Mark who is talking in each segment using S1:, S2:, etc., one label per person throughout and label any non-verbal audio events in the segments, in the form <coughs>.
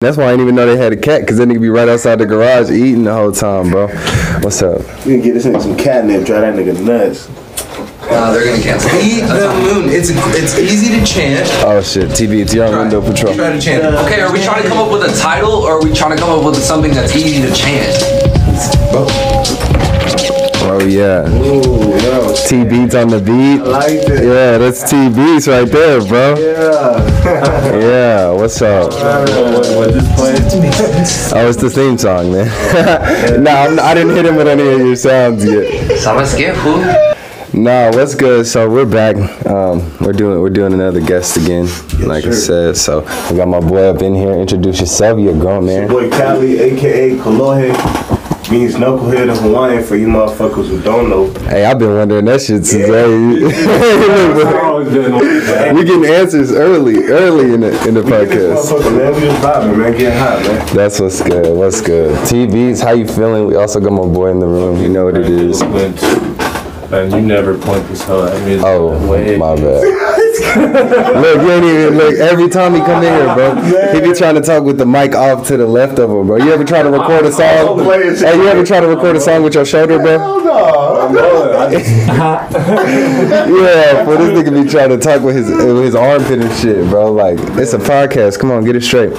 S1: That's why I didn't even know they had a cat, cause then they could be right outside the garage eating the whole time, bro. What's up?
S2: We can get this nigga some catnip, dry that nigga nuts.
S3: Nah, Uh, they're gonna cancel. <laughs> Eat the moon. It's it's easy to chant.
S1: Oh shit, TV, it's your window patrol.
S3: Try to chant. Okay, are we trying to come up with a title, or are we trying to come up with something that's easy to chant?
S1: Oh yeah,
S2: Ooh, yo.
S1: T beats on the beat.
S2: like that.
S1: Yeah, that's T beats right there, bro.
S2: Yeah.
S1: Yeah, what's up?
S2: what, this playing?
S1: Oh, it's the theme song, man. <laughs> nah, I'm, I didn't hit him with any of your sounds yet.
S3: ¿Sabes qué? Who?
S1: Nah, what's good? So we're back. Um, we're doing we're doing another guest again, like I said. So we got my boy up in here. Introduce yourself, you grown man.
S2: Boy Cali, aka Kolohe, means knucklehead in Hawaiian for you motherfuckers who don't know.
S1: Hey, I've been wondering that shit since
S2: <laughs>
S1: I- <laughs>
S2: Hey,
S1: we getting answers early, early in the in the
S2: get this
S1: podcast.
S2: motherfucker, man. We just vibing, man. Getting hot, man.
S1: That's what's good. What's good? TVs, how you feeling? We also got my boy in the room. You know what it is.
S4: Man, you never point this hoe at me.
S1: Oh,
S4: Way.
S1: my bad. look, you ain't even look. Every time he come in here, bro, he be trying to talk with the mic off to the left of him, bro. You ever try to record a song? Hey, you ever try to record a song with your shoulder, bro?
S2: Oh, no.
S1: Yeah, for this nigga be trying to talk with his with his armpit and shit, bro. Like it's a podcast. Come on, get it
S2: <laughs>
S1: straight.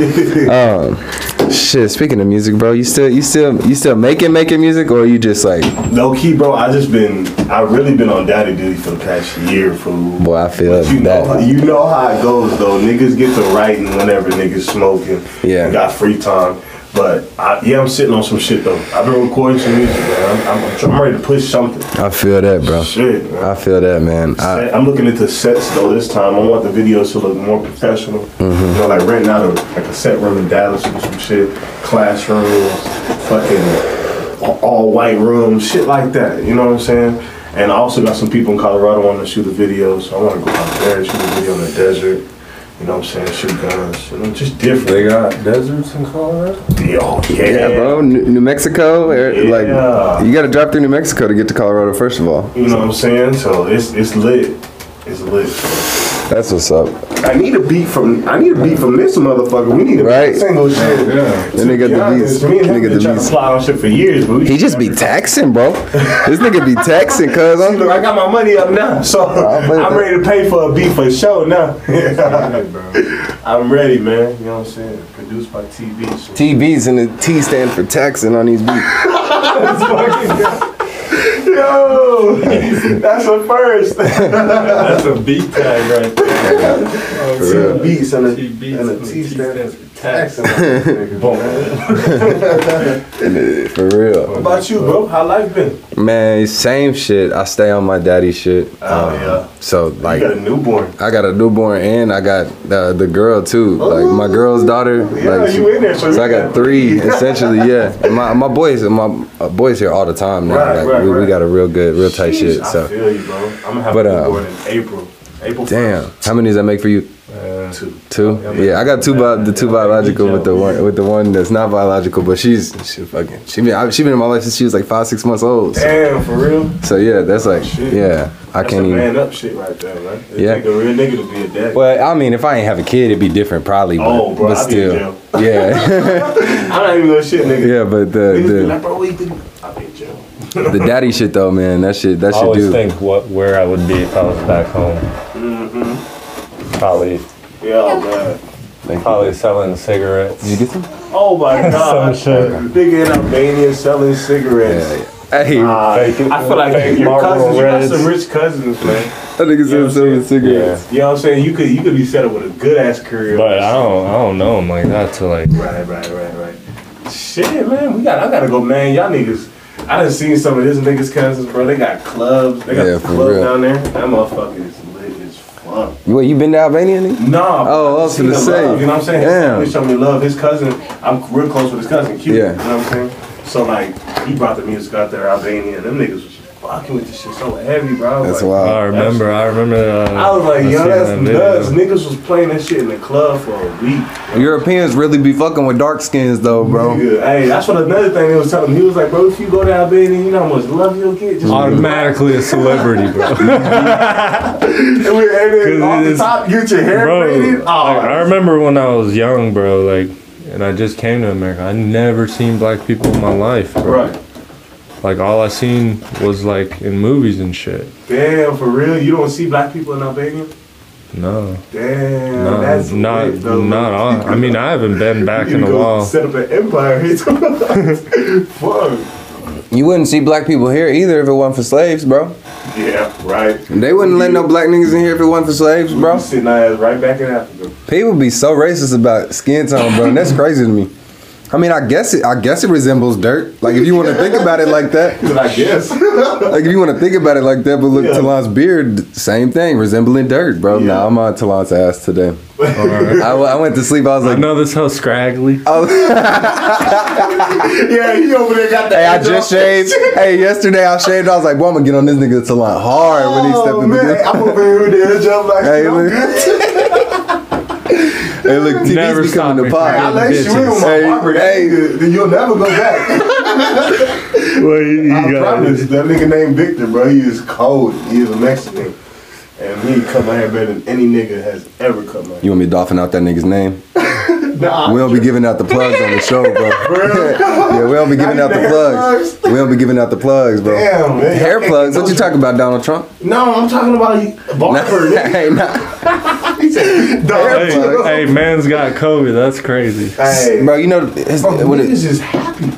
S1: Um, shit. Speaking of music, bro, you still you still you still making making music, or you just like,
S2: Low key, bro. I just been, I really been on daddy duty for the past year, fool.
S1: boy, I feel
S2: But you know,
S1: that.
S2: you know how it goes though. Niggas get to writing whenever niggas smoking.
S1: Yeah.
S2: You got free time. But I, yeah, I'm sitting on some shit though. I've been recording some music, man. I'm, I'm, tr- I'm ready to push something.
S1: I feel that, bro.
S2: Shit, man.
S1: I feel that, man. I,
S2: I'm looking into sets though this time. I want the videos to look more professional.
S4: Mm-hmm.
S2: You know, like renting out a, like a set room in Dallas or some shit, classrooms, fucking a- all white rooms, shit like that. You know what I'm saying? And I also got some people in Colorado wanting to shoot a video, so I want to go out there and shoot a video in the desert. You know what I'm saying? Shoot guns, you know, just
S4: They
S2: different.
S4: got deserts in Colorado?
S2: Oh, yeah,
S1: yeah, bro. New New Mexico, er-
S2: Yeah.
S1: like you got to drive through New Mexico to get to Colorado. First of all,
S2: You know what I'm saying? So it's it's lit. It's lit.
S1: that's what's up.
S2: I need a beat from I need a beat from this motherfucker. We need a
S1: Right.
S2: single shit.
S4: Yeah.
S1: Then they got the beats.
S2: Me and
S1: Then
S2: him
S1: they got
S2: been
S1: the
S2: trying to
S1: beats.
S2: plot on shit for years, but we
S1: He just be taxing, bro. This nigga be taxing, cuz
S2: <laughs>
S1: I'm
S2: Look, I got my money up now, <laughs> so
S1: bet
S2: I'm
S1: that-
S2: ready to pay for a beat for sure now. <laughs> I'm ready, man. You know what I'm saying? Produced by TV. So.
S1: TB's and the T stand for taxing on these beats.
S2: Yo, <laughs> that's a <laughs> first.
S4: That's a beat tag right there.
S2: <laughs> Two beats and a,
S4: T beats
S2: and a
S4: and
S2: T
S4: T
S2: stands
S4: stands
S2: for
S4: for
S2: tax.
S4: tax.
S2: Boom.
S1: For real.
S2: What about you, bro? How life been?
S1: Man, same shit. I stay on my daddy shit.
S2: Oh,
S1: Um,
S2: yeah.
S1: So
S2: I
S1: like
S2: got a newborn.
S1: I got a newborn and I got uh, the girl too. Like my girl's daughter.
S2: Oh, Yeah,
S1: like,
S2: you in there, so
S1: I
S2: you
S1: got
S2: got- <laughs>
S1: three essentially, yeah. And My my boys my uh, boys here all the time now.
S2: Right,
S1: like
S2: right,
S1: we, we
S2: right.
S1: got a real good, real tight
S2: Jeez,
S1: shit.
S2: I
S1: So
S2: feel you, bro. I'm gonna have
S1: But,
S2: a
S1: um,
S2: newborn in April. April.
S1: damn. How many does that make for you?
S4: Uh,
S2: Two.
S1: Two?
S4: Yeah, man.
S1: Yeah, I got two bi- the two
S4: Yeah, man,
S1: biological
S4: you
S1: with the
S4: joke.
S1: one with the one that's not biological, but she's she fucking she been I, she been in my life since she was like five, six months old. So,
S2: Damn, for real.
S1: so yeah, that's like
S2: Shit.
S1: yeah. I
S2: That's
S1: can't
S2: a
S1: even
S2: man up shit right there, man. It
S1: Yeah.
S2: take a real nigga to be a dad.
S1: Well, I mean, if I ain't have a kid, it'd be different, probably. But,
S2: Oh, bro,
S1: but
S2: I'd be in
S1: still,
S2: jail.
S1: <laughs> yeah,
S2: I'm not even gonna shit, nigga.
S1: yeah. But
S2: Niggas be like,
S1: the,
S2: <laughs> bro, what you think? I be in jail.
S1: the the daddy shit though, man, that shit that
S4: I
S1: shit
S4: always
S1: do.
S4: think what where I would be if I was back home.
S2: Mm-hmm.
S4: Probably,
S2: Yeah, oh, man.
S1: Thank you.
S4: probably selling cigarettes.
S1: Did you get some?
S2: Oh
S4: <laughs>
S2: my god.
S4: shit.
S2: Nigga in Albania selling cigarettes.
S1: Yeah, yeah. Hey,
S2: Ah,
S4: Fake-
S2: I feel like
S4: fake
S2: your
S4: Marlboro
S2: cousins, you got
S4: Reds.
S2: some rich cousins, man.
S1: that nigga
S2: yeah,
S1: said selling
S2: yeah.
S1: cigarettes.
S2: You know what I'm saying? You could you could be set up with a good ass career.
S4: But I don't, I don't know him like that till like.
S2: Right, right, right, right. Shit, man, we got. I gotta go, man. Y'all niggas. I done seen some of this niggas' cousins, bro. They got clubs. They got
S1: Yeah,
S2: the
S1: for
S2: club
S1: real.
S2: down there. That motherfucker is lit as fuck.
S1: What you been to Albania? Nigga?
S2: Nah. bro,
S1: Oh, I
S2: I
S1: was
S2: seen
S1: gonna
S2: the
S1: say.
S2: love, you know what I'm saying? His
S1: Damn.
S2: family showed me love. His cousin. I'm real close with his cousin, Q.
S1: Yeah.
S2: You know what I'm saying? So like, he brought the music out there, Albania, and them niggas was fucking with this shit so heavy, bro. I was
S1: That's
S2: like,
S1: wild.
S4: I remember, I remember. Uh,
S2: Uh, I was like, yo,
S4: seen
S2: that's
S4: that video.
S2: nuts. Niggas was playing that shit in the club for a week.
S1: Europeans really be fucking with dark skins though, bro.
S2: Nigga, hey, that's what another thing they was telling me. He was like, bro, if you go to Albania, you know how much love you'll get. Just
S4: Automatically a celebrity,
S2: <laughs>
S4: bro.
S2: And we- and then
S4: Cause
S2: off
S4: it
S2: the
S4: is-
S2: top, get your hair
S4: bro,
S2: braided.
S4: like, I
S2: Oh,
S4: remember when I was young, bro. Like and I just came to America. I never seen black people in my life, bro.
S2: Right.
S4: Like all I seen was like in movies and shit.
S2: Damn, for real? You don't see black people in Albania?
S4: No,
S2: Damn,
S4: no,
S2: that's
S4: not
S2: lit, though.
S4: not all. I mean, I haven't been
S2: <laughs>
S4: back
S2: You
S4: in a
S2: go
S4: while.
S2: Set up an empire here. <laughs> Fuck.
S1: You wouldn't see black people here either if it wasn't for slaves, bro.
S2: Yeah, right.
S1: They wouldn't let no black niggas in here if it wasn't for slaves,
S2: You
S1: bro.
S2: sitting our ass right back in Africa.
S1: People be so racist about skin tone, bro. And that's crazy to me. I mean, I guess it. I guess it resembles dirt. Like if you want to think about it like that.
S2: But
S1: <laughs>
S2: I guess.
S1: Like if you want to think about it like that. But look,
S2: Yeah.
S1: Talon's beard, same thing, resembling dirt, bro.
S2: Yeah.
S1: Nah, I'm on Talon's ass today.
S4: All right.
S1: I, I went to sleep. I was
S4: I
S1: like,
S4: know this hell scraggly.
S1: Uh,
S2: yeah, he over there got the.
S1: Hey, I
S2: <laughs>
S1: just shaved. hey, yesterday I shaved. I was like, boy, I'm gonna get on this nigga Talon hard when he
S2: Oh,
S1: stepping in the
S2: man,
S1: door.
S2: I'm over here with the edge up like,
S1: Hey,
S2: hey, I'm
S1: look.
S2: good.
S1: Hey, look, TV's
S4: Never stop
S1: becoming
S4: me
S1: the
S4: from
S2: I
S4: getting
S1: pop.
S2: let you in with my
S1: Hey,
S2: barber. Hey,
S1: hey.
S2: then you'll never go
S4: <laughs>
S2: back.
S4: well, you, you
S2: I
S4: got
S2: promise. That nigga named Victor, bro, he is cold. He is a Mexican. And he come out here better than any nigga has ever come out.
S1: You want me to dolphin out that nigga's name?
S2: Nah,
S1: We don't be giving out the plugs on the show, bro.
S2: <laughs>
S1: yeah, we don't be giving out the
S2: Hair
S1: plugs. We don't be giving out the plugs, bro.
S2: Damn, man.
S1: Hair plugs? What you talking about, Donald Trump?
S2: No, I'm talking about <laughs> barber. nigga.
S1: hey, nah.
S2: He <laughs> said,
S1: Hair plugs.
S2: "Dog,
S4: Hey, man's got COVID. That's crazy.
S2: Hey,
S1: Bro, you know, it's,
S2: bro,
S1: what
S2: niggas
S1: it,
S2: is happy.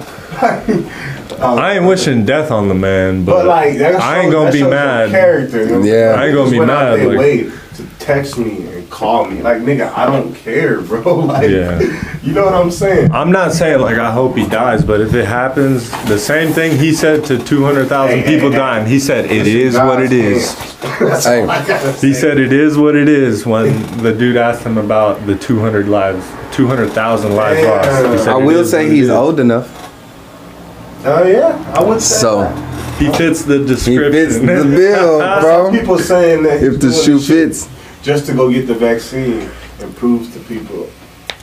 S4: I ain't wishing death on the man, but,
S2: But like, that
S4: I ain't
S2: shows-
S4: gonna
S2: that
S4: be
S2: shows your
S4: mad.
S2: Character. you know?
S1: Yeah. I
S4: ain't gonna
S2: Niggas
S4: be
S2: went out
S4: mad,
S2: their
S4: like-
S2: way to text me and call me, like nigga, I don't care, bro. <laughs> Like,
S4: Yeah.
S2: you know what I'm
S1: <laughs>
S2: saying?
S4: I'm not saying like I hope he dies, but if it happens, the same thing he said to 200,000
S2: Hey, hey,
S4: people
S2: hey.
S4: dying. He said it is
S2: God's
S4: what it is.
S2: That's
S1: Hey.
S2: all I gotta say.
S4: He said it is what it is when the dude asked him about the 200 lives, 200,000 lives
S2: Damn.
S4: lost. He said
S1: I
S4: it
S1: will
S4: is
S1: say
S4: what it
S1: he's
S4: is.
S1: old enough.
S2: Oh yeah, I would say.
S1: So,
S2: that.
S4: He fits the
S1: he
S4: description. <laughs>
S1: fits the <laughs> bill, bro.
S2: people saying that
S1: If the
S2: he's doing
S1: shoe
S2: this shit
S1: fits.
S2: just to go get the vaccine and proves to people.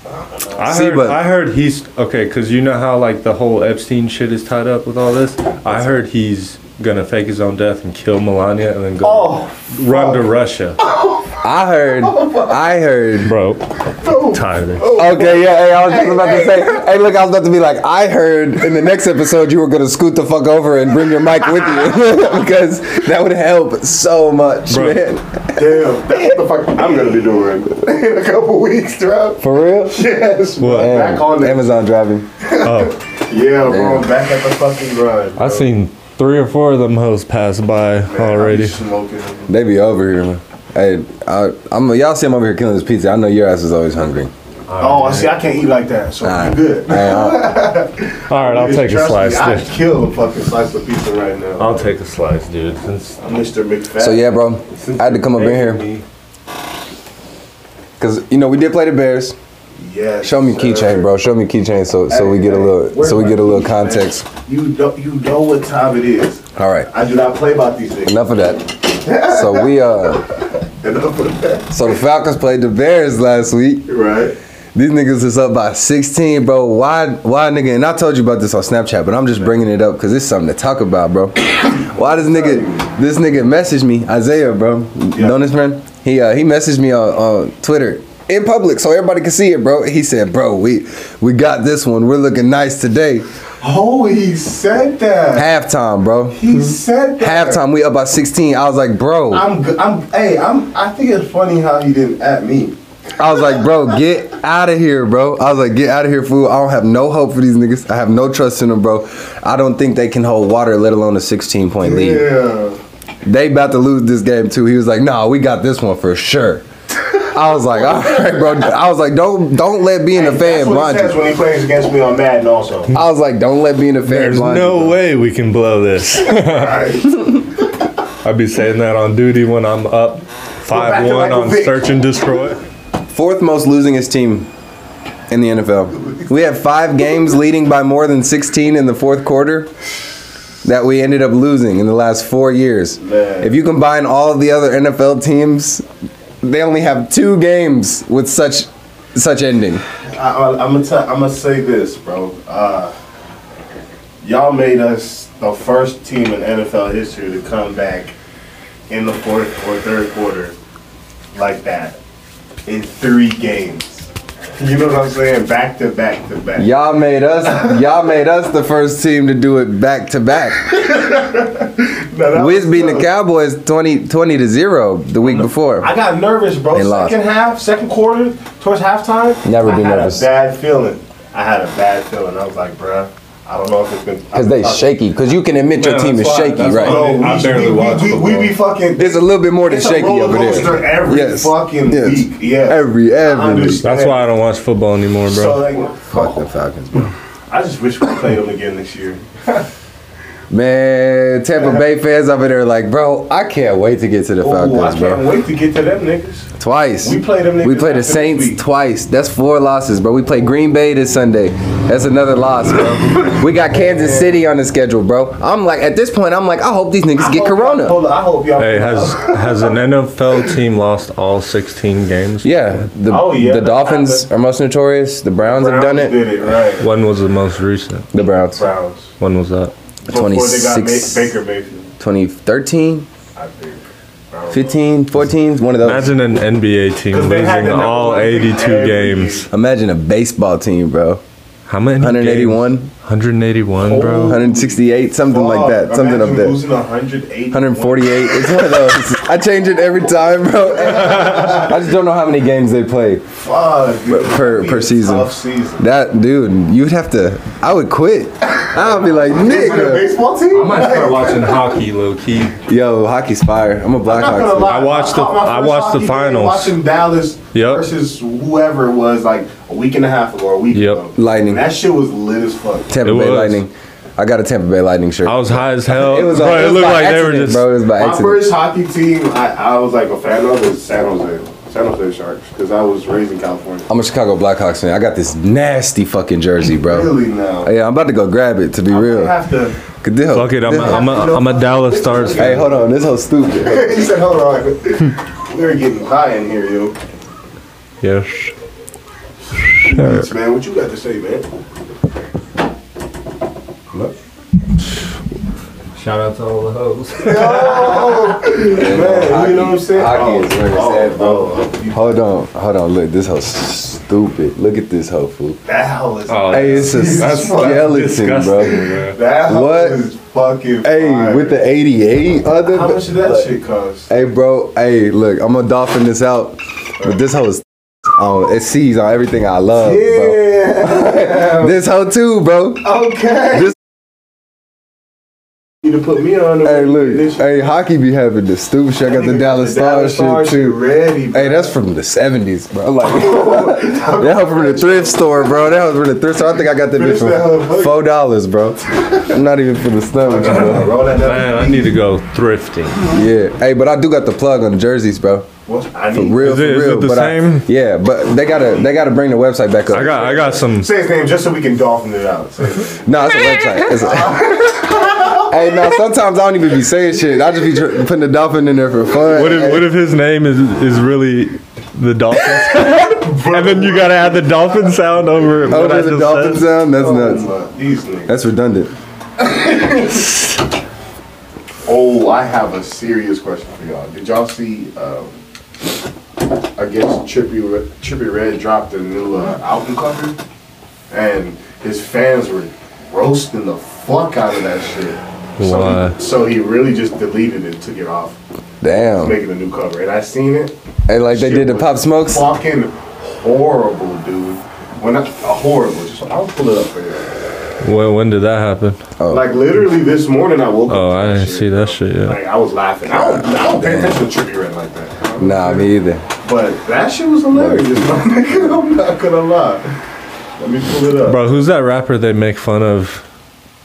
S4: I
S1: See,
S4: heard,
S1: but-
S4: I heard he's okay because you know how like the whole Epstein shit is tied up with all this. I heard he's gonna fake his own death and kill Melania and then go
S2: Oh,
S4: run to Russia,
S1: I <laughs> heard, I heard.
S4: bro.
S2: Oh.
S4: Tired. of it.
S1: Okay, yeah, hey, I was just about to say, hey, look, I was about to be like, I heard in the next episode you were gonna scoot the fuck over and bring your mic with you <laughs> because that would help so much,
S4: Bro.
S1: man.
S2: Damn, that's <laughs> what the fuck I'm gonna be doing <laughs> in a couple weeks, bro.
S1: For real?
S2: Yes, bro.
S4: What?
S2: back on that.
S1: Amazon driving.
S4: Oh,
S2: Yeah, bro, back at the fucking grind. Bro.
S4: I seen three or four of them hoes pass by
S2: Man, I be
S4: already.
S2: smoking.
S1: They be over here, man. Hey, I, I'm y'all see him over here killing his pizza. I know your ass is always hungry.
S2: Oh, I see, I can't eat like that, so
S1: Nah.
S2: you good.
S1: Hey, I-
S4: All right, I'll take a
S2: Trust me,
S4: slice,
S2: I'd
S4: dude.
S2: kill a fucking slice of pizza right now.
S4: I'll take a slice, dude. Since,
S2: I'm Mr. McFadden.
S1: Uh, so yeah, bro, I had to come up in here because you know we did play the Bears.
S2: Yes.
S1: Show me
S2: sir.
S1: keychain, bro. Show me keychain, so so we
S2: Hey,
S1: get a
S2: hey,
S1: little
S2: where's
S1: so we
S2: my
S1: get a little
S2: keys, man?
S1: context.
S2: You know, you know what time it is.
S1: All right,
S2: I do not play about these things.
S1: enough of that. So we uh.
S2: Enough of that.
S1: So the Falcons played the Bears last week.
S2: <laughs> Right.
S1: These niggas is up by 16, bro. Why, why, nigga? And I told you about this on Snapchat, but I'm just bringing it up because it's something to talk about, bro. Why does nigga, this nigga messaged me, Isaiah, bro.
S2: Yeah.
S1: Know this man? He uh, he messaged me on, on Twitter in public, so everybody can see it, bro. He said, bro, we we got this one. We're looking nice today.
S2: Oh, he said that.
S1: Halftime, bro.
S2: He said that.
S1: Hmm? Halftime, we up by 16. I was like, bro.
S2: I'm, g- I'm, hey, I'm, I think it's funny how he didn't at me.
S1: I was like, bro, get out of here, bro. I was like, get out of here, fool. I don't have no hope for these niggas. I have no trust in them, bro. I don't think they can hold water, let alone a 16 point lead.
S2: Yeah.
S1: They about to lose this game too. He was like, nah, we got this one for sure. I was like, all right, bro. I was like, don't don't let being a fan
S2: That's what
S1: blind
S2: he says
S1: you.
S2: when he plays against me on Madden also.
S1: I was like, don't let being a fan
S4: there's
S1: blind you,
S4: no
S1: bro.
S4: way we can blow
S2: <laughs>
S4: this.
S2: Alright.
S4: I'd be saying that on duty when I'm up five
S2: to
S4: one
S2: Michael
S4: on
S2: Vick.
S4: search and destroy.
S1: Fourth most losingest team in the NFL. We had five games leading by more than 16 in the fourth quarter that we ended up losing in the last four years.
S2: Man.
S1: If you combine all of the other NFL teams, they only have two games with such such ending.
S2: I, I, I'm gonna tell, I'm gonna say this, bro. Uh, y'all made us the first team in NFL history to come back in the fourth or third quarter like that in three games. You know what I'm saying? Back to back to back.
S1: Y'all made us. Y'all made us the first team to do it back to back.
S2: Now, that
S1: We
S2: was
S1: was beating the
S2: tough.
S1: Cowboys 20, 20 to zero the week before.
S2: I got nervous, bro.
S1: They
S2: second
S1: lost.
S2: half, second quarter, towards halftime.
S1: Never
S2: I
S1: be
S2: had
S1: nervous.
S2: A bad feeling. I had a bad feeling. I was like, bruh, I don't know if it's been
S1: Because they shaky. Because you can admit your
S4: Man,
S1: team is
S4: that's why-
S1: shaky,
S4: that's
S1: right?
S4: why-
S2: Bro, we,
S4: I barely
S2: we,
S4: watch
S2: we, we,
S4: football.
S2: we be fucking.
S1: There's a little bit more than
S2: it's a
S1: shaky
S2: roller
S1: over
S2: coaster
S1: there.
S2: every fucking
S1: yes.
S2: week. Yes.
S1: Every
S2: I
S1: every week.
S2: understand.
S4: That's why I don't watch football anymore,
S2: So
S4: bro.
S2: like,
S1: Fuck the Falcons, bro.
S2: I just wish we played them again this year.
S1: Man, Tampa Bay fans over there like, bro, I can't wait to get to the
S2: Oh, I
S1: Falcons,
S2: can't
S1: bro.
S2: wait to get to them niggas.
S1: Twice.
S2: We play them niggas
S1: We play the
S2: after
S1: Saints
S2: this week.
S1: twice. That's four losses, bro. We play Green Bay this Sunday. That's another loss, bro. we got
S2: <laughs>
S1: Kansas City on the schedule, bro. I'm like, at this point, I'm like, I hope these niggas
S2: I
S1: get
S2: hope y'all-
S1: Corona.
S2: Hold on, I hope y'all.
S4: Hey, has has an NFL team lost all 16 games?
S1: Yeah. The,
S2: Oh, yeah,
S1: the
S2: that
S1: Dolphins
S2: happened.
S1: are most notorious. The Browns,
S2: Browns
S1: have done it.
S2: Did it right.
S4: When was the most recent?
S1: The Browns.
S2: Browns.
S4: When was that?
S2: Before they got Ma-
S1: 26.
S2: Baker Mayfield,
S1: 2013,
S2: I think. I don't know.
S1: 15, 14, one of those.
S4: Imagine an NBA team
S2: 'Cause they had
S4: losing
S2: the number
S4: all
S2: one pick
S4: 82
S2: every
S4: games.
S1: Imagine a baseball team, bro.
S4: How many?
S1: 181,
S4: games? 181,
S2: Oh.
S4: bro.
S1: 168, something like that.
S2: Fuck,
S1: Something up
S2: imagine
S1: there.
S2: Losing 108.
S1: 148. It's one of
S2: <laughs>
S1: those. I change it every time, bro. I just don't know how many games they play
S2: Fuck, dude.
S1: per
S2: That'd be
S1: per
S2: a
S1: season.
S2: Tough season.
S1: That dude, you'd have to. I would quit. I would be like,
S2: For the
S1: nigga,
S2: baseball team.
S4: I might start watching hockey, low key.
S1: yo, hockey's fire. I'm a black
S2: I'm not gonna
S1: hockey.
S2: lie,
S4: I watched the-
S2: caught my
S4: I
S2: first
S4: watched
S2: hockey
S4: the
S2: game
S4: finals.
S2: Watching Dallas
S4: Yep.
S2: versus whoever it was like a week and a half ago, or a week
S4: Yep.
S2: ago.
S1: Lightning.
S2: That shit was lit as fuck.
S1: Tampa
S4: It
S1: Bay
S4: was.
S1: Lightning. I got a Tampa Bay Lightning shirt.
S4: I was high as hell.
S1: it was.
S4: bro,
S1: a,
S4: it,
S1: it was
S4: looked
S1: by
S4: like
S1: accident,
S4: they were just.
S1: bro. It was by
S2: My
S1: accident.
S2: first hockey team, I, I was like a fan of was San Jose, San Jose Sharks, because I was raised in California.
S1: I'm a Chicago Blackhawks fan. I got this nasty fucking jersey, bro.
S2: Really now,
S1: Yeah, I'm about to go grab it. To be
S2: I
S1: Oh. real,
S2: have
S1: <laughs>
S2: to.
S1: Good deal.
S4: Fuck it, I'm a, I'm a, I'm a Dallas Stars
S1: Hey,
S4: fan.
S1: hold on. This whole stupid.
S2: he said, "Hold on, <laughs> we're getting high in here, yo."
S4: Yes.
S2: Man, what you got to say, man?
S4: Shout out to all the hoes.
S2: Man, you know what I'm saying?
S1: Hockey is where it's at, bro.
S2: oh, oh, you-
S1: Hold on, hold on. Look, this hoe stupid. Look at this hoe, fool.
S2: that hell is.
S4: Oh,
S1: Hey, it's a skeleton, bro.
S2: That hoe
S1: What?
S2: is fucking.
S1: Hey,
S2: fire.
S1: with the 88 other.
S2: How much did that shit cost?
S1: Hey, bro. Hey, look, I'm gonna dolphin this out, but this hoe is. Oh, it sees on everything I love,
S2: Yeah.
S1: bro. This hoe too, bro.
S2: <laughs> okay.
S1: This-
S2: you to put me on. the-
S1: Hey, look.
S2: this-
S1: Hey, hockey be having the stupid shit. I got the Dallas Stars shit too.
S2: Ready, bro.
S1: Hey, that's from the 70s, bro. <laughs> Like. That hoe from the thrift store, bro. That was from the thrift store. I think I got that bitch
S2: Finish that hoe,
S1: for
S2: buddy.
S1: four dollars, bro. I'm not even for the stuff with you, bro.
S2: Roll that down.
S4: Man, I need to go thrifting.
S1: Yeah. Hey, but I do got the plug on the jerseys, bro.
S2: What? I
S1: For
S2: need.
S1: real,
S4: Is it-
S1: for
S4: is
S1: real.
S4: it the
S1: but I-
S4: same?
S1: yeah, but they gotta they gotta bring the website back up.
S4: I got I got some.
S2: Say his name just so we can dolphin it out. Say his name.
S1: No, it's a website. It's <laughs> a, hey, now sometimes I don't even be saying shit. I just be tr- putting the dolphin in there for fun.
S4: What if what if his name is is really
S2: <laughs>
S4: the Dolphins? and then you gotta add the dolphin sound over it.
S1: over the dolphin sound? That's nuts.
S2: Oh, my- These niggas.
S1: That's redundant.
S2: Oh, I have a serious question for y'all. Did y'all see? Um, I guess Trippy Re- Trippy Red dropped a new uh, album cover, and his fans were roasting the fuck out of that shit.
S4: Why?
S2: So he, so he really just deleted it, took it off,
S1: Damn.
S2: making a new cover. And I seen it.
S1: Hey, like they
S2: Shit
S1: did the
S2: was
S1: pop smokes.
S2: Fucking horrible, dude. When I, uh, horrible. Just, I'll pull it up for you.
S4: When, when did that happen?
S2: Like literally this morning, I woke up.
S4: Oh,
S2: to
S4: I didn't see that shit yet.
S2: Like I was laughing. I don't, I don't pay attention to Trippy Red like that.
S1: Nah, me either.
S2: But that shit was hilarious, my nigga. <laughs> I'm not gonna lie. Let me pull it up.
S4: Bro, who's that rapper they make fun of?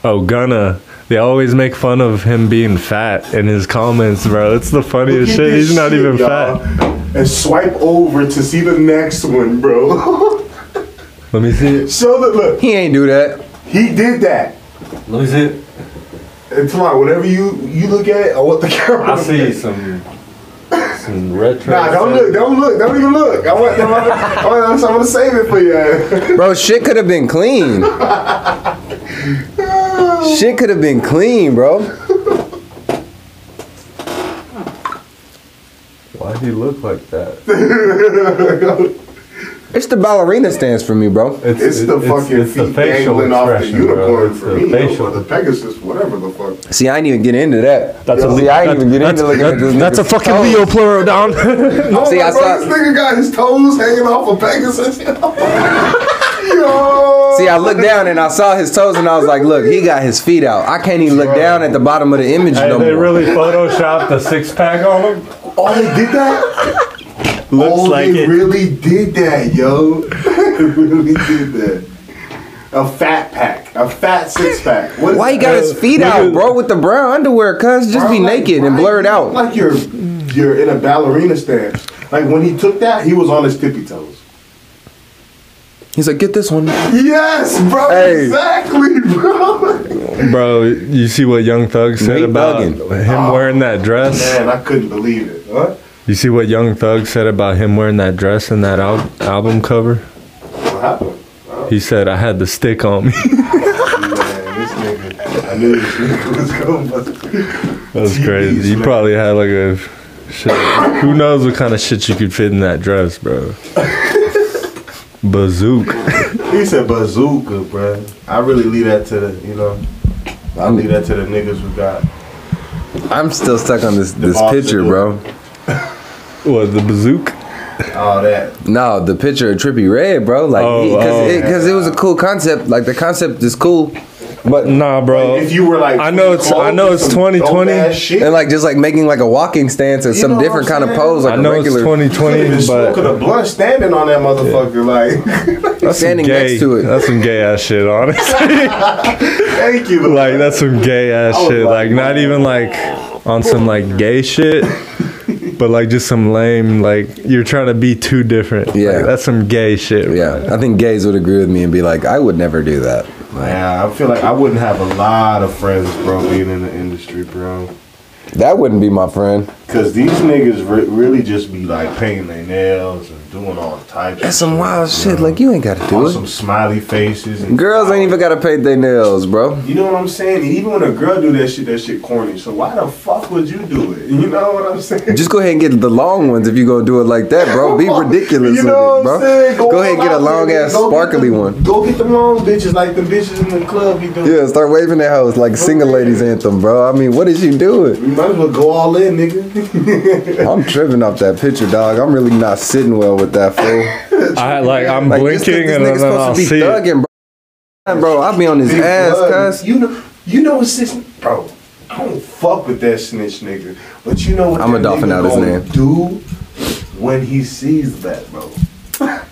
S4: Oh, Gunna. They always make fun of him being fat in his comments, bro. It's the
S2: Look
S4: funniest
S2: at
S4: shit.
S2: this
S4: He's not
S2: shit,
S4: even
S2: y'all.
S4: fat.
S2: And swipe over to see the next one, bro. <laughs>
S4: Let me see it.
S2: Show the look.
S1: He ain't do that.
S2: He did that.
S4: Let me see it.
S2: And tomorrow, whatever you you look at or what the <laughs> camera.
S4: some some retro.
S2: Nah, don't look, don't look, don't even look. I want, I want, I want, I'm gonna save it for you.
S1: Bro, shit could have been clean. shit could have been clean, bro.
S4: Why do you look like that?
S1: It's the ballerina stance for me, bro.
S2: It's the fucking
S4: it's the
S2: feet
S4: facial
S2: dangling off the
S4: expression, bro.
S2: unicorn
S4: It's
S2: for
S4: the
S2: me,
S4: facial.
S2: or the Pegasus, whatever the fuck.
S1: See, I ain't even get into that.
S4: That's a
S1: See,
S4: Leo-
S1: I ain't
S4: that's-
S1: even get into looking at this.
S4: That's a
S1: nigga's
S4: fucking
S1: toes.
S4: Leo
S2: <laughs>
S4: plural down.
S2: Oh
S1: See,
S2: my
S1: I
S2: bro,
S1: saw-
S2: this nigga got his toes hanging off a Pegasus. <laughs> Yo.
S1: See, I looked down and I saw his toes, and I was like, "Look, he got his feet out. I can't even look down at the bottom of the image
S4: Hey,
S1: no
S4: they
S1: more."
S4: really photoshopped the six pack on him.
S2: Oh, they did <laughs> that?
S4: Looks
S2: oh,
S4: like
S2: they
S4: it.
S2: really did that, yo. <laughs> they really did that. A fat pack. A fat six pack. What is
S1: Why he
S2: that?
S1: got his feet out, bro, with the brown underwear? Cuz just be
S2: Bro, like,
S1: naked and
S2: why
S1: blur it
S2: you
S1: out.
S2: look Like you're you're in a ballerina stance. Like when he took that, he was on his tippy toes.
S1: He's like, "Get this one."
S2: Yes, bro.
S1: Hey.
S2: Exactly, bro.
S4: Bro, you see what Young Thug said
S1: He
S4: about
S1: bugging.
S4: him wearing that dress?
S2: Ah. Man, I couldn't believe it. What?
S4: You see what Young Thug said about him wearing that dress and that al- album cover?
S2: What happened?
S4: He said, I had the stick on
S2: Man,
S4: me. <laughs>
S2: this nigga. I knew this nigga was going bust.
S4: That's crazy. You probably had like a shit. Who knows what kind of shit you could fit in that dress, bro?
S2: <laughs>
S4: Bazook.
S2: He said bazooka, bro. I really leave that to the, you know, I leave that to the niggas who got.
S1: I'm still stuck on this this
S2: boss
S1: picture,
S2: is
S1: bro.
S4: What, the bazook?
S2: All that.
S1: No, the picture of Trippy Red, bro. Like,
S4: Oh,
S1: because
S4: oh.
S1: it, 'cause it was a cool concept. Like the concept is cool, but
S4: Nah, bro.
S2: If you were like,
S4: Oh, I know it's- I know it's
S2: some
S4: 2020.
S2: dope-ass shit,
S1: and like just like making like a walking stance or
S2: You know
S1: some
S2: what
S1: different
S2: I'm
S1: kind of
S2: saying?
S1: pose, like
S4: I
S1: a
S4: know it's
S1: regular
S2: Just
S4: 2020,
S2: smoking
S4: but
S2: a blunt standing on that motherfucker. Like, <laughs>
S4: that's some
S1: standing
S4: gay.
S1: next to it.
S4: That's some gay ass
S2: <laughs>
S4: shit, honestly.
S2: thank you.
S4: like that's some gay ass
S2: I was
S4: shit.
S2: like,
S4: Like not even like on some like
S2: <laughs>
S4: gay shit, but like just some lame. Like you're trying to be too different.
S1: Yeah.
S4: Like, that's some gay shit. bro.
S1: Yeah, I think gays would agree with me and be like, I would never do that. Like,
S2: Yeah, I feel like I wouldn't have a lot of friends, bro, being in the industry, bro.
S1: that wouldn't be my friend.
S2: Cause these niggas re- really just be like painting their nails and doing all types.
S1: That's
S2: of
S1: some
S2: shit,
S1: wild
S2: you
S1: shit.
S2: know?
S1: Like, you ain't got to do
S2: On some
S1: it.
S2: smiley faces. And
S1: Girls ain't even got to paint their nails, bro.
S2: You know what I'm saying? And even when a girl do that shit, that shit corny. So why the fuck would you do it? You know what I'm saying?
S1: Just go ahead and get the long ones if you gonna do it like that, bro.
S2: <laughs>
S1: Be ridiculous
S2: You
S1: with
S2: know
S1: it,
S2: what I'm
S1: bro.
S2: saying?
S1: Go, ahead and
S2: all
S1: get a
S2: out
S1: long
S2: there,
S1: ass
S2: go get
S1: sparkly
S2: the-
S1: one.
S2: Go get the long bitches like the bitches in the club be doing.
S1: Yeah, start waving that hose like single
S2: ahead.
S1: ladies anthem, bro. I mean, what is you doing?
S2: You might as well go all in, nigga. <laughs>
S1: I'm tripping off that picture, dog. I'm really not sitting well with that fool.
S4: I like I'm
S1: Like, just 'cause
S4: blinking and then I'll see. it.
S1: thugging, bro. Bro, I be on his
S2: Big blood.
S1: ass, cuz.
S2: You know, you know what snitch, bro. I don't fuck with that snitch nigga, but you know what?
S1: I'm
S2: that
S1: a dolphin
S2: nigga
S1: out his
S2: gonna
S1: name.
S2: Do when he sees that, bro. right,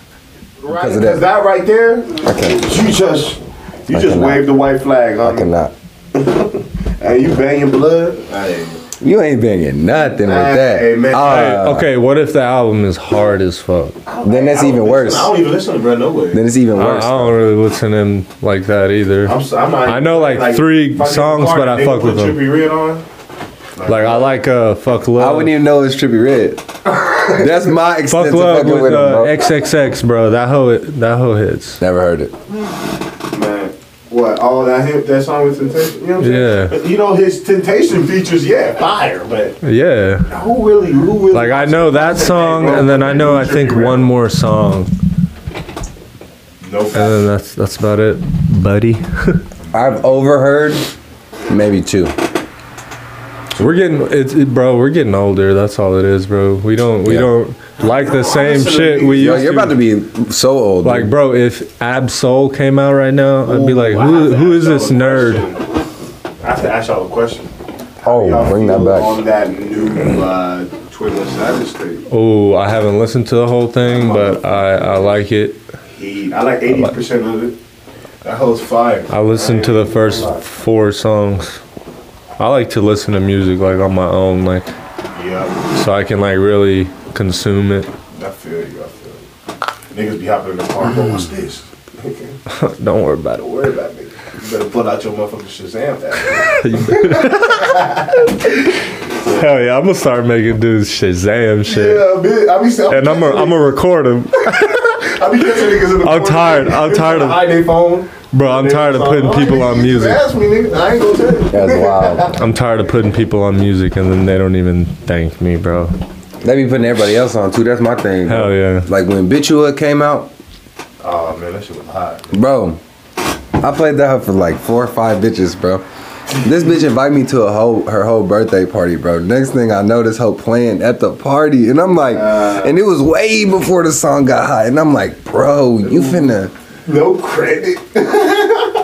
S1: Because of that.
S2: that right there,
S1: Okay.
S2: you just you
S1: I
S2: just
S1: cannot.
S2: waved the white flag,
S1: I
S2: homie.
S1: cannot.
S2: Hey, you banging blood? Hey,
S1: You ain't banging nothing with
S2: Hey,
S1: that.
S2: man.
S4: Hey,
S1: Ah,
S4: okay, what if the album is hard as fuck?
S2: I don't-
S1: Then that's
S2: oh, I don't
S1: even
S2: listen-
S1: worse.
S2: I don't even listen to bro no way.
S1: Then it's even
S4: I, I
S1: worse.
S4: don't really listen to him like that either.
S2: I'm, so- I'm not,
S4: I know, like, three
S2: if I get
S4: songs,
S2: hard,
S4: but I
S2: nigga,
S4: fuck
S2: put
S4: with them.
S2: Trippie Redd on.
S4: Like I like uh fuck
S1: I
S4: love.
S1: wouldn't even know it's Trippy
S2: <laughs>
S1: Red. That's my extent
S4: fuck
S1: to
S4: love
S1: fucking
S4: with,
S1: with him,
S4: uh,
S1: bro.
S4: XXX, bro. That hoe that hoe hits.
S1: Never heard it.
S2: Man, what? All that hip, that song with Temptation. You know what I'm
S4: Yeah.
S2: saying? You know his Temptation features, yeah, fire. But
S4: Yeah.
S2: who really, who really?
S4: Like I know that song, and then I know I think one more song, and
S2: No.
S4: then that's that's about it, buddy. <laughs>
S1: I've overheard maybe two.
S4: we're getting it's it, bro. We're getting older. That's all it is, bro. We don't we
S1: Yeah.
S4: don't like the same
S2: listen to
S4: shit
S2: these.
S4: we
S1: Yo,
S4: used
S1: you're
S4: to.
S1: about to be so old.
S4: like,
S1: dude.
S4: bro, if Ab Soul came out right now, I'd be
S2: Ooh,
S4: like,
S2: I have
S4: who
S2: to
S4: who
S2: ask
S4: is
S2: y'all
S4: this
S2: a
S4: nerd?
S2: question. I have to ask y'all a question.
S1: oh,
S2: Y'all
S1: bring that
S2: feel
S1: back.
S2: On that new uh, 21 Savage thing,
S4: Oh, I haven't listened to the whole thing, but I I like it.
S2: he, I like 80 percent of it. That hoe's fire.
S4: I listened to the first four songs. I like to listen to music like on my own, like
S2: Yeah,
S4: so I can like really consume it.
S2: I feel you. I feel you. Niggas be hopping in the car. Bro, what's this?
S4: don't worry about it.
S2: Don't worry about me. You better pull out your motherfucking Shazam. App.
S4: Hell yeah, I'm gonna start making dudes Shazam <laughs> shit.
S2: Yeah, bitch. I be, I
S4: And I'm gonna I'm gonna record them.
S2: I be catching niggas in the
S4: I'm
S2: corner.
S4: tired. I'm
S2: Niggas
S4: tired of-
S2: hide their phone.
S4: Bro, I'm tired of putting people on music.
S2: Ask me, nigga. I ain't gonna tell you. <laughs>
S1: That's wild.
S4: I'm tired of putting people on music and then they don't even thank me, bro.
S1: They be putting everybody else on too. That's my thing. bro.
S4: Hell yeah.
S1: Like when Bitua came out,
S2: Oh man, that shit was hot.
S1: Bro, I played that for like four or five bitches, bro. This bitch invited me to a whole her whole birthday party, bro. Next thing I know, this hoe playing at the party, and I'm like, and it was way before the song got hot, and I'm like, bro, you finna.
S2: No credit.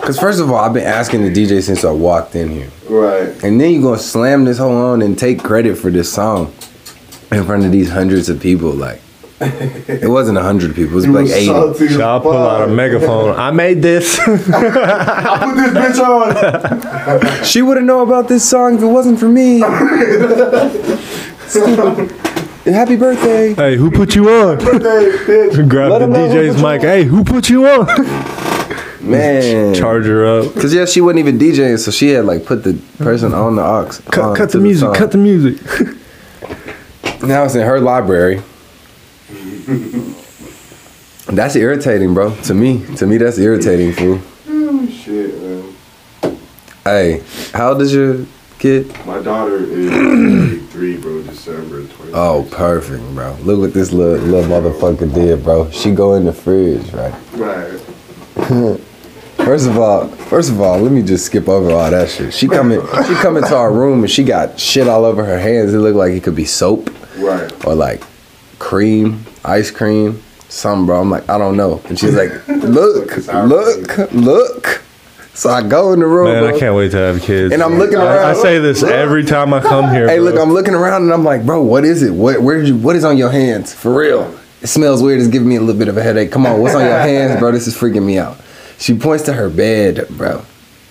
S1: Cause first of all, I've been asking the DJ since I walked in here,
S2: right.
S1: and then you gonna slam this whole on and take credit for this song in front of these hundreds of people.
S4: <laughs>
S1: Like, it wasn't a hundred people, it was
S2: You
S1: like
S2: was
S1: eighty.
S2: salty as
S4: Y'all pull out a
S2: fuck.
S4: megaphone. I made this. <laughs>
S2: I put this bitch on.
S1: She wouldn't know about this song if it wasn't for
S4: <laughs>
S1: me. Stupid. Happy birthday.
S4: hey, who put you on? <laughs>
S2: Hey, bitch.
S4: Grab
S1: Let
S4: the
S1: him know who
S4: DJ's
S1: put you
S4: mic. Hey, who put you on?
S1: Man.
S4: Charge her up.
S1: Cause yeah, she wasn't even DJing, so she had like put the person on the aux.
S4: Cut, cut the music. Cut the music.
S1: Now it's in her
S4: <laughs>
S1: library. that's irritating, bro. To me, to me, that's irritating, fool.
S2: Shit, man.
S1: Hey, how does your kid?
S2: My daughter is three, bro. December twenty.
S1: Oh, perfect, bro. Look what this little little motherfucker did, bro. She go in the fridge, right?
S2: Right.
S1: First of all, first of all, let me just skip over all that shit. She come in, she come into our room and she got shit all over her hands. It looked like it could be soap
S2: Right.
S1: or like cream, ice cream, something, bro. I'm like, I don't know. And she's <laughs> like, look, look, look. So I go in the room,
S4: Man,
S1: bro.
S4: I can't wait to have kids.
S1: And I'm looking around.
S4: I, I say this every time I come here.
S1: Hey, look,
S4: bro.
S1: I'm looking around and I'm like, bro, what is it? What where did you what is on your hands? For real. It smells weird, it's giving me a little bit of a headache. Come on, what's on your hands, bro? This is freaking me out. She points to her bed, bro.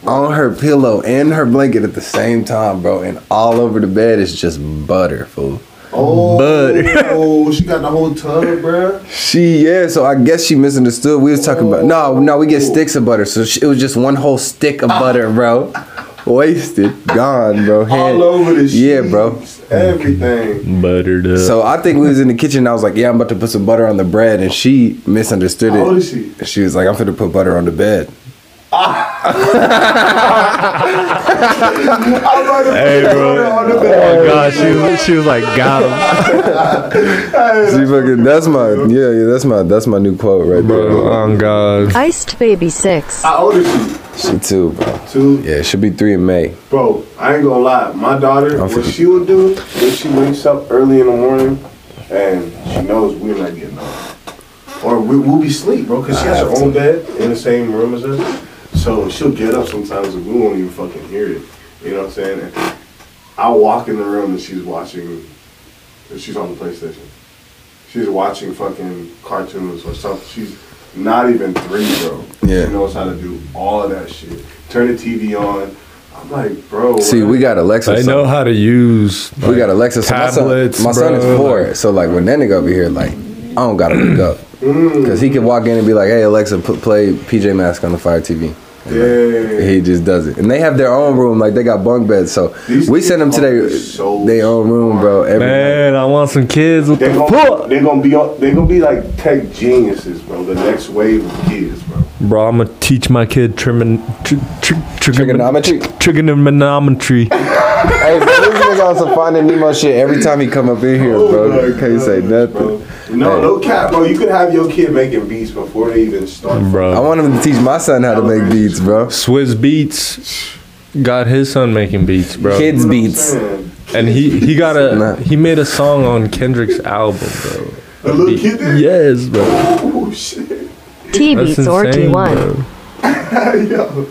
S1: On her pillow and her blanket at the same time, bro, and all over the bed is just butter, fool.
S2: Oh,
S1: Butter.
S2: oh, <laughs> she got the whole tub, bro.
S1: She yeah, so I guess she misunderstood. We was talking about no, no, we get sticks of butter, so she, it was just one whole stick of butter, bro. Wasted, gone, bro. Hand-
S2: All over the
S1: yeah, bro.
S2: sheets, Everything.
S4: buttered up.
S1: So I think we was in the kitchen. I was like, "Yeah, I'm about to put some butter on the bread," and she misunderstood
S2: How old
S1: it.
S2: is she?
S1: She was like, "I'm finna put butter on the bed."
S2: I'm about to
S4: hey,
S2: put
S4: bro.
S2: her on the
S4: Oh
S2: bed.
S4: my gosh, she was, she was like, got him,
S1: She fucking. That's my yeah, yeah. That's my that's my new quote right
S4: bro.
S1: there.
S4: Oh god.
S5: Iced Baby 6.
S2: How old is she?
S1: She too, bro.
S2: Two.
S1: Yeah, she'll be three in May.
S2: Bro, I ain't gonna lie. My daughter,
S1: I'm
S2: what
S1: finna-
S2: she will do is she wakes up early in the morning and she knows we're not getting up. Or we, we'll be asleep, bro, because she has her own bed in the same room as us. So she'll get up sometimes and we won't even fucking hear it. You know what I'm saying? And I walk in the room and she's watching, she's on the PlayStation. She's watching fucking cartoons or something. She's not even three, bro.
S1: Yeah.
S2: She knows how to do all of that shit. Turn the TV on. I'm like, bro.
S1: See, we got Alexa.
S4: They
S1: so-
S4: know how to use.
S1: we got Alexa. So my son,
S4: tablets,
S1: my son is
S4: bro,
S1: four,
S4: like-
S1: so like when that nigga over here, like I don't gotta look up,
S2: Mm.
S1: cause he can walk in and be like, "Hey Alexa, put, play PJ Mask on the Fire TV."
S2: Yeah.
S1: He just does it, and they have their own room. Like they got bunk beds, so
S2: These
S1: we send them to their
S2: kids are so
S1: their own room, bro. Every night.
S4: Man, I want some kids with
S2: They're
S4: the
S2: gonna,
S4: fuck.
S2: they gonna be on- they gonna be like tech geniuses, bro. The next wave of kids, bro.
S4: Bro, I'm gonna teach my kid trimin, tr- tr-
S1: Trigonometry.
S4: trigonometry.
S1: hey, this nigga on some Finding Nemo shit every time he come up in here, bro.
S2: Oh my
S1: Can't say
S2: goodness,
S1: nothing.
S2: bro. No,
S1: Hey.
S2: no cap, bro. You could have your kid making beats before they even start.
S1: I
S4: Bro,
S1: want him to teach my son how to make beats, bro.
S4: Swizz Beats got his son making beats, bro.
S1: Kids
S2: You know what I'm
S1: beats.
S2: saying?
S4: And he he got
S1: Nah.
S4: a he made a song on Kendrick's album, bro.
S2: A little kid there?
S4: Yes, bro.
S2: Oh shit. <laughs>
S5: T
S4: That's
S5: Beats Orky
S4: insane,
S5: 1.
S4: bro.
S2: Yo.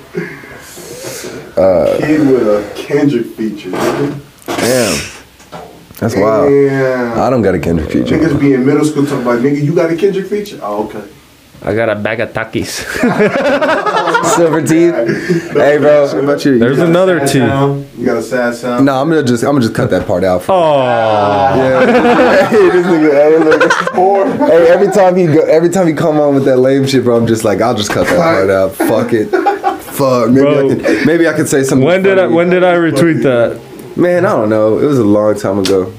S1: Uh,
S2: kid with a Kendrick feature. nigga.
S1: Damn, that's wild.
S2: Damn.
S1: I don't got a Kendrick future.
S2: Niggas be in middle school talking about nigga, you got a Kendrick feature? Oh, okay.
S4: I got a bag of Takis.
S1: Silver teeth. Hey, bro. What about you?
S4: There's another
S2: Sad
S4: T.
S2: sound. You got a sad sound.
S1: No, I'm gonna just I'm gonna just cut that part out. For
S4: Oh,
S1: yeah. <laughs> hey, this nigga, hey, this nigga. Hey, every time he go, every time he come on with that lame shit, bro, I'm just like, I'll just cut that part out. Fuck it. Fuck. Maybe
S4: Bro.
S1: I can maybe I can say something.
S4: when did I
S1: funny.
S4: when did I retweet that?
S1: Man, I don't know. It was a long time ago.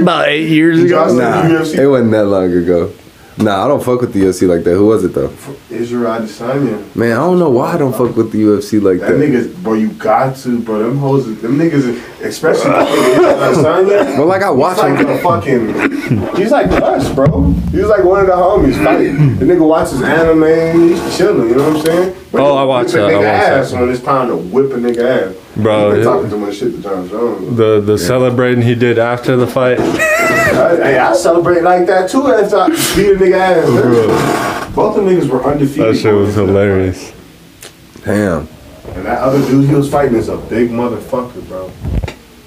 S4: About eight years ago.
S2: Johnson,
S1: Nah,
S2: UFC.
S1: it wasn't that long ago. Nah, I don't fuck with the UFC like that. Who was it though?
S2: Israel Adesanya.
S1: Man, I don't know why I don't fuck with the UFC like that.
S2: That niggas, bro, you got to, bro. Them hoes, them niggas, especially that nigga Israel Adesanya.
S1: But like I watch
S2: He's like
S1: him.
S2: a fucking. He's like us, bro. He's like one of the homies. Like the nigga watches anime. He's chilling. You know what I'm saying? But
S4: Oh, I
S2: he
S4: watch
S2: whip a
S4: that, I
S2: nigga
S4: watch that.
S2: ass when it's time to whip a nigga ass. He
S4: Bro,
S2: been
S4: yeah.
S2: talking too much shit to John Jones.
S4: The the celebrating he did after the fight.
S2: I, hey, I celebrate like that too after I beat a nigga ass. Both of them niggas were undefeated.
S4: That shit was hilarious.
S1: Damn.
S2: And that other dude he was fighting is a big motherfucker, bro.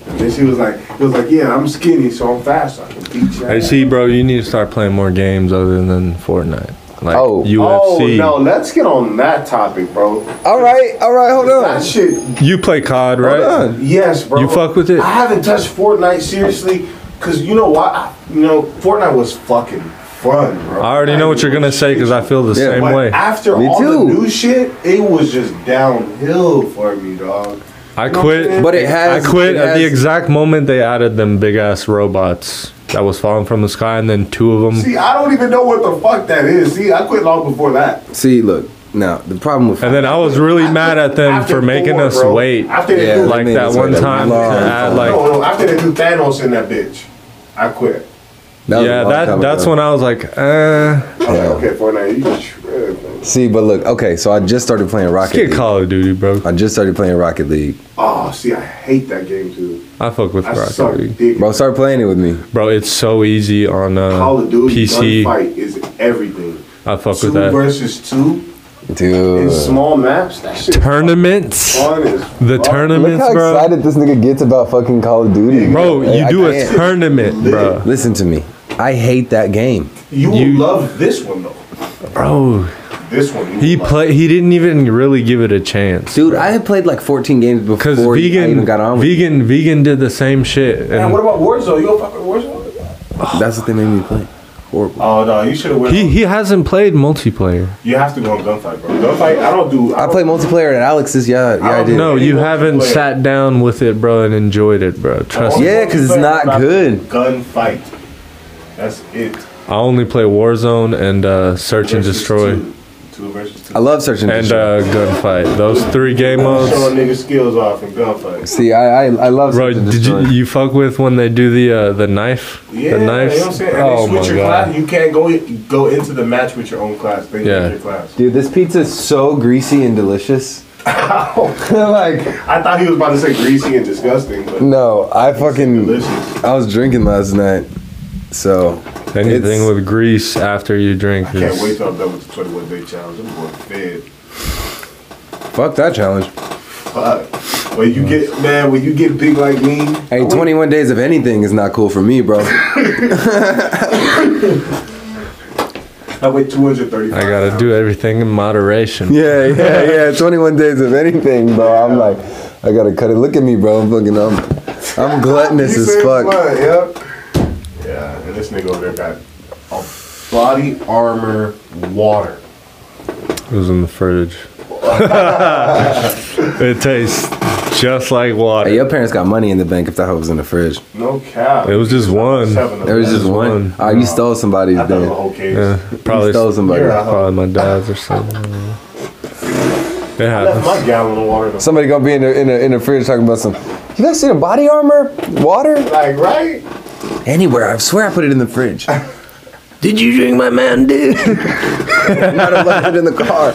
S2: And then she was like, he was like, yeah, I'm skinny, so I'm fast. I can beat you.
S4: Hey, see, bro, you need to start playing more games other than Fortnite. Like
S1: Oh.
S4: UFC.
S2: Oh no, let's get on that topic, bro.
S1: All right, all right, hold
S2: That
S1: on.
S2: shit
S4: You play
S1: Hold
S4: COD, right?
S1: on.
S2: Yes, bro.
S4: You fuck with it?
S2: I haven't touched Fortnite seriously, cause you know why? You know, Fortnite was fucking fun, bro.
S4: I already know what you're gonna say because I feel the
S1: Yeah.
S4: same
S2: But
S4: way.
S2: after
S1: Me
S2: all
S1: too.
S2: the new shit, it was just downhill for me, dog. know
S4: I
S2: what I'm
S4: quit.
S2: saying?
S1: But it
S4: I
S1: has. it
S4: quit at the
S1: has-
S4: exact moment they added them big ass robots that was falling from the sky, and then two of them,
S2: See, I don't even know what the fuck that is. See, I quit long before that.
S1: See, look. Now the problem with
S4: and then I was really mad at them
S2: After
S4: for making
S2: four,
S4: us
S2: bro.
S4: wait.
S2: After they
S1: Yeah,
S2: do
S1: like
S4: Like
S1: They made
S4: that
S1: us
S4: one
S1: wait a
S4: time to
S1: long
S4: add
S1: time.
S4: like,
S2: no, no, after they do Thanos in that bitch, I quit.
S1: that was a
S4: yeah,
S1: long
S4: that
S1: time
S4: that's
S1: ago.
S4: when I was like,
S2: I
S4: uh,
S2: was
S1: Yeah.
S2: like, okay, Fortnite, you can trip. man.
S1: See, but look. Okay, so I just started playing
S4: let's
S1: Rocket.
S4: get
S1: League.
S4: Call of Duty, bro.
S1: I just started playing Rocket League.
S2: Oh, see, I hate that game too.
S4: I fuck with
S2: I suck
S4: Rocket League,
S2: dick.
S1: Bro, start playing it with me.
S4: bro. It's so easy on uh,
S2: Call of Duty
S4: PC.
S2: gunfight is everything.
S4: I fuck
S2: two
S4: with that.
S2: versus two in
S1: Dude.
S2: small maps. That shit.
S4: Tournaments,
S2: Fun is
S4: the
S2: fuck.
S1: Look
S4: tournaments,
S1: how
S4: bro.
S1: excited this nigga gets about fucking Call of Duty.
S4: Bro,
S1: Hey,
S4: you
S1: I
S4: do a
S1: can't.
S4: tournament, bro.
S1: Listen to me. I hate that game.
S2: You will
S4: You-
S2: love this one though.
S4: Bro,
S2: This one. you
S4: he
S2: will love.
S4: play. He didn't even really give it a chance.
S1: Dude, I had played like 14 games before
S4: Because
S1: I
S4: vegan,
S1: even got on with
S4: vegan, vegan did the same shit. And
S2: Man, what about Warzone? You don't fuck with Warzone?
S1: it. That's what they made me play. Horrible.
S2: Oh no, you should have went.
S4: he he hasn't played multiplayer.
S2: you have to go on gunfight, bro. Gunfight. I don't do.
S1: I
S2: don't-
S1: play multiplayer at Alex's. Yeah, yeah, I did.
S4: No,
S2: He
S4: you
S2: won't
S4: haven't
S2: play.
S4: sat down with it, bro, and enjoyed it, bro. Trust me.
S1: Yeah, 'cause it's not good.
S2: Gunfight. That's it.
S4: I only play Warzone and uh, Search and
S2: Versus
S4: Destroy
S2: Two, Two versus two.
S1: I love Search and,
S4: and
S1: Destroy.
S4: uh, Gunfight. Those three game
S1: Oh,
S2: Showing
S4: modes.
S2: niggas skills off in gunfight.
S1: See, I, I, I love
S4: Bro,
S1: Search and
S4: did
S1: Destroy.
S4: you you fuck with when they do the uh, the knife?
S2: Yeah,
S4: the knives.
S2: you know what I'm saying? And
S4: oh
S2: they switch
S4: my
S2: your
S4: god.
S2: class. You can't go go into the match with your own class. They
S4: Yeah.
S2: yeah. your class.
S1: Dude, this pizza's so greasy and delicious. <laughs> like,
S2: I thought he was about to say greasy and disgusting, but
S1: no, I fucking.
S2: delicious.
S1: I was drinking last night. So,
S4: Anything
S1: It's-
S4: with grease after you drink is.
S2: Can't wait till I'm done with the 21 day challenge. I'm going fed.
S1: fuck that challenge.
S2: Fuck. When you get man, when you get big like me,
S1: Hey, 21 days of anything is not cool for me, bro.
S2: I weigh 235.
S4: I gotta do everything in moderation.
S1: Yeah, yeah, yeah. 21 days of anything, bro. I'm like, I gotta cut it. Look at me, bro. I'm fucking, I'm, I'm gluttonous
S2: You
S1: as
S2: said
S1: fuck.
S2: blood, yeah. Yeah, and this nigga over there got a body armor water.
S4: It was in the fridge. <laughs> it tastes just like water.
S1: Hey, your parents got money in the bank if that hoe was in the fridge.
S2: No cap.
S4: It was just one.
S2: Seven of
S1: There was
S2: them.
S1: just one.
S4: one.
S1: Oh, you stole somebody's
S2: I thought it was a
S1: then.
S2: whole case.
S4: Yeah,
S1: You
S4: probably
S1: stole somebody.
S2: You're out.
S4: probably my dad's or something. It
S2: I left
S4: happens.
S2: my gallon of water. in the-
S1: Somebody gonna be in the in the, in the fridge talking about some. You guys see the body armor, water
S2: Like right?
S1: anywhere? I swear I put it in the fridge. Did you drink my man, dude? <laughs> Not left it in the car.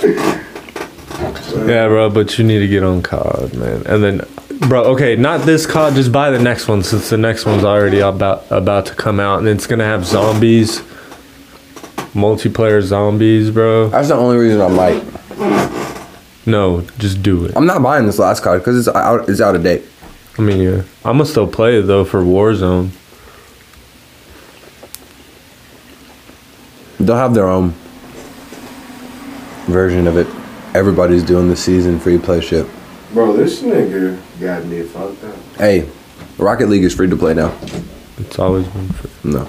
S4: Yeah, bro, but you need to get on COD, man. And then, bro, okay, not this COD. Just buy the next one since the next one's already about about to come out, and it's gonna have zombies, multiplayer zombies, bro.
S1: That's the only reason I might.
S4: No, just do it.
S1: I'm not buying this last card because it's out. It's out of date.
S4: I mean, yeah, I'm gonna still play it though for Warzone.
S1: They'll have their own version of it. Everybody's doing the season free play shit.
S2: Bro, this nigga got me fucked up.
S1: Hey, Rocket League is free to play now.
S4: It's always been. Free.
S1: No.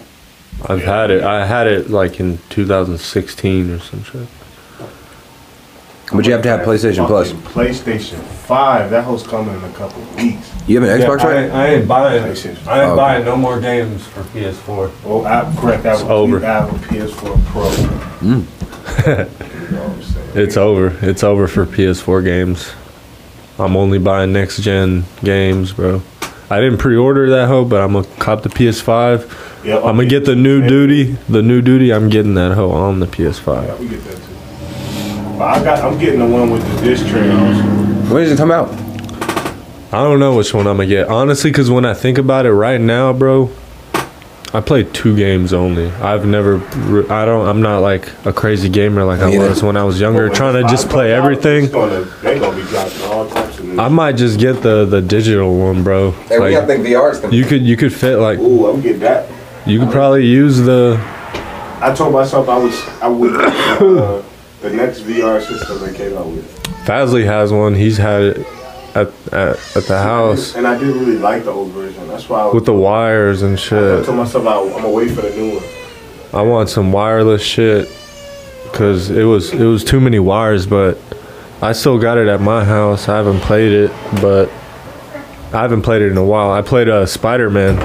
S4: I've had it. I had it like in 2016 or some shit.
S2: But
S5: you have to have PlayStation Plus.
S2: PlayStation Five. That hoe's coming in a couple of weeks.
S5: You have an
S4: Yeah,
S5: Xbox
S4: I,
S5: right?
S4: ain't- I ain't buying. I ain't
S2: Oh,
S5: okay.
S4: buying no more games for PS4.
S2: Oh, I correct. I
S4: It's
S2: would
S4: over.
S2: I have a PS4 Pro. Mm. you know what I'm saying?
S4: It's over. It's over for PS4 games. I'm only buying next gen games, bro. I didn't pre-order that hoe, but I'm gonna cop the PS5.
S2: Yeah,
S4: I'm gonna get the new duty. The new duty. I'm getting that hoe on the PS5.
S2: Yeah, we get that too. But I got. I'm getting the one with the disc tray also.
S5: When does it come out?
S4: I don't know which one I'm gonna get honestly, because when I think about it right now, bro, I play two games only. I've never. re- I don't. I'm not like a crazy gamer like I
S5: Me either.
S4: was when I was younger,
S2: But
S4: trying to
S2: when
S4: just
S2: I
S4: play
S2: come out, it's
S4: everything.
S2: Gonna, they gonna be dropping all types of. new-
S4: I might just get the the digital one, bro. Like,
S1: think VR's coming.
S4: you could you could fit like
S2: Ooh, I'm getting that.
S4: You could probably use the.
S2: I told myself I was. I would. Uh,
S4: <laughs>
S2: the next VR system they came out with.
S4: Fasley has one. He's had it at at, at the house
S2: And I didn't really like the old version. That's why I was.
S4: with the wires and
S2: I
S4: shit.
S2: told myself I, I'm gonna wait for the new one.
S4: I want some wireless shit because it was it was too many wires. But I still got it at my house. I haven't played it, but I haven't played it in a while. I played uh, Spider Man.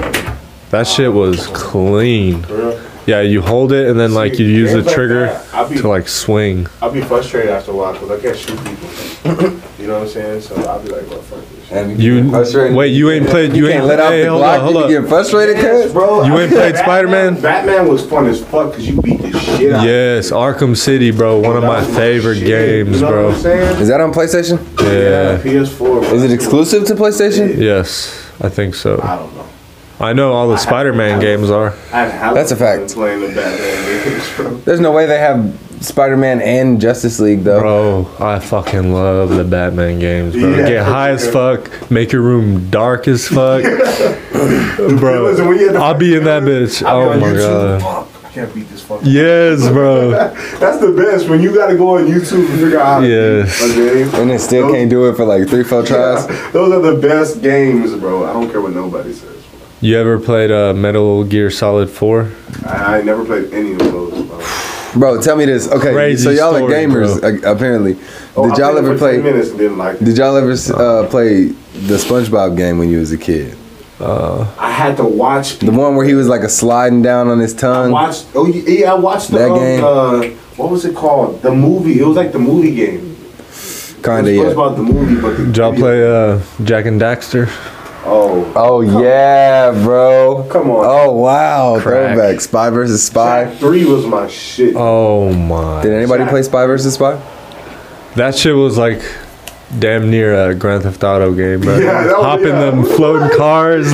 S4: That shit was clean.
S2: For real.
S4: Yeah, you hold it and then like you
S2: See,
S4: use the
S2: games like
S4: trigger
S2: that, I be-
S4: to like swing.
S2: I'll be frustrated after a while because I can't shoot people. <coughs> you know what I'm saying? So I'll be like, well, fuck this shit.
S4: You
S1: Frustrated.
S4: wait. You ain't played. You,
S1: You
S4: ain't
S1: can't let out
S4: hey,
S1: the
S4: hold up,
S1: block.
S4: hold
S1: You
S4: up.
S1: getting frustrated, cuz?
S2: bro.
S4: You ain't played
S2: Batman-
S4: Spider-Man?
S2: Batman was fun as fuck because you beat the shit out.
S4: Yes, Arkham City, bro. One of
S2: That
S4: my
S2: was
S4: favorite
S2: shit,
S4: games,
S2: you know What I'm
S4: bro.
S2: saying?
S1: Is that on PlayStation?
S4: Yeah.
S2: PS4. bro.
S1: Is it exclusive to PlayStation?
S4: Yes, I think so.
S2: I don't know.
S4: I know all the Spider-Man games are.
S2: I have
S1: That's a
S2: fun
S1: fact.
S2: Playing the Batman games, bro.
S1: There's no way they have Spider-Man and Justice League though.
S4: Bro, I fucking love the Batman games, bro.
S2: Oh. Yeah,
S4: Get high as
S2: yeah.
S4: fuck, make your room dark
S2: <laughs>
S4: as fuck. <laughs> bro,
S2: Listen, when you had the
S4: I'll be in that bitch.
S2: I'll be
S4: Oh
S2: on
S4: my
S2: YouTube.
S4: god.
S2: Fuck, I can't beat this fucking.
S4: Yes, bro.
S2: That's the best when you gotta go on YouTube and figure out how to
S4: Yes.
S2: beat a game.
S1: And then still can't do it for like three, four tries.
S2: Those are the best games, bro. I don't care what nobody says.
S4: You ever played uh, Metal Gear Solid 4?
S2: I, I never played any of those. Bro.
S1: Bro, tell me this. Okay,
S4: Crazy
S1: so y'all
S4: story,
S1: are gamers a- apparently.
S2: Oh, I
S1: did y'all
S2: played
S1: ever
S2: for 10
S1: play?
S2: Minutes and didn't like it.
S1: Did y'all ever uh, play the SpongeBob game when you was a kid?
S2: I had to watch
S1: The one where he was like a sliding down on his
S2: I
S1: tongue.
S2: watched. Oh yeah, I watched the.
S1: That
S2: um,
S1: game.
S2: Uh, what was it called? The movie. It was like the movie game. It
S1: Kinda
S2: was
S1: yeah.
S2: about the movie, but the
S4: Did y'all play uh, Jack and Daxter?
S2: Oh,
S1: Oh yeah, bro.
S2: Come on.
S1: Oh wow,
S4: Crack.
S1: throwback. Spy versus
S2: Jack
S1: spy.
S2: Three was my shit.
S4: Oh my.
S1: Did anybody
S2: Jack.
S1: play Spy versus Spy?
S4: That shit was like damn near a Grand Theft Auto game, bro.
S2: Yeah, that was-
S4: Hopping
S2: yeah.
S4: them floating cars,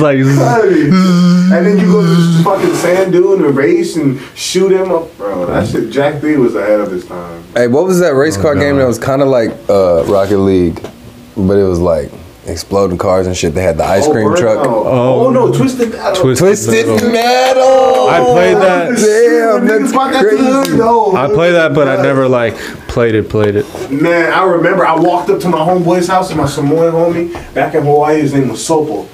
S2: <laughs>
S4: like zzz.
S2: Buddy. <laughs> and then you go to this fucking sand dune and race and shoot him up, bro.
S1: Mm.
S2: That shit, Jack Three was ahead of his time.
S1: Hey, what was that race car game
S4: God.
S1: that was kind of like uh, Rocket League, but it was like exploding cars and shit. They had the ice cream
S2: Burnout.
S1: truck.
S2: Oh, no, Twisted Battle.
S4: Twisted
S1: Twisted
S4: Metal.
S1: metal.
S4: I played that.
S1: Damn,
S2: Niggas
S1: that's
S2: bought that to the hood,
S1: crazy.
S2: though.
S4: I played that, but I never like played it. Played it.
S2: Man, I remember I walked up to my homeboy's house and my Samoan homie back in Hawaii. His name was Sopo.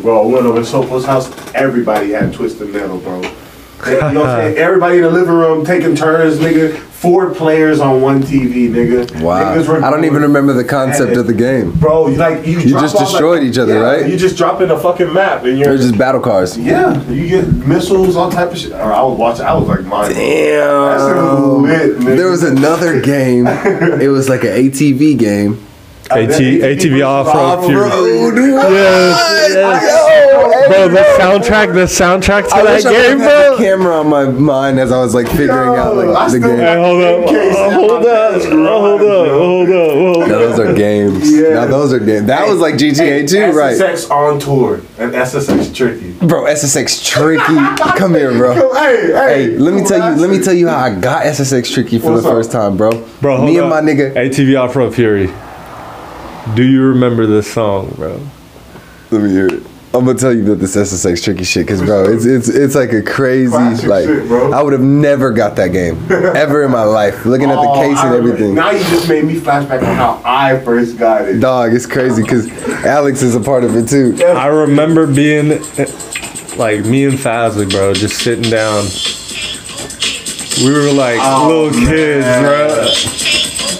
S2: Bro, I went over to Sopo's house. Everybody had twisted metal, bro. You know what I'm
S4: <laughs>
S2: saying? Everybody in the living room taking turns, nigga. Four players on one TV, nigga.
S1: Wow.
S2: Niggas were
S1: I don't even
S2: going-
S1: remember the concept of the game.
S2: Bro, you like you, drop
S1: just
S2: off, like-
S1: destroyed each other,
S2: Yeah,
S1: right?
S2: You just drop in a fucking map and
S1: It
S2: you're
S1: was just battle cars.
S2: yeah, you get missiles, all type of shit. Or I was watching, I was like, mine. That shit was
S1: Damn.
S2: lit, nigga.
S1: There was
S2: <laughs>
S1: another game. It was like an ATV game.
S2: mean,
S4: AT,
S2: that-
S4: ATV off road fury.
S1: Road.
S4: Oh, Yes,
S1: Yo, hey,
S4: Bro, the soundtrack, the soundtrack to
S1: Oh, I
S4: that
S1: wish I
S4: game,
S1: would've had the
S4: bro.
S1: camera on my mind as I was like figuring out
S2: Yo, I
S1: like the
S2: still-
S1: game.
S4: Hey, hold up, oh, hold up, oh, hold up, hold up, hold up.
S1: Now those are games.
S2: Yeah.
S1: Now those are games. That was like GTA 2, right?
S2: SSX on tour and SSX tricky.
S1: Bro, SSX Tricky. Come here, bro.
S2: Hey, hey,
S1: Hey, let me tell you. Let me tell you how I got SSX Tricky for
S2: What's
S1: the
S2: up?
S1: first time, bro.
S4: Bro, hold
S1: me
S4: up.
S1: and my nigga.
S4: ATV off road fury. Do you remember this song, bro?
S1: Let me hear it. I'm gonna tell you that this SSX Tricky shit, cause bro, it's it's it's like a crazy
S2: Classic
S1: like.
S2: shit, bro.
S1: I would have never got that
S2: <laughs>
S1: game ever in my life. Looking at the case and everything.
S2: Oh, Now you just made me flashback on how I first got it.
S1: Dog, it's crazy because Alex is a part of it too.
S4: I remember being like me and Fazley, bro, just sitting
S1: Oh,
S4: down. We were like little kids,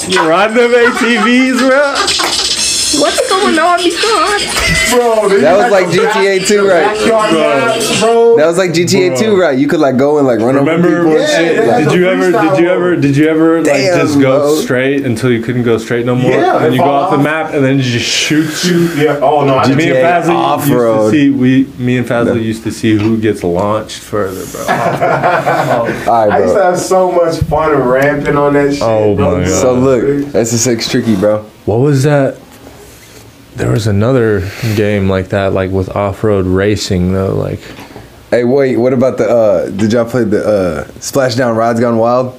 S4: bro. You're riding them ATVs, bro.
S6: What's going on, Mr.
S2: Bro, they
S1: That was like
S2: the back-
S1: GTA 2,
S2: the
S1: right?
S2: backyard
S4: Bro.
S2: maps, bro.
S1: That was like GTA 2, right? You could like go and like run
S4: Remember
S1: over people
S4: when
S1: and shit.
S4: shit?
S1: like-
S4: Did you ever? Did you ever? Did you ever like
S1: Damn,
S4: just go
S1: bro.
S4: straight until you couldn't go straight no more?
S2: Yeah,
S4: and
S2: they
S4: you go
S2: fall
S4: off the
S2: off.
S4: map and then you just shoot.
S2: Shoot, yeah. Oh no, I
S4: Me and
S1: GTA
S4: Fazley
S1: off-road.
S4: used to see we. Me and Fazley used to see who gets launched further, bro.
S1: All
S2: I
S1: right,
S2: used to
S1: bro.
S2: have so much fun ramping on that shit.
S4: Oh,
S2: bro.
S4: my God.
S1: So look, that's a six tricky, bro.
S4: <laughs> What was that? There was another game like that, like with off-road racing though. Like
S1: Hey, wait, what about the? uh Did y'all play the uh Splashdown Rides Gone Wild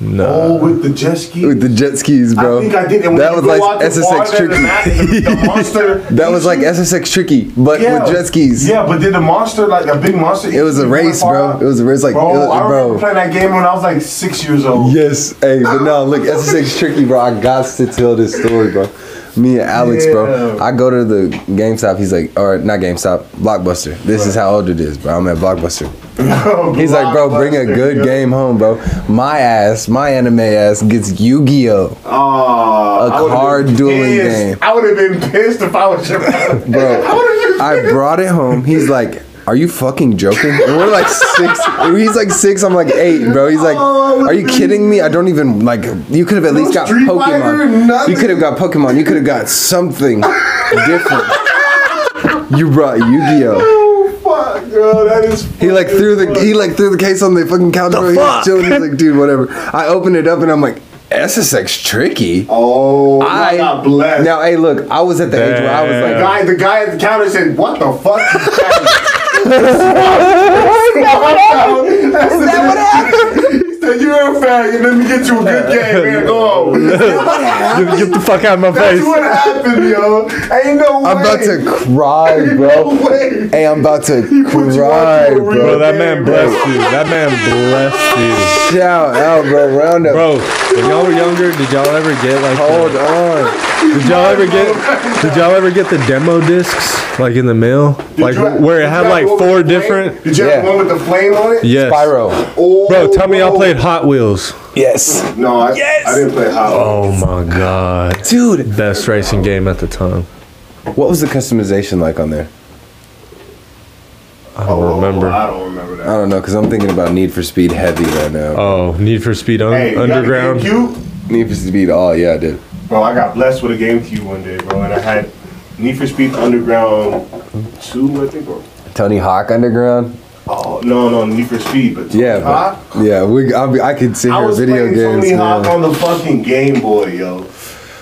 S4: no,
S2: Oh, with the jet ski.
S1: with the jet skis, bro?
S2: I think I did. And when
S1: that
S2: you
S1: was
S2: go
S1: like
S2: out the
S1: SSX
S2: water and
S1: tricky.
S2: The,
S1: <laughs>
S2: the, the monster.
S1: That was like SSX tricky, but with jet skis.
S2: Yeah, but did the monster like a big monster?
S1: It was a
S2: eat you
S1: race,
S2: far
S1: bro.
S2: out?
S1: It was a race, like,
S2: bro,
S1: it was-
S2: I remember
S1: bro.
S2: playing that game when I was like six years old. <laughs>
S1: Yes, hey, but no, look, SSX tricky, bro. I got to tell this story, bro. Me and Alex, bro.
S2: Yeah.
S1: I go to the GameStop. He's like, or not GameStop, Blockbuster. This is how old it is, bro. I'm at Blockbuster. He's like, bro, bring a good game home, bro. My ass, my anime ass gets Yu-Gi-Oh,
S2: Oh,
S1: A card dueling game.
S2: I would have been pissed if I was your <laughs> brother.
S1: bro.
S2: I
S1: I brought it home. He's like, are you fucking joking? And we're like six. He's like six. I'm like eight, bro. He's like, are you kidding me? I don't even like. You could have at least got
S2: Oh, Street Fighter,
S1: Pokemon.
S2: nothing.
S1: You could have got Pokemon. You could have got something different. You brought Yu-Gi-Oh.
S2: Oh fuck, bro, that is.
S1: He like
S2: fucking
S1: threw the
S2: funny.
S1: he like threw the case on the fucking couch. bro. He was chilling. He's like, dude, whatever. I open it up and I'm like, SSX tricky.
S2: Oh, I,
S1: I
S2: got blessed.
S1: now, hey, look, I was at the age where I was
S2: the
S1: like,
S2: guy, the guy at the counter said, "What the fuck?" That's the- <laughs> He said, You're a faggot. Let me get you a good game, man. Go
S4: <laughs>
S2: on.
S4: <laughs> get, get the fuck out of my
S2: That's
S4: face.
S2: what happened, yo. Ain't no way.
S1: I'm about to cry,
S2: <laughs> No
S1: bro.
S2: way.
S1: Hey, I'm about
S2: <laughs>
S1: to
S2: put you
S1: cry,
S2: on to a real-
S4: Bro,
S1: bro.
S4: that man blessed you. That man blessed you.
S1: Shout out, bro. Round up.
S4: Bro, when y'all were younger, did y'all ever get like
S1: Hold
S4: the,
S1: on.
S4: did y'all ever get did y'all ever get the demo discs like in the mail?
S2: Did
S4: Like
S2: you have-
S4: where
S2: did
S4: it
S2: you
S4: had
S2: have
S4: like
S2: the one with
S4: four
S2: the flame?
S4: different
S2: Did you have
S1: Yeah.
S2: the one with the flame on it?
S4: Yes.
S1: Spyro.
S2: Oh,
S4: Bro, tell me y'all
S2: no.
S4: played Hot Wheels.
S1: Yes.
S2: No, I, I didn't play Hot Wheels.
S4: Oh my god.
S1: Dude,
S4: Best racing game at the time.
S1: what was the customization like on there?
S4: I don't remember.
S2: I don't remember
S1: I
S2: that.
S1: don't know, cause I'm thinking about Need for Speed Heavy right now.
S4: Oh, Need for Speed Un-
S2: Hey,
S4: Underground.
S2: You, got a
S1: Need for Speed All, yeah, I did.
S2: GameCube? bro, I got blessed with a GameCube one day, bro, and I had Need for Speed Underground 2, I think, bro.
S1: Tony Hawk Underground.
S2: Oh, no, no, Need for Speed, but Tony
S1: Yeah,
S2: Hawk?
S1: but, yeah. We, I, I could sit
S2: I
S1: here
S2: was
S1: video
S2: playing
S1: games.
S2: Tony Hawk
S1: man.
S2: on the fucking Game Boy, yo.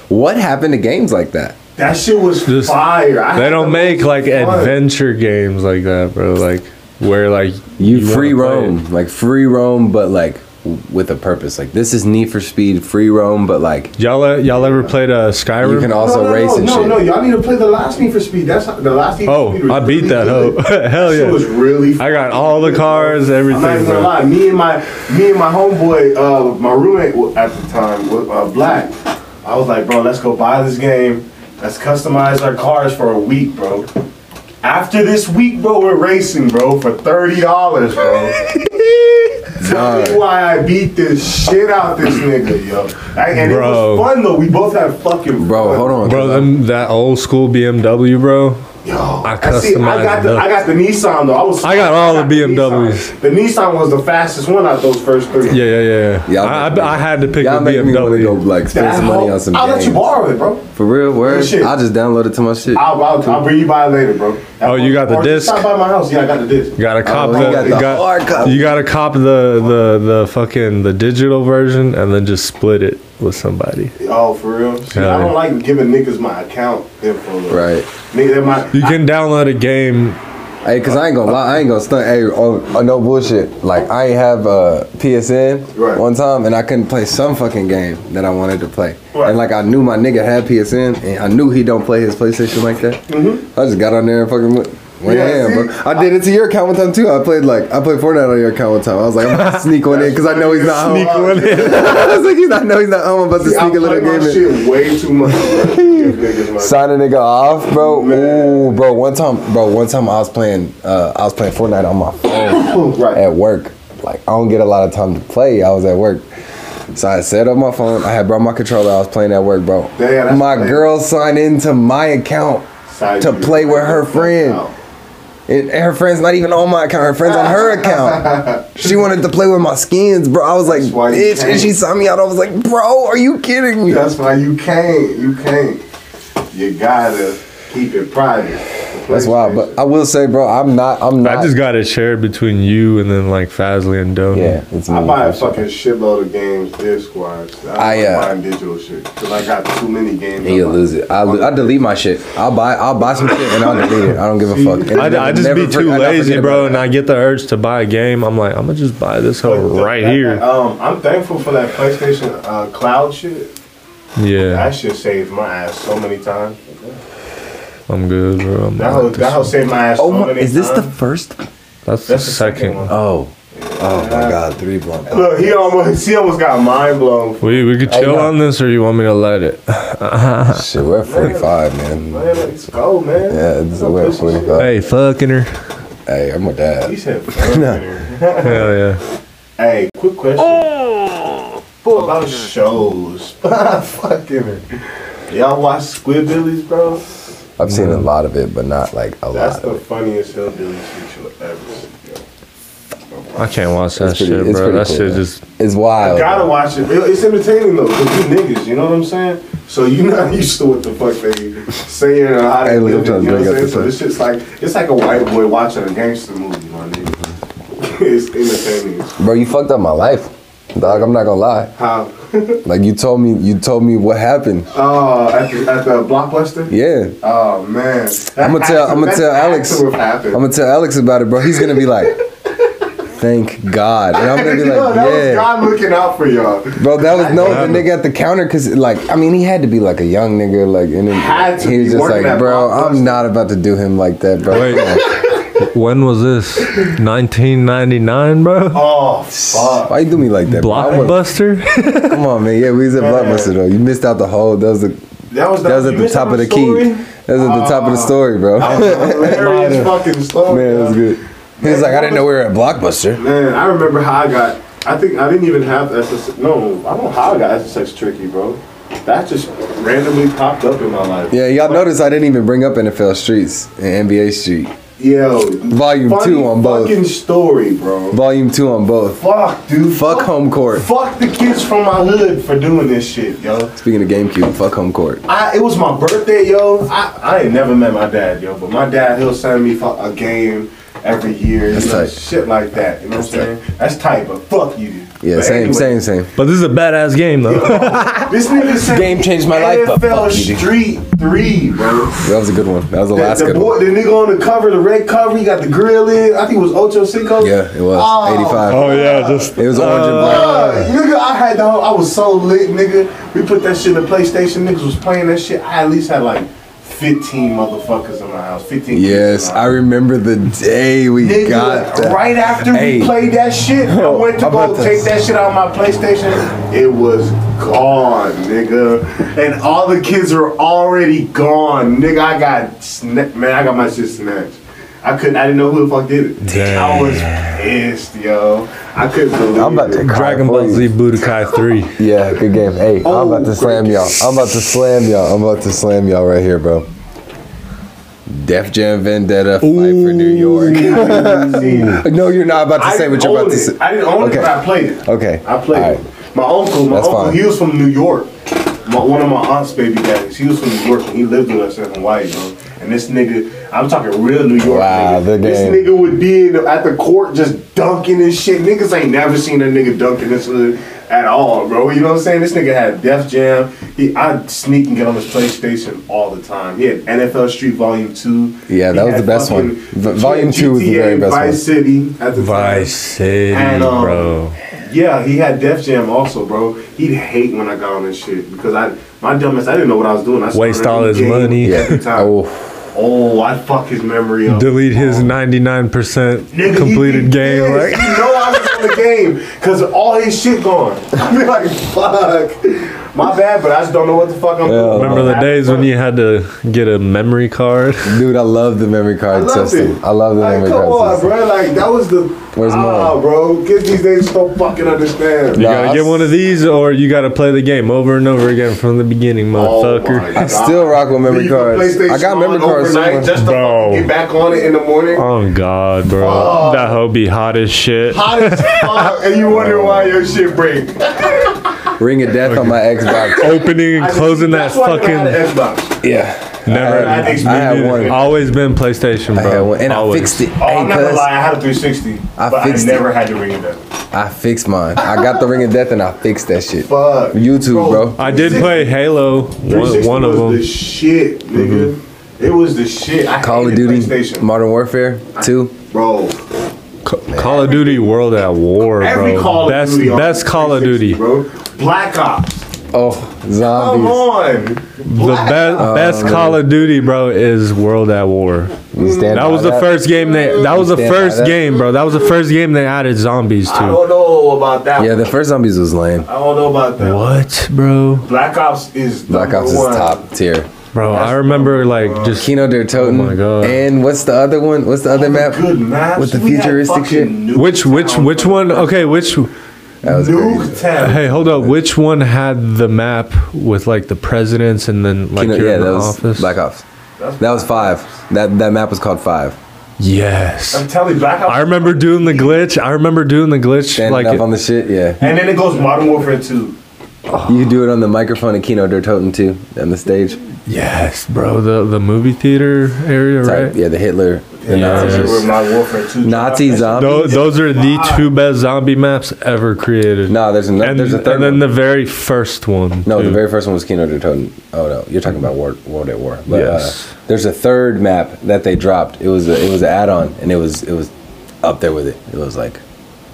S1: What happened to games like that?
S2: That shit was
S4: Just-
S2: fire. I
S4: They
S2: had
S4: don't
S2: the
S4: make
S2: most
S4: like
S2: fun.
S4: adventure games like that, bro. Like where like
S1: You,
S4: wanna
S1: free
S4: play
S1: roam, like free roam, but like w- with a purpose. Like this is Need for Speed free roam, but like
S4: it. Y'all e- y'all ever played uh, Skyrim?
S1: you can
S2: No,
S1: also
S2: no,
S1: race
S2: no,
S1: and
S2: no,
S1: shit.
S2: no, y'all need to play the last Need for Speed. That's how- the last Need for Speed.
S4: Oh,
S2: was
S4: I beat
S2: really
S4: that hoe.
S2: good.
S4: <laughs> Hell
S2: It was
S4: yeah.
S2: really.
S4: I got
S2: fucking
S4: all the
S2: good, bro.
S4: cars, everything,
S2: I'm not even gonna
S4: bro.
S2: lie. Me and my me and my homeboy, uh, my roommate w- at the time, was uh, black. I was like, bro, let's go buy this game. Let's customize our cars for a week, bro. After this week, bro, we're racing, bro, for thirty dollars,
S4: <laughs>
S2: bro. Tell me why I beat this shit out this nigga, yo. I, and
S4: Bro.
S2: it was fun though. We both had fucking
S1: Bro,
S2: fun.
S1: hold on,
S4: Bro, them, that old school BMW, bro.
S2: Yo,
S4: I
S2: I see, I got the
S4: customized
S2: I got the Nissan though. I was
S4: I got all the
S2: Nissan.
S4: BMWs.
S2: The Nissan was the fastest one out those first three.
S4: Yeah, yeah, yeah.
S1: Y'all
S4: I,
S1: make me-
S4: I, I had to pick
S1: Y'all
S4: a
S1: make me want to go
S4: BMW.
S1: like spend
S2: That
S1: some money
S2: hoe-
S1: on some
S2: I'll let you
S1: games.
S2: borrow it, bro.
S1: For real, word.
S2: shit.
S1: I'll just download it to my shit.
S2: I'll, I'll, I'll bring you by later, bro. That
S4: Oh, you got the
S2: or just
S4: disc?
S2: Stop by my house. Yeah, I got the disc.
S4: Gotta cop
S1: Oh,
S4: the,
S1: you got the
S4: got-
S1: hard copy.
S4: you gotta cop the, the the fucking the digital version and then just split it with somebody.
S2: Oh, for real? See,
S4: Hell
S2: I
S4: yeah.
S2: don't like giving niggas my account info. though.
S1: Right.
S2: Nigga, that my
S4: You can download a game.
S1: Hey, cause I ain't gonna lie, I ain't gonna stunt. Hey, oh, oh, no bullshit. Like I ain't have uh, PSN
S2: Right.
S1: one time, and I couldn't play some fucking game that I wanted to play.
S2: Right.
S1: And like I knew my nigga had PSN, and I knew he don't play his PlayStation like that. I just got on there and fucking. Went, went
S2: Mm-hmm. Yeah,
S1: ham,
S2: see?
S1: bro. I did it to your account one time too. I played like I played Fortnite on your account one time. I was like, I'm about
S2: <laughs>
S1: to sneak one in because I know he's not home.
S2: Sneak one
S1: <laughs> I was like, he's not know he's not home. I'm about to
S2: I
S1: sneak a little
S2: play my
S1: game in.
S2: shit way too much. bro. Give niggas my-
S1: Sign a nigga off, bro.
S2: Man.
S1: Ooh, bro. One time, bro. One time I was playing, uh, I was playing Fortnite on my phone
S2: right.
S1: at work. Like I don't get a lot of time to play. I was at work, So I set up my phone. I had brought my controller. I was playing at work, bro.
S2: Yeah, that's
S1: my
S2: crazy.
S1: girl signed into my account.
S2: Side
S1: To
S2: view.
S1: play with her friend. And her friend's not even on my account. Her friend's on her
S2: <laughs>
S1: account. She wanted to play with my skins, bro. I was like,
S2: That's why you
S1: bitch. And
S2: can't.
S1: she signed me out. I was like, bro, are you kidding me?
S2: That's why you can't. You can't. You gotta keep it private.
S1: That's wild. But I will say, bro, I'm not. I'm not.
S4: I just got it shared between you and then like Fazley and Dono.
S1: Yeah, it's me.
S2: I buy a fucking shitload of games disc squads. I,
S1: I,
S2: don't
S1: uh,
S2: like buying digital shit because I got too many games.
S1: And you
S2: I'm
S1: lose it. I, lo- I delete my shit. I'll buy I'll buy some shit and I'll delete it. I don't give a fuck. And
S4: I,
S1: never-
S4: I just
S1: never
S4: be
S1: for-
S4: too
S1: I never
S4: lazy,
S1: forget
S4: bro,
S1: about
S4: and
S1: it.
S4: I get the urge to buy a game. I'm like, I'm gonna just buy this hoe
S2: But the-
S4: right
S2: that-
S4: here.
S2: Um, I'm thankful for that PlayStation uh, Cloud shit. That
S4: Yeah,
S2: shit saved my ass so many times.
S4: I'm good, bro. I'm
S2: That
S4: out
S2: whole
S4: this-
S2: that whole saved my ass
S1: Oh
S2: so
S1: my!
S2: many
S1: Is this the
S2: times.
S1: first?
S4: That's, the
S2: That's
S4: second.
S2: one.
S1: Oh, oh my God! Three blunt.
S2: Look, he almost he almost got mind blown.
S4: We we could chill
S1: yeah.
S4: on this, or you want me to let it?
S1: Shit, we're at forty-five, man.
S2: Man, let's go, man.
S1: Yeah, this is we're at forty-five.
S4: Hey,
S1: <laughs>
S4: fucking her.
S1: Hey, I'm a
S2: He
S1: dad.
S2: said, <laughs> fuck no.
S4: Hell yeah.
S2: Hey, quick question. About shows. <laughs> Fucking it. Y'all watch Squidbillies, bro?
S1: I've seen a lot of it, but not like a lot.
S2: That's the funniest hillbilly shit you'll ever see. yo.
S4: I can't watch that
S1: It's pretty-
S4: shit,
S1: it's
S4: bro.
S1: pretty
S4: That
S1: cool,
S4: shit
S1: man.
S4: just
S1: It's
S2: You
S1: wild.
S2: gotta watch it. It- It's entertaining though, 'cause you niggas, you know what I'm saying? So you <laughs> not used to what the fuck they saying or how
S1: Hey,
S2: they
S1: look, I'm trying
S2: living,
S1: to
S2: you know what
S1: drink
S2: I'm
S1: up
S2: saying?
S1: this
S2: So this shit's like, it's like a white boy watching a gangster movie, my nigga. <laughs> it's entertaining.
S1: Bro, you fucked up my life, dog. I'm not gonna lie.
S2: How?
S1: Like you told me, you told me what happened.
S2: Oh, at the, at the Blockbuster?
S1: Yeah.
S2: Oh, man. That
S1: I'ma tell-
S2: has to-
S1: I'ma
S2: that
S1: tell
S2: has
S1: Alex.
S2: to have happened.
S1: I'm gonna tell Alex about it, bro. He's gonna be like, "Thank God," and I'm gonna
S2: <laughs>
S1: be
S2: Yo,
S1: like,
S2: that was
S1: "Yeah."
S2: God looking out for y'all.
S1: Bro, that was no the nigga at the counter because like I mean he had to be like a young nigga like and then
S2: Had to
S1: he was
S2: be
S1: just
S2: working
S1: like
S2: at
S1: bro
S2: Blockbuster."
S1: I'm not about to do him like that bro
S4: Wait. When was this? 1999, bro.
S2: Oh, fuck.
S1: why you do me like that bro? I want-
S4: Blockbuster.
S1: come on man yeah we was at Blockbuster though you missed out the whole that was the
S2: That was,
S1: that was at
S2: you
S1: the
S2: missed
S1: top
S2: out
S1: of the key <laughs>
S2: story? Ah.
S1: that was at the top of the story bro
S2: That was a hilarious fucking
S1: <laughs>
S2: story.
S1: man it
S2: yo.
S1: was good he was like I didn't know we were at Blockbuster
S2: Man, I remember how I got. I think I didn't even have SSX. No, I don't know how I got SSX tricky, bro. That just randomly popped up in my life.
S1: yeah y'all notice I didn't even bring up NFL Streets and NBA Street
S2: Yo.
S1: Volume
S2: funny
S1: two on both.
S2: Fucking story, bro.
S1: volume two on both
S2: Fuck, dude.
S1: fuck home court
S2: Fuck the kids from my hood for doing this shit, yo.
S1: speaking of GameCube fuck home court
S2: I, it was my birthday, yo. I, I ain't never met my dad, yo, but my dad he'll send me for a game every year,
S1: That's
S2: you know,
S1: tight.
S2: shit like that. You know what I'm saying? That's tight, but fuck you, dude.
S1: yeah
S2: But
S1: same
S2: anyway,
S1: same same
S4: <laughs> But this is a badass game, though.
S2: This nigga said
S1: Game changed my life, but
S2: NFL
S1: fuck you, dude.
S2: Street Three, bro.
S1: that was a good one that was the
S2: The,
S1: last
S2: the
S1: good one.
S2: boy, the nigga on the cover, the red cover, he got the grill in. I think it was Ocho Cinco.
S1: Yeah, it was.
S2: Oh,
S1: 85.
S4: oh yeah, just
S1: It was orange and black.
S2: Uh, nigga, I had the whole, I was so lit, nigga. We put that shit in the PlayStation. Niggas was playing that shit. I at least had like 15 motherfuckers in my house. 15. kids
S1: Yes,
S2: in my
S1: I
S2: house.
S1: remember the day we
S2: Nigga,
S1: got that.
S2: right after
S1: Hey.
S2: we played that
S1: <laughs>
S2: shit, I went to
S1: I'm
S2: go
S1: about to-
S2: take that shit out
S1: <laughs>
S2: of my PlayStation. It was gone, nigga, and all the kids were already gone, nigga. I got sna- man, I got my shit snatched. I couldn't. I didn't know who the fuck did it. I was pissed, yo. I couldn't believe
S1: I'm about
S2: it.
S1: to cry
S4: Dragon Ball
S1: for you.
S4: Z Budokai 3.
S1: Yeah, good game. Hey, I'm
S2: Oh,
S1: about to slam y'all. I'm about to slam y'all. I'm about to slam y'all right here, bro. Def Jam Vendetta Fight for New York.
S2: See,
S1: no, you're not about to
S2: <laughs> I
S1: say
S2: didn't
S1: what you're
S2: own
S1: about to
S2: it.
S1: say.
S2: I didn't own
S1: Okay.
S2: it, but I played it.
S1: Okay.
S2: I played
S1: All right.
S2: it. My uncle, my
S1: That's
S2: uncle,
S1: fine.
S2: he was from New York. My, one of my aunt's baby daddies, he was from New York and he lived with us in Hawaii, bro. And this nigga, I'm talking real New York.
S1: Wow,
S2: nigga.
S1: the game.
S2: This nigga would be in the, at the court just dunking and shit. Niggas ain't never seen a nigga dunking this hood at all, bro. You know what I'm saying? This nigga had Def Jam. He, I'd sneak and get on his PlayStation all the time. He had NFL Street Volume 2.
S1: Yeah,
S2: He
S1: that was
S2: had
S1: the best
S2: fucking
S1: one. V- Volume 2 was the
S2: GTA
S1: very best
S2: Vice
S1: one.
S2: City at the time.
S4: Vice City,
S2: And, um,
S4: bro.
S2: Yeah, he had Def Jam also, bro. He'd hate when I got on this shit because I, my dumbass, I didn't know what I was doing. I
S4: Waste
S2: started
S4: all
S2: the
S4: his
S2: game
S4: money.
S2: every time. oh.
S1: Oh,
S2: I fuck his memory up. Oh.
S4: Delete his 99%
S2: Nigga, he
S4: completed
S2: be
S4: game.
S2: pissed. <laughs>
S4: Like,
S2: you know I was on the game because all his shit gone. I be like, fuck. My bad, but I just don't know what the fuck I'm doing.
S4: Remember the days when you had to get a memory card?
S1: Dude, I love the memory
S2: I
S1: card
S2: loved
S1: system.
S2: it.
S1: I love the
S2: like,
S1: memory
S2: come
S1: card
S2: on,
S1: system.
S2: bro. Like that was the.
S1: Where's
S2: ah,
S1: mine?
S2: bro? Kids these days don't fucking understand.
S4: You
S1: Nah,
S4: gotta
S1: I
S4: get
S1: s-
S4: one of these, or you gotta play the game over and over again from the beginning,
S2: Oh
S4: motherfucker.
S2: my God.
S1: Still rock with memory
S2: Leave the
S1: cards. I got
S2: PlayStation
S1: memory
S2: on
S1: cards somewhere.
S2: overnight just to
S4: Bro.
S2: fucking get back on it in the morning.
S4: Oh God, bro,
S2: Fuck.
S4: that hoe be hot as shit.
S2: Hot
S4: <laughs>
S2: as fuck, and you wonder why your shit break.
S1: Ring of Death on my Xbox.
S4: Opening and closing that
S2: That's why I got
S4: fucking
S2: an Xbox.
S1: Yeah.
S4: never.
S2: I had-
S1: I had one.
S4: Always been PlayStation,
S1: I
S4: bro.
S1: had one. And I
S4: Always.
S1: fixed it.
S2: Oh, I'm
S1: Hey,
S2: not gonna
S1: cuz.
S2: lie, I had a 360,
S1: I
S2: but I
S1: fixed it.
S2: never had to ring it up.
S1: I fixed mine. I got the Ring of Death and I fixed that shit.
S2: Fuck.
S1: YouTube, bro.
S4: I did play Halo, one,
S2: 360
S4: one of
S2: was
S4: them.
S2: the shit, nigga. It was the shit. I
S1: Mm-hmm. Call of
S2: hated
S1: Duty,
S2: PlayStation.
S1: Modern Warfare 2.
S2: bro.
S4: Ca- Call of Duty World at War,
S2: Every
S4: bro.
S2: Call of
S4: best
S2: Duty. on
S4: best Call of
S2: 360,
S4: Duty.
S2: bro. Black Ops.
S1: Oh,
S2: Come
S1: zombies.
S2: on.
S4: The best
S1: Uh,
S4: best Call of Duty, bro, is World at War.
S1: You stand
S4: That
S1: by
S4: was the first game they. That was the
S1: Stand by
S4: first
S1: that.
S4: game, bro. That was the first game they added zombies
S2: I
S4: to.
S2: don't know about that.
S1: Yeah,
S2: one.
S1: the first zombies was lame.
S2: I don't know about that.
S4: What, bro?
S2: Black Ops is
S1: Black
S2: number
S1: Ops is
S2: one.
S1: top tier.
S4: Bro, I remember like just
S1: Kino Der Toten.
S4: Oh my God.
S1: And what's the other one? What's the other map?
S2: Good maps.
S1: With the
S2: We had
S1: futuristic shit?
S2: fucking Nuketown,
S4: which which which one? Okay, which?
S1: That was crazy.
S2: Nuketown.
S4: Hey, hold up. Which one had the map with like the presidents and then like
S1: Kino,
S4: you're
S1: yeah,
S4: in the
S1: that was
S4: office?
S1: Black Ops. That was five. That that map was called five.
S4: yes.
S2: I'm telling you, Black Ops.
S4: I remember doing the glitch. I remember doing the glitch.
S1: Standing
S4: like
S1: up on the shit, yeah.
S2: And then it goes Modern Warfare 2.
S1: You could do it on the microphone of Kino Der Toten too, on the stage.
S4: yes, bro. The the movie theater area,
S1: Sorry,
S4: right?
S1: Yeah, the Hitler. The
S4: Yeah.
S2: That's
S1: Nazis.
S2: where Modern Warfare 2.
S1: Nazi zombie.
S4: Those, those are the two best zombie maps ever created.
S1: No, there's another.
S4: and,
S1: there's a third
S4: and then
S1: one.
S4: the very first one.
S1: no, the
S4: too.
S1: very first one was Kino Der Toten. Oh no, you're talking about War, World at War. But,
S4: Yes.
S1: Uh, there's a third map that they dropped. It was a, it was an add-on, and it was it was up there with it. It was like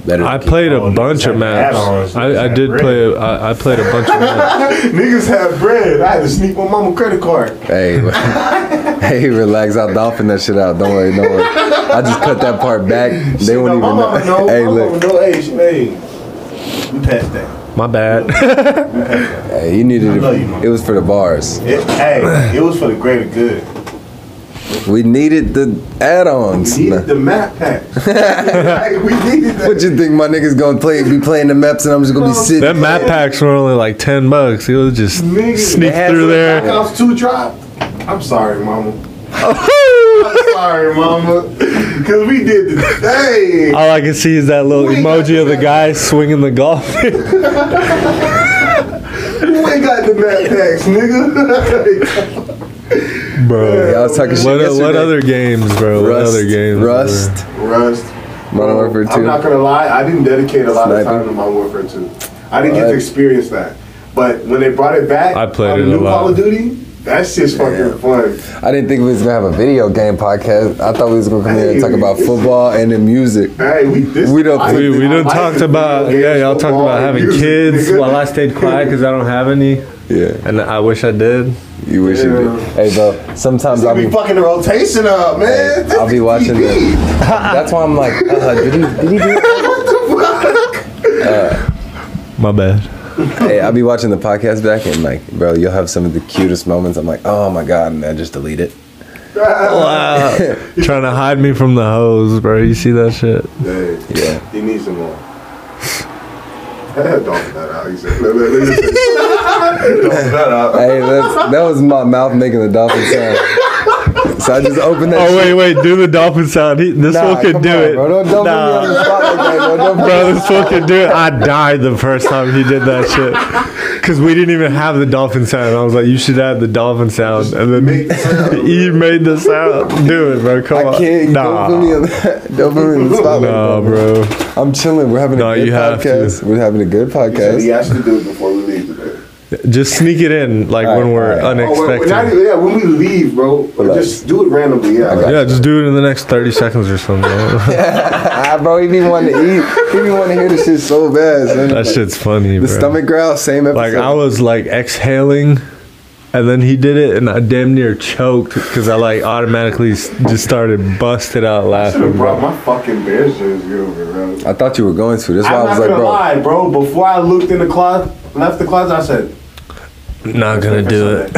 S1: better.
S4: I
S1: than Kino.
S4: played a
S2: Oh,
S4: bunch of
S2: like
S4: maps.
S2: add-ons.
S4: I, I did play. I, I played a bunch of maps.
S2: Niggas have bread. I had to sneak my mama credit card.
S1: <laughs> Hey, hey, relax. I'll dolphin that shit out. Don't worry, don't worry. I just cut that part back. They
S2: No,
S1: won't even
S2: my mama know.
S1: know. Hey,
S2: my
S1: look.
S2: mama know. Hey, she, hey, we passed that.
S4: My
S1: <laughs>
S4: bad.
S1: Hey, you needed
S2: love you, Mom.
S1: it. It was for the bars.
S2: It, hey, it was for the greater good.
S1: We needed the
S2: We
S1: add-ons.
S2: needed the map pack.
S1: <laughs>
S2: Like, we needed that.
S1: What you think my niggas gonna play? Be playing the maps and I'm just gonna be sitting.
S4: Them map packs were only like ten bucks. It was just
S2: Nigga,
S4: sneak
S2: they had
S4: through
S2: some
S4: there.
S2: Black Ops 2 drop. I'm sorry, mama.
S4: Oh.
S2: I'm sorry, mama. Because we did the thing.
S4: <laughs> All I can see is that little
S2: We got
S4: emoji of the guy swinging the golf. <laughs>
S2: Who ain't got the map packs, nigga? <laughs>
S4: bro.
S1: Yeah, I was talking shit
S4: What, what
S1: yesterday.
S4: other games, bro? what
S1: Rust,
S4: other games?
S1: Rust,
S2: Rust.
S1: Modern Warfare
S2: I'm not
S1: 2.
S2: gonna lie, I didn't dedicate a lot
S1: Sniper.
S2: of time to Modern Warfare 2. I didn't get to
S1: Alright.
S2: experience that. But when they brought it back,
S4: I played
S2: on
S4: it
S2: the
S4: a
S2: new
S4: lot.
S2: Call of Duty, that shit's fucking fun.
S1: I didn't think we was gonna have a video game podcast. I thought we was gonna come here and talk about football and then music.
S2: Hey, we this,
S1: We done-
S2: I-
S4: We, we
S2: I
S4: done
S2: like
S4: talked
S2: the
S4: about
S2: video
S4: yeah,
S2: games,
S4: y'all talked
S2: football,
S4: about having
S2: music,
S4: kids.
S2: nigga.
S4: While I stayed quiet because I don't have any,
S1: Yeah,
S4: and I wish I did.
S1: you wish you did. Hey, bro. Sometimes I'll
S2: We
S1: be
S2: fucking the rotation up, man.
S1: Hey,
S2: This
S1: I'll be
S2: is
S1: watching
S2: TV.
S1: the- <laughs> That's why I'm like, uh, did he did he do that?
S4: My bad.
S1: Hey, I'll be watching the podcast back and like, bro, you'll have some of the cutest moments. I'm like, oh my god, and I just delete it. <laughs>
S4: Wow. Trying to hide me from the hose, bro. You see that
S2: <laughs>
S4: shit?
S2: Hey,
S1: Yeah.
S2: he needs some <laughs> more. Dolphin that out. He said, "Let- let- let me
S1: <laughs>
S2: say- Dolphin that out.
S1: Hey, that's, that was my mouth making the dolphin sound. So I just opened that.
S4: Oh wait, wait. Do the dolphin sound. He, this
S1: Nah,
S4: fool could
S1: come
S4: do
S1: on,
S4: it.
S1: Bro. Don't, don't put me on
S4: nah.
S1: the spot like that, bro. Don't put-
S4: Bro, this fool could do it. I died the first time he did that shit. Cause we didn't even have the dolphin sound. I was like, you should add the dolphin sound, and then
S2: Make the sound.
S4: <laughs> he made the sound. Do it, bro. Come
S1: I
S4: on.
S1: can't.
S4: Nah.
S1: Don't put me on the, don't put me on the spot like
S4: Nah,
S1: that.
S4: bro.
S1: I'm chilling. We're having a
S4: No,
S1: good
S4: you have to.
S1: podcast. We're having a good
S2: He said
S1: podcast.
S2: he actually do it before we leave today.
S4: Just sneak it in, like when
S1: Alright,
S4: we're
S1: alright.
S2: Oh, when, when,
S4: unexpected.
S2: not even- yeah, when we leave, bro,
S1: Relax.
S2: just do it randomly. Yeah, like,
S4: yeah, just do it in the next thirty seconds or
S1: <laughs>
S4: something. bro.
S1: Ah, bro, he be wanting to eat. He be wanting to hear this shit so bad. Son.
S4: that shit's funny,
S1: the
S4: bro.
S1: stomach growl, same episode.
S4: Like I was like exhaling, and then he did it, and I damn near choked because I like automatically s- just started busted out
S2: I should have
S4: laughing. bro.
S2: brought my fucking Bears jersey over, bro.
S1: I thought you were going to. That's why
S2: I'm
S1: I was
S2: not
S1: like,
S2: gonna
S1: bro.
S2: lie, bro. Before I looked in the closet, left the closet, I said,
S4: Not gonna do it.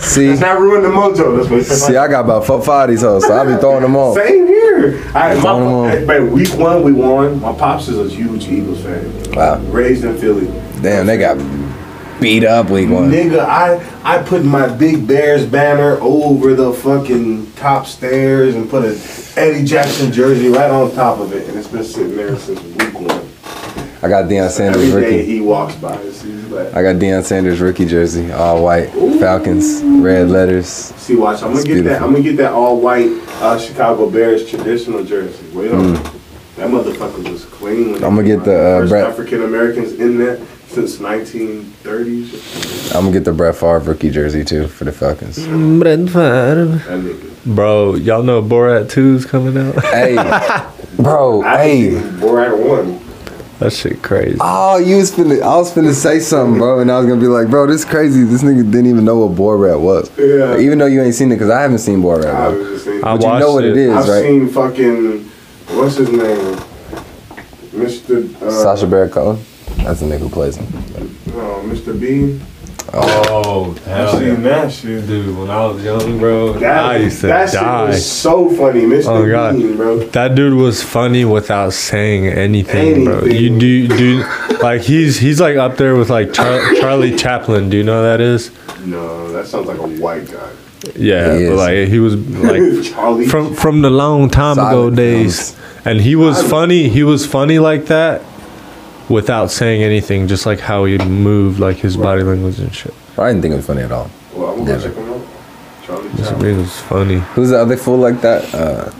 S1: See,
S2: It's not ruin the mojo. That's what it says.
S1: see, I got about four five of these hoes, so I be throwing them on.
S2: Same here. I, my,
S1: Come on.
S2: hey, man, week one, we won. My pops is a huge Eagles fan.
S1: Wow.
S2: Raised in Philly.
S1: Damn, they got beat up week one.
S2: Nigga, I, I put my Big Bears banner over the fucking top stairs and put an Eddie Jackson jersey right on top of it. And it's been sitting there since week one.
S1: I got Deion
S2: Every
S1: Sanders
S2: day
S1: rookie.
S2: he walks by, it's- he's like,
S1: I got Deion Sanders rookie jersey, all white, Falcons, red letters.
S2: see, watch, I'm gonna
S1: It's
S2: get that.
S1: beautiful.
S2: I'm gonna get that all white uh, Chicago Bears traditional jersey. Wait on. That motherfucker was clean. when they
S1: Mm. I'ma get
S2: came out.
S1: the, uh,
S2: first
S1: Brett-
S2: African Americans in that since 1930s.
S1: I'm gonna get the Brett Favre rookie jersey too for the Falcons.
S2: <laughs> That nigga.
S4: Bro, y'all know Borat 2's coming out?
S2: <laughs>
S4: <laughs>
S1: hey, bro,
S2: I
S1: hey.
S2: think Borat won.
S4: That shit crazy.
S1: Oh, you was finna, I was finna say something, bro, and I was gonna be like, bro, this crazy. This nigga didn't even know what boar rat was.
S2: Yeah.
S1: Even though you ain't seen it, cause I haven't seen boar rat.
S2: I
S1: Bro.
S2: was just thinking.
S4: I
S1: But you know
S4: watched
S1: what it
S4: it.
S1: is,
S2: I've
S1: right?
S2: seen fucking what's his name, Mr. Uh,
S1: Sasha Baron Cohen. That's the nigga who plays him.
S2: No, Mr. B.
S4: Oh,
S2: I've
S4: hell
S2: seen that shit.
S4: Dude, when I was young, bro,
S2: That,
S4: I used to
S2: that shit
S4: die.
S2: was so funny, Mr.
S4: Oh, God.
S2: Bean, bro.
S4: That dude was funny without saying anything, bro. You
S2: Anything.
S4: do, do like he's he's like up there with like Char- Charlie Chaplin. Do you know who that is?
S2: No, that sounds like a white guy.
S4: Yeah,
S1: He
S4: but
S1: is.
S4: like he was
S2: <laughs>
S4: like
S2: Charlie.
S4: from from the long time ago
S1: Silent
S4: days, and he was funny. He was funny like that without saying anything, just like how he moved, like his body language and shit.
S1: I didn't think it was funny at all.
S2: well, I'm gonna go check him out. Charlie Chaplin.
S4: It was funny.
S1: Who's the other fool like that? Uh,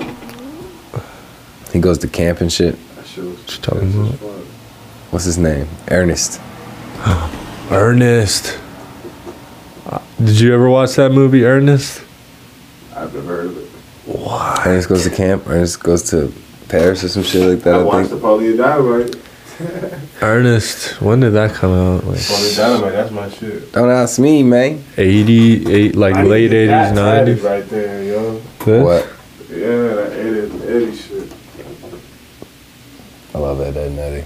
S1: he goes to camp and shit.
S2: That shit was.
S4: you talking
S2: that shit was
S4: about?
S2: fun.
S1: What's his name? Ernest.
S4: Ernest. Uh, Did you ever watch that movie, Ernest?
S2: I've never heard of it.
S1: Ernest goes to camp. Ernest goes to Paris or some shit like that.
S2: I
S1: I
S2: watched
S1: think.
S2: Napoleon Dynamite.
S4: Ernest. When did that come out? Like
S2: Napoleon Dynamite, that's my shit.
S1: Don't ask me, man.
S4: 88, like
S2: I need to
S4: late
S2: get that
S4: 80s,
S2: tatted
S4: 90s.
S2: Right there, yo.
S1: What?
S2: Yeah, that 80s, 80s shit.
S1: I love that, that nutty.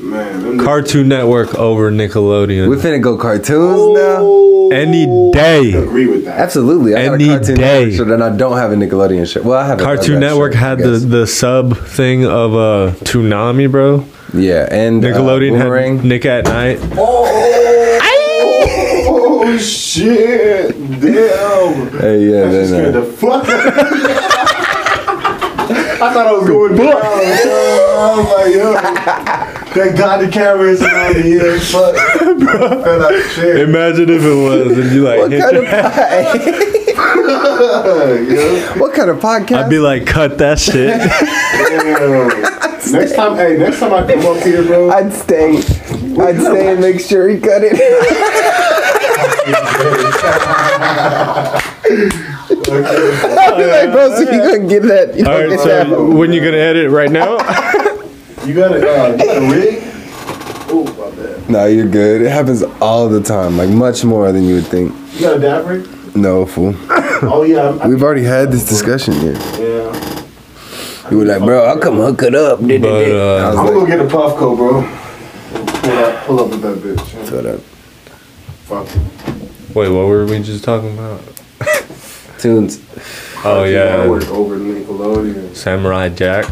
S2: Man, them
S4: Cartoon Network over
S1: We
S4: Nickelodeon.
S1: finna go cartoons now.
S2: Oh,
S4: Any day.
S2: Agree with that.
S1: Absolutely. I got
S4: Any
S1: a cartoon
S4: day.
S1: Network, so then I don't have a Nickelodeon shirt. Well, I have a
S4: Cartoon
S1: Rugrats
S4: Network
S1: shirt,
S4: had
S1: I
S4: the,
S1: guess.
S4: the sub thing of uh, Toonami, bro.
S1: yeah, and
S4: Nickelodeon
S1: uh,
S4: had
S1: Boomerang.
S4: Nick at Night.
S2: Oh shit! Damn!
S1: Hey, yeah,
S2: That shit
S1: then,
S2: scared
S1: uh,
S2: the fuck out of me. I thought I was going down. yo. I was like, yo. Thank God the camera is out of here. Fuck. Fell out the chair.
S4: Imagine if it was, and you like,
S1: what
S4: hit
S1: kind
S4: your-
S1: of pod-
S2: yo.
S1: what kind of podcast?
S4: I'd be like, cut that <laughs> shit.
S2: Damn. Next time, hey, next time I come up here, bro.
S1: I'd stay. I'd stay and make sure he cut it. <laughs> I'd be like, bro, so you gonna get that? You
S4: All
S1: gonna
S4: right,
S1: get
S4: so when you gonna edit right now?
S2: You got a, uh, you got a rig? Oh, my bad.
S1: that? No, you're good. It happens all the time, like much more than you would think.
S2: You got a dab rig?
S1: No, fool.
S2: Oh yeah. I'm, I,
S1: We've already had this discussion here.
S2: yeah.
S1: You were like, bro, I'll come hook it up. But,
S4: But,
S1: I
S4: uh,
S1: was
S2: I'm gonna
S1: like,
S2: go get a puff coat, bro. Pull up, pull up with that bitch.
S1: what up?
S2: Fuck.
S4: wait, what were we just talking about?
S1: Tunes.
S4: Oh,
S2: I
S4: yeah.
S2: work over Nickelodeon.
S4: Samurai Jack.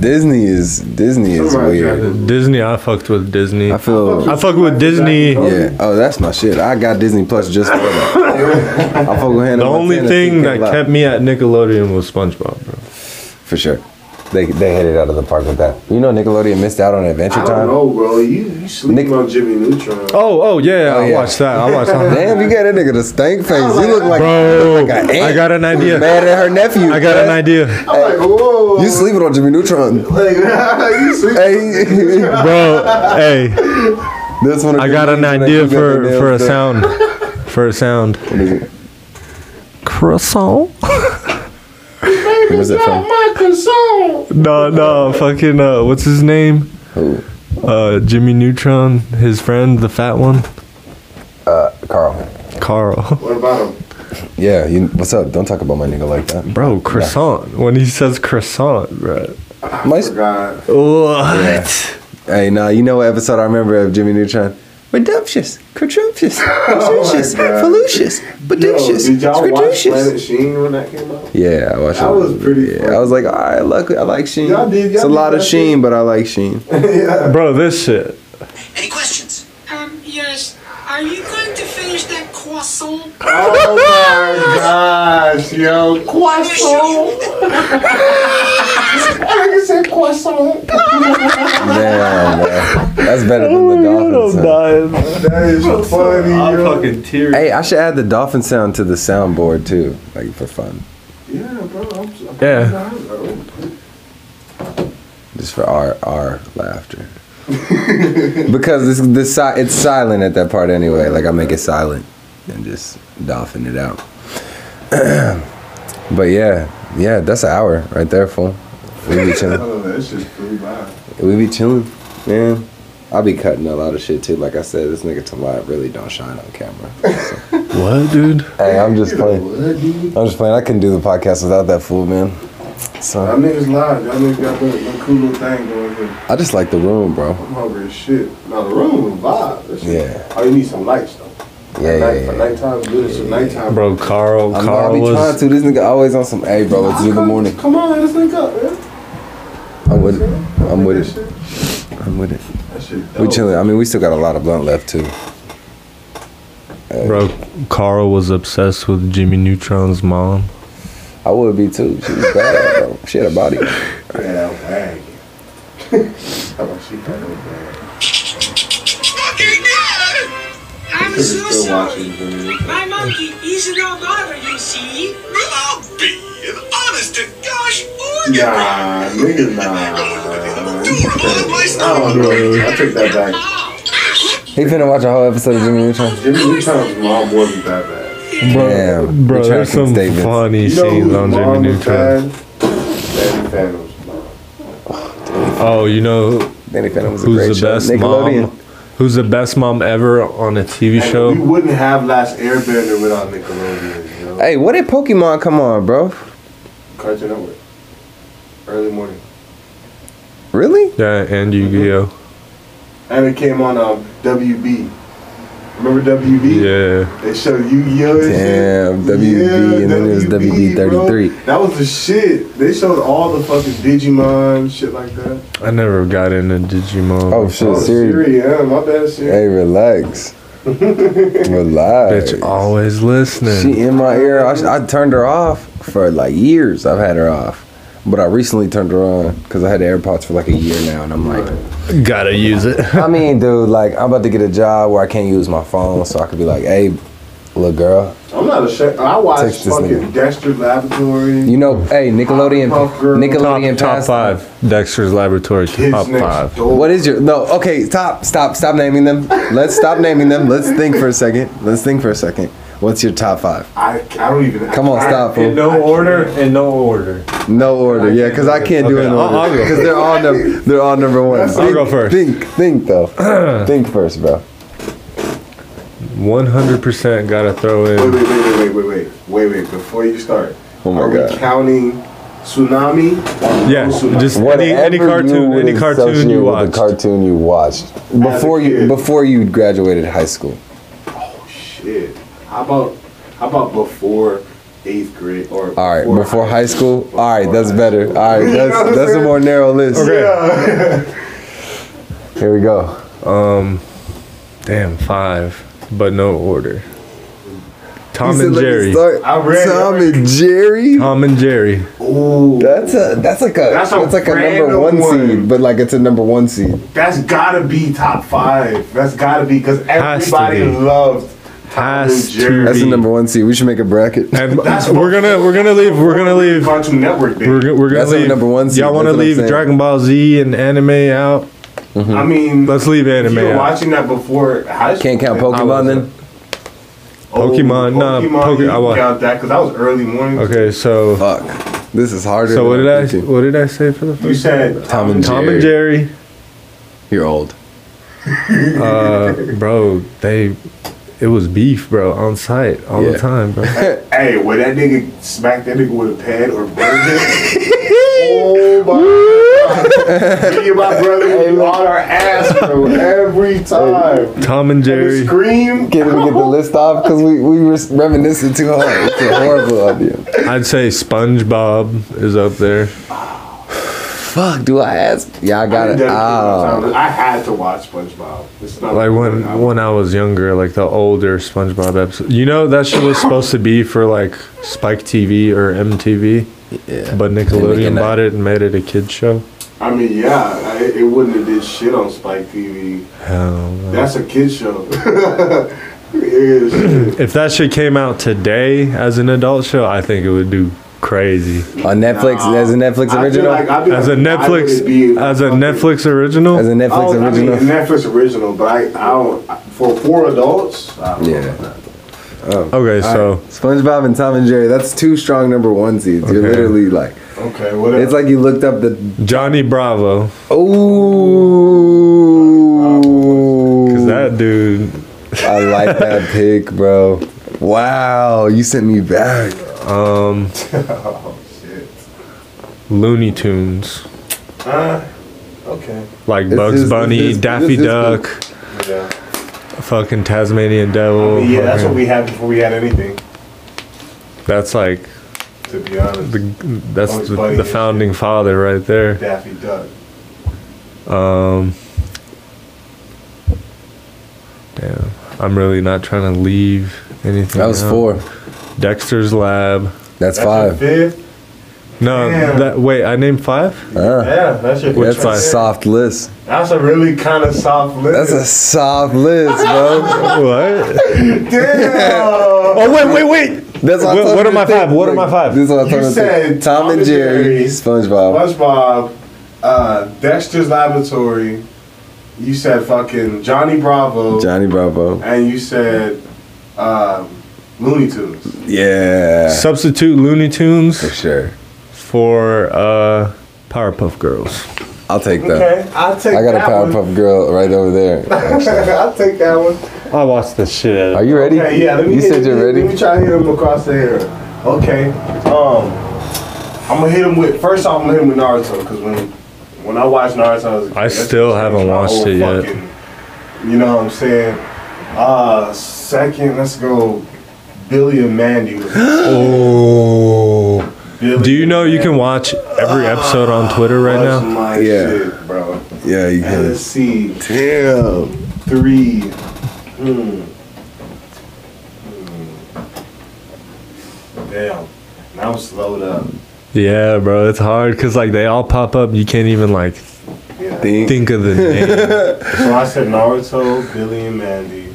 S1: Disney is Disney is
S2: Samurai
S1: weird.
S4: Disney, I fucked with Disney.
S1: I
S4: I
S1: feel.
S4: fucked with Disney.
S1: Yeah. Oh, that's my shit. I got Disney Plus just for that. I fuck with Hannah
S4: The only
S1: Montana,
S4: thing
S1: she
S4: that
S1: can't lie.
S4: kept me at Nickelodeon was SpongeBob, bro.
S1: for sure. They they hit it out of the park with that. You know, Nickelodeon missed out on Adventure
S2: I
S1: Time.
S2: don't know, bro. You you sleeping
S1: Nick-
S2: on Jimmy Neutron?
S4: Oh, oh yeah,
S1: Oh,
S4: I
S1: yeah.
S4: watched that. I watched <laughs> that.
S1: Damn, you got that nigga the stank face. You look like
S4: Bro,
S1: an ant.
S4: I got an
S1: <laughs>
S4: idea.
S1: mad at her nephew.
S4: I got an idea,
S2: I'm like, whoa.
S1: You sleeping on Jimmy Neutron?
S2: Like, <laughs> you <laughs> sleep.
S1: Hey,
S4: bro. Hey,
S1: this one. of
S4: I
S1: the
S4: got
S1: things
S4: an
S1: that
S4: idea
S1: you got
S4: for
S1: the
S4: for a
S1: nails done.
S4: sound, <laughs> for a sound.
S1: What is it?
S4: Croissant?
S1: Where's it from?
S4: No, no, fucking uh, what's his name?
S1: Who?
S4: Uh, Jimmy Neutron, his friend, the fat one,
S1: Carl.
S4: Carl.
S2: What about him?
S1: Yeah. You, what's up? Don't talk about my nigga like that.
S4: <laughs> Bro, croissant. When he says croissant, bro.
S1: My,
S2: Forgot.
S4: What?
S1: hey, nah. You know what episode I remember of Jimmy Neutron? redemptious,
S2: <laughs>
S1: quadruptious, quadruptious,
S2: Oh God.
S1: falucious,
S2: Yo,
S1: beducious,
S2: did y'all watch Planet
S1: screducious.
S2: Sheen when that came out?
S1: Yeah, I watched
S2: That
S1: it.
S2: was pretty
S1: Yeah,
S2: funny.
S1: I was like, all right, look, I like Sheen.
S2: Y'all did-
S1: it's a
S2: y'all
S1: lot of
S2: did that
S1: Sheen,
S2: shit.
S1: but I like
S2: <laughs>
S1: Sheen.
S2: yeah.
S4: <laughs> Bro, this shit.
S7: Any questions?
S8: Um, yes. Are you going to finish that croissant?
S2: Oh my gosh, yo, croissant. <laughs> Nigga said croissant.
S1: Damn, bro. that's better
S2: Oh,
S1: than the dolphin sound.
S4: uh,
S2: That is funny,
S4: I'm
S2: yo.
S4: fucking teary.
S1: Hey, I should add the dolphin sound to the soundboard too, like for fun,
S2: Yeah, bro. I'm, I'm
S4: Yeah.
S2: Bro.
S1: just for our our laughter. <laughs> because this this si- it's silent at that part anyway. Like I make it silent and just dolphin it out. <clears throat> but yeah, yeah, that's an hour right there, fool. We be chilling.
S2: Oh, that shit flew by.
S1: We be chilling, man. I be cutting a lot of shit too. Like I said, this nigga Talib really don't shine on camera.
S4: What, dude?
S1: hey, I'm just
S2: You know
S1: playing.
S2: what, dude?
S1: I'm just playing. I couldn't do the podcast without that fool, man. So
S2: Y'all niggas live. Y'all niggas got that that cool little thing going here.
S1: I just like the room, bro.
S2: I'm hungry as shit. Now the room was vibe. That shit-
S1: Yeah.
S2: Oh, you need some lights though.
S1: Yeah,
S2: Night,
S1: yeah,
S2: For
S1: yeah.
S2: nighttime, good. It's a nighttime.
S4: Bro, Carl.
S1: I'm, I'll
S4: Carl
S1: be trying
S4: was.
S1: to. This nigga always on some. Hey, bro, let's do the
S2: Ah, Come-
S1: Oh, morning.
S2: Come on, let's link up, man.
S1: I'm with it. I'm
S2: That
S1: with it.
S2: shit-
S1: I'm with it.
S2: That shit.
S1: We
S2: dope.
S1: chilling. I mean, we still got a lot of blunt left too.
S4: Bro, Carl was obsessed with Jimmy Neutron's mom.
S1: I would be too. She was bad, bro. She had a body.
S2: Yeah, wagon. <laughs> How about she had no bag?
S8: Fucking no! I'm so
S2: Still watching
S8: sorry.
S2: the
S8: My monkey is no bother, you see.
S7: Well, I'll be an honest to gosh organ.
S2: Nah, nigga, nah. I don't know. I take that back.
S1: <laughs> He finna watch a whole episode of Jimmy Neutron.
S2: Jimmy Neutron's mom wasn't that bad.
S4: Bro,
S1: Damn,
S4: bro,
S1: retracting
S4: there's some
S1: statements.
S4: funny
S2: You know
S4: scenes
S2: whose
S4: on Jimmy
S2: mom was
S4: Neutron.
S2: bad? Danny Phantom's mom.
S4: Oh, you know
S1: Danny Phantom was a great
S4: who's the
S1: show.
S4: best
S1: Nickelodeon.
S4: mom? Who's the best mom ever on a TV
S2: Hey,
S4: show?
S2: We wouldn't have Last Airbender without Nickelodeon. You know?
S1: Hey, what did Pokemon come on, bro?
S2: Cartoon Network. Early morning.
S1: Really?
S4: Yeah, and Yu-Gi-Oh.
S2: And it came on um, WB. Remember WB?
S4: Yeah.
S2: They showed Yu-Gi-Oh! and
S1: Damn,
S2: shit.
S1: WB, and then it was
S2: bro.
S1: WB33.
S2: That was the shit. They showed all the fucking Digimon shit like that.
S4: I never got into Digimon.
S1: Oh shit,
S2: Oh,
S1: Siri.
S2: Siri, yeah, my bad, Siri.
S1: Hey, relax. relax.
S4: Bitch, always listening.
S1: She in my ear. I, I turned her off for like years. I've had her off, but I recently turned her on because I had AirPods for like a year now, and I'm like,
S4: Gotta use it. <laughs>
S1: I mean, dude, like I'm about to get a job where I can't use my phone, so I could be like, hey, little girl,
S2: I'm not ashamed. I watched
S1: Text this
S2: fucking
S1: nigga.
S2: Dexter Laboratory.
S1: you know, hey, Nickelodeon,
S2: Puff girl.
S4: Top,
S1: Nickelodeon
S4: top
S1: passed-
S4: five. Dexter's Laboratory.
S2: Kids
S4: Top
S2: Next
S4: five.
S2: Door.
S1: What is your no? Okay, stop, stop, stop naming them. Let's stop naming them. Let's think for a second. Let's think for a second. What's your top five?
S2: I, I don't even.
S1: Come on,
S2: I-
S1: stop, fool.
S4: no order. In no order.
S1: No order, yeah, because I can't do
S4: Okay,
S1: an
S4: I'll- I'll
S1: order
S4: go.
S1: because they're all num- they're all number one.
S4: I'll
S1: Think-
S4: go first.
S1: Think, think
S4: <clears throat>
S1: though. think first, bro.
S4: One hundred percent. Gotta throw
S2: Wait, wait,
S4: in.
S2: wait, wait, wait, wait, wait, wait. Before you start,
S1: Oh my
S2: are we
S1: god.
S2: counting tsunami?
S4: Yeah, just any,
S1: Whatever
S4: any
S1: you
S4: cartoon,
S1: would
S4: any cartoon
S1: associate
S4: you
S1: with
S4: watch.
S1: The cartoon you watched before you
S2: kid.
S1: before you graduated high school.
S2: Shit. How about how about before eighth grade or
S1: All right, before, high school. All right, that's better. All right,
S2: You know what
S1: that's
S2: I'm
S1: that's a
S2: saying?
S1: more narrow list.
S4: Okay.
S1: Here we go.
S4: Damn, five, but no order.
S1: You
S4: Tom
S1: said
S4: and
S1: let me
S4: Jerry.
S1: start.
S2: I read-
S1: Tom and Jerry.
S4: Tom and Jerry.
S2: Ooh,
S1: That's a that's like a that's,
S2: That's a
S1: like a number
S2: random
S1: one,
S2: one.
S1: seed, but like it's a number one seed.
S2: that's gotta be top five. That's gotta be because
S4: Has to
S2: everybody
S4: be.
S2: loved Tom and
S4: Has to
S2: Jerry.
S1: That's the
S4: be.
S1: number one seed. We should make a bracket.
S4: And
S2: That's
S4: we're gonna we're gonna leave. We're gonna leave.
S2: Cartoon Network.
S4: We're,
S2: Baby.
S4: go- we're gonna
S1: That's our
S4: leave.
S1: number one seed,
S4: Y'all want to
S1: that's what I'm
S4: leave
S1: saying.
S4: Dragon Ball Z and anime out?
S2: I mean,
S4: Let's leave
S2: if
S4: anime
S2: you were
S4: out.
S2: watching that before high school.
S1: Can't count
S4: I
S1: Pokemon
S4: wasn't.
S1: then.
S2: Oh,
S4: Pokemon, nah, Poke-
S2: you
S4: I wa-
S2: count that because that was early morning.
S4: Okay, so
S1: Fuck, this is harder.
S4: so what
S1: than
S4: did I
S1: thinking.
S4: what did I say for the
S2: You
S4: first?
S2: said
S1: Tom and
S4: Tom and Jerry,
S1: You're old.
S4: uh, bro, they it was beef, bro, on site all
S1: Yeah.
S4: the time,
S1: <laughs>
S4: bro.
S2: Hey,
S4: <laughs>
S2: when that nigga smacked that nigga with a pad or burger. oh my Me and my brother would be on our ass, bro, every time.
S4: Tom and
S2: The
S4: Jerry.
S2: scream.
S1: Can't even get the list off because we, we were reminiscing too hard. It's a horrible idea.
S4: I'd say SpongeBob is up there.
S1: Fuck, do I ask? Yeah, I got it.
S2: Dedicated
S1: Oh.
S2: my time. I had to watch SpongeBob. It's not
S4: Like when when I was younger, like the older SpongeBob episode. You know that shit was supposed to be for like Spike TV or MTV,
S1: Yeah.
S4: but
S1: making
S4: Nickelodeon
S1: that-
S4: bought it and made it a kid show.
S2: I mean, yeah, I, it wouldn't have did shit on Spike TV.
S4: Hell
S1: Oh.
S4: no.
S2: That's a kid show. <laughs> It is.
S4: If that shit came out today as an adult show, I think it would do crazy.
S1: On Netflix, as a Netflix
S2: I feel
S1: original?
S2: like I'd be
S4: As a
S2: like, I wouldn't be-
S4: Netflix, as a
S2: fucking-
S4: Netflix
S1: as a
S4: original,
S2: I
S1: Netflix
S2: don't- I mean,
S1: original?
S2: Netflix original, but I, I don't. For four adults, I don't know
S1: Yeah.
S2: about that.
S4: okay, so
S1: SpongeBob and Tom and Jerry, that's two strong number one seeds. You're
S4: Okay.
S1: literally like,
S2: Okay, whatever.
S1: it's like you looked up the.
S4: Johnny Bravo,
S1: Ooh.
S4: 'cause that dude,
S1: I like
S4: <laughs>
S1: that pick, bro. Wow, you sent me back.
S4: um, Looney Tunes,
S2: Uh, okay.
S4: like
S1: This
S4: Bugs
S1: is-
S4: Bunny,
S1: this is-
S4: Daffy
S1: this is-
S4: Duck,
S2: Yeah.
S4: fucking Tasmanian
S1: Oh,
S4: Devil.
S2: yeah, that's what
S4: fucking-
S2: we had before we had anything.
S4: That's like
S2: To be honest,
S4: the that's
S2: Bugs
S4: the,
S2: Bunny
S4: the
S2: and shit.
S4: founding father right there.
S2: Daffy Duck.
S4: Um, damn, I'm really not trying to leave anything.
S1: That was
S4: out.
S1: four.
S4: Dexter's Lab.
S1: That's
S2: That's your
S1: five.
S2: fifth.
S4: No,
S2: Damn.
S4: that wait, I named five.
S1: Uh,
S2: Yeah, that's your
S1: that's
S2: fifth.
S1: a soft list.
S2: That's a really kind of soft list.
S1: That's a soft list, bro.
S4: <laughs> what?
S2: Damn.
S4: Oh wait, wait, wait.
S1: That's
S4: What-
S1: told
S4: what
S1: her
S4: are my
S1: to think.
S4: five? What are
S1: Look,
S4: my five?
S1: This is what I
S2: You
S1: told her to
S2: said
S1: think. Tom and Jerry, SpongeBob.
S2: SpongeBob, uh, Dexter's Laboratory. You said fucking Johnny Bravo,
S1: Johnny Bravo.
S2: and you said um, Looney Tunes.
S1: Yeah.
S4: Substitute Looney
S1: For
S4: Tunes
S1: sure.
S4: for uh, Powerpuff Girls.
S1: I'll take that.
S2: Okay, I'll take
S1: I got a
S2: that one.
S1: Powerpuff Girl right over there.
S2: <laughs> I'll take that one.
S4: I watched this shit.
S1: Are you ready?
S2: Okay, yeah. Let me
S1: you
S2: hit,
S1: said you're
S2: let,
S1: ready?
S2: Let me try to hit him across the hair. Okay. Um, I'm gonna hit him with first. off, I'm gonna hit him with Naruto because when when I watched Naruto, I, was a kid,
S4: I
S2: that's
S4: still
S2: changed
S4: haven't
S2: my
S4: watched
S2: whole
S4: it yet.
S2: fucking- You know what I'm saying? Uh, second, let's go. Billy and Mandy. was-
S4: Oh.
S2: Billy
S4: <gasps> Do you
S2: and
S4: know you
S2: Mandy
S4: can watch every episode on Twitter right
S2: was
S4: now?
S2: My
S1: Yeah.
S2: shit, bro.
S1: Yeah, you
S2: And
S1: can.
S2: let's see.
S1: Damn.
S2: Three. Hmm. Hmm. Damn. Now I'm slowed up.
S4: Yeah, bro, it's hard because like they all pop up. You can't even like
S2: Yeah.
S1: Think.
S4: think of the name.
S2: So I said Naruto, Billy and Mandy,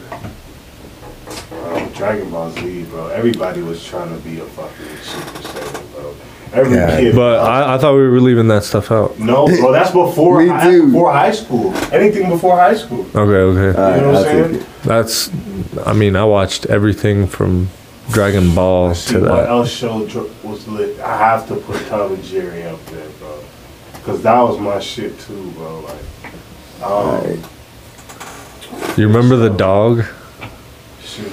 S2: um, Dragon Ball Z, bro. Everybody was trying to be a fucking Super Saiyan, bro. Every
S1: Yeah.
S2: kid. uh,
S4: but I, I thought we were leaving that stuff out.
S2: no, bro. That's before
S1: Me
S2: high,
S1: too.
S2: before high school. Anything before high school.
S4: Okay, okay.
S2: You know
S1: Alright,
S2: what
S1: I'll take
S2: I'm saying?
S4: That's, I mean, I watched everything from Dragon Ball
S2: See
S4: to
S2: what
S4: that.
S2: else show dr- was lit. I have to put Tom and Jerry up there, bro. Cause that was my shit too, bro. Like, um,
S4: You remember the dog?
S2: shoot,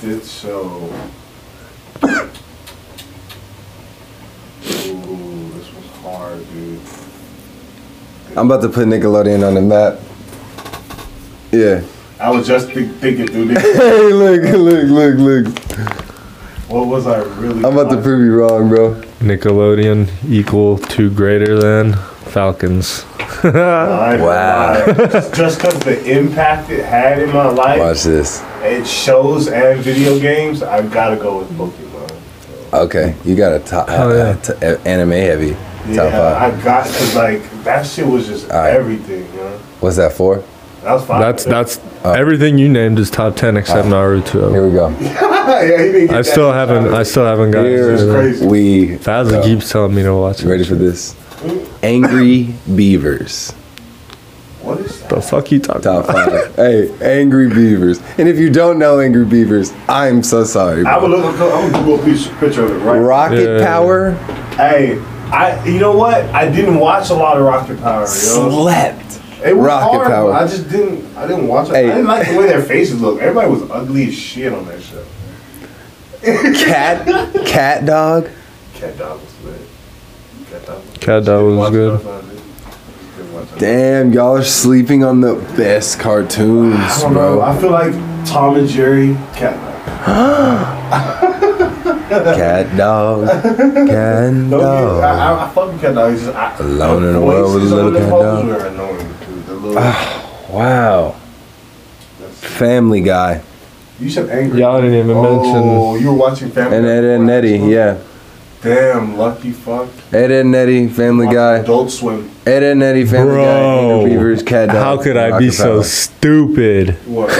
S2: this show. Ooh, this was hard, dude.
S1: I'm about to put Nickelodeon on the map. Yeah.
S2: I was just thi- thinking through this.
S1: Hey, look, <laughs> look, look, look.
S2: What was I really?
S1: I'm about to prove you wrong, bro.
S4: Nickelodeon equal to greater than Falcons.
S2: Wow. Just because the impact it had in my life,
S1: Watch this.
S2: it shows and video games. I've got to go with Pokemon.
S1: Okay, you got a top
S4: Oh, yeah.
S1: uh, t- uh, anime heavy top
S2: Yeah,
S1: five.
S2: I got to like that shit was just
S1: right.
S2: everything, you know.
S1: What's that for?
S2: That was five.
S4: That's that's everything you named is top ten except Naruto.
S1: Here we go.
S2: <laughs> yeah, he didn't get
S4: I
S2: that
S4: still
S2: shit
S4: haven't.
S2: out.
S4: I still haven't gotten.
S2: It's
S4: to that.
S2: crazy.
S1: We
S4: Thousand
S1: go.
S4: keeps telling me to watch.
S1: You ready for this? Angry Beavers.
S2: What is that?
S4: The fuck you talking
S1: Top
S4: about?
S1: five.
S2: <laughs>
S1: hey, Angry Beavers. And if you don't know Angry Beavers, I'm so sorry.
S2: I
S1: Bro.
S2: would look. I'm gonna Google a piece- picture of it right.
S1: Rocket
S4: Yeah.
S1: Power
S2: Hey, I. You know what? I didn't watch a lot of Rocket Power. Yo.
S1: slept.
S2: It was
S1: Rocket
S2: hard,
S1: Power.
S2: but I just didn't. I didn't watch it.
S1: Hey.
S2: I didn't like the way their faces looked. Everybody was ugly as shit on that show.
S1: Cat, cat dog.
S2: Cat dog was lit. Cat dog. Was
S4: Cat Dog was good.
S2: good. one time.
S1: Damn, y'all are sleeping on the best
S2: I
S1: cartoons,
S2: don't know.
S1: bro.
S2: I feel like Tom and Jerry, Cat.
S1: Cat dog,
S2: <laughs>
S1: cat
S2: No, I,
S1: dog.
S2: I, I fuck with Cat Dog. It's just, I,
S1: Alone
S2: the
S1: in the world with
S2: voices
S1: a
S2: on
S1: little Ah.
S2: the
S1: cat
S2: vocals
S1: dog.
S2: were annoying, dude. The little,
S1: Wow, Family Guy
S2: you said angry.
S4: Y'all didn't even mention.
S2: Oh, you were watching Family
S1: and
S2: Guy
S1: Ed, Ed and
S2: before
S1: Eddie.
S2: that?
S1: Yeah,
S2: Damn, lucky fuck.
S1: Ed, Ed and Eddie, Family
S2: Watching
S1: Guy.
S2: Adult Swim.
S1: Ed, Ed and Eddie, Family Guy.
S4: Bro,
S1: Angry Beavers, cat dog.
S4: how could I be so
S1: Rockefeller.
S4: stupid?
S1: <laughs>
S2: What?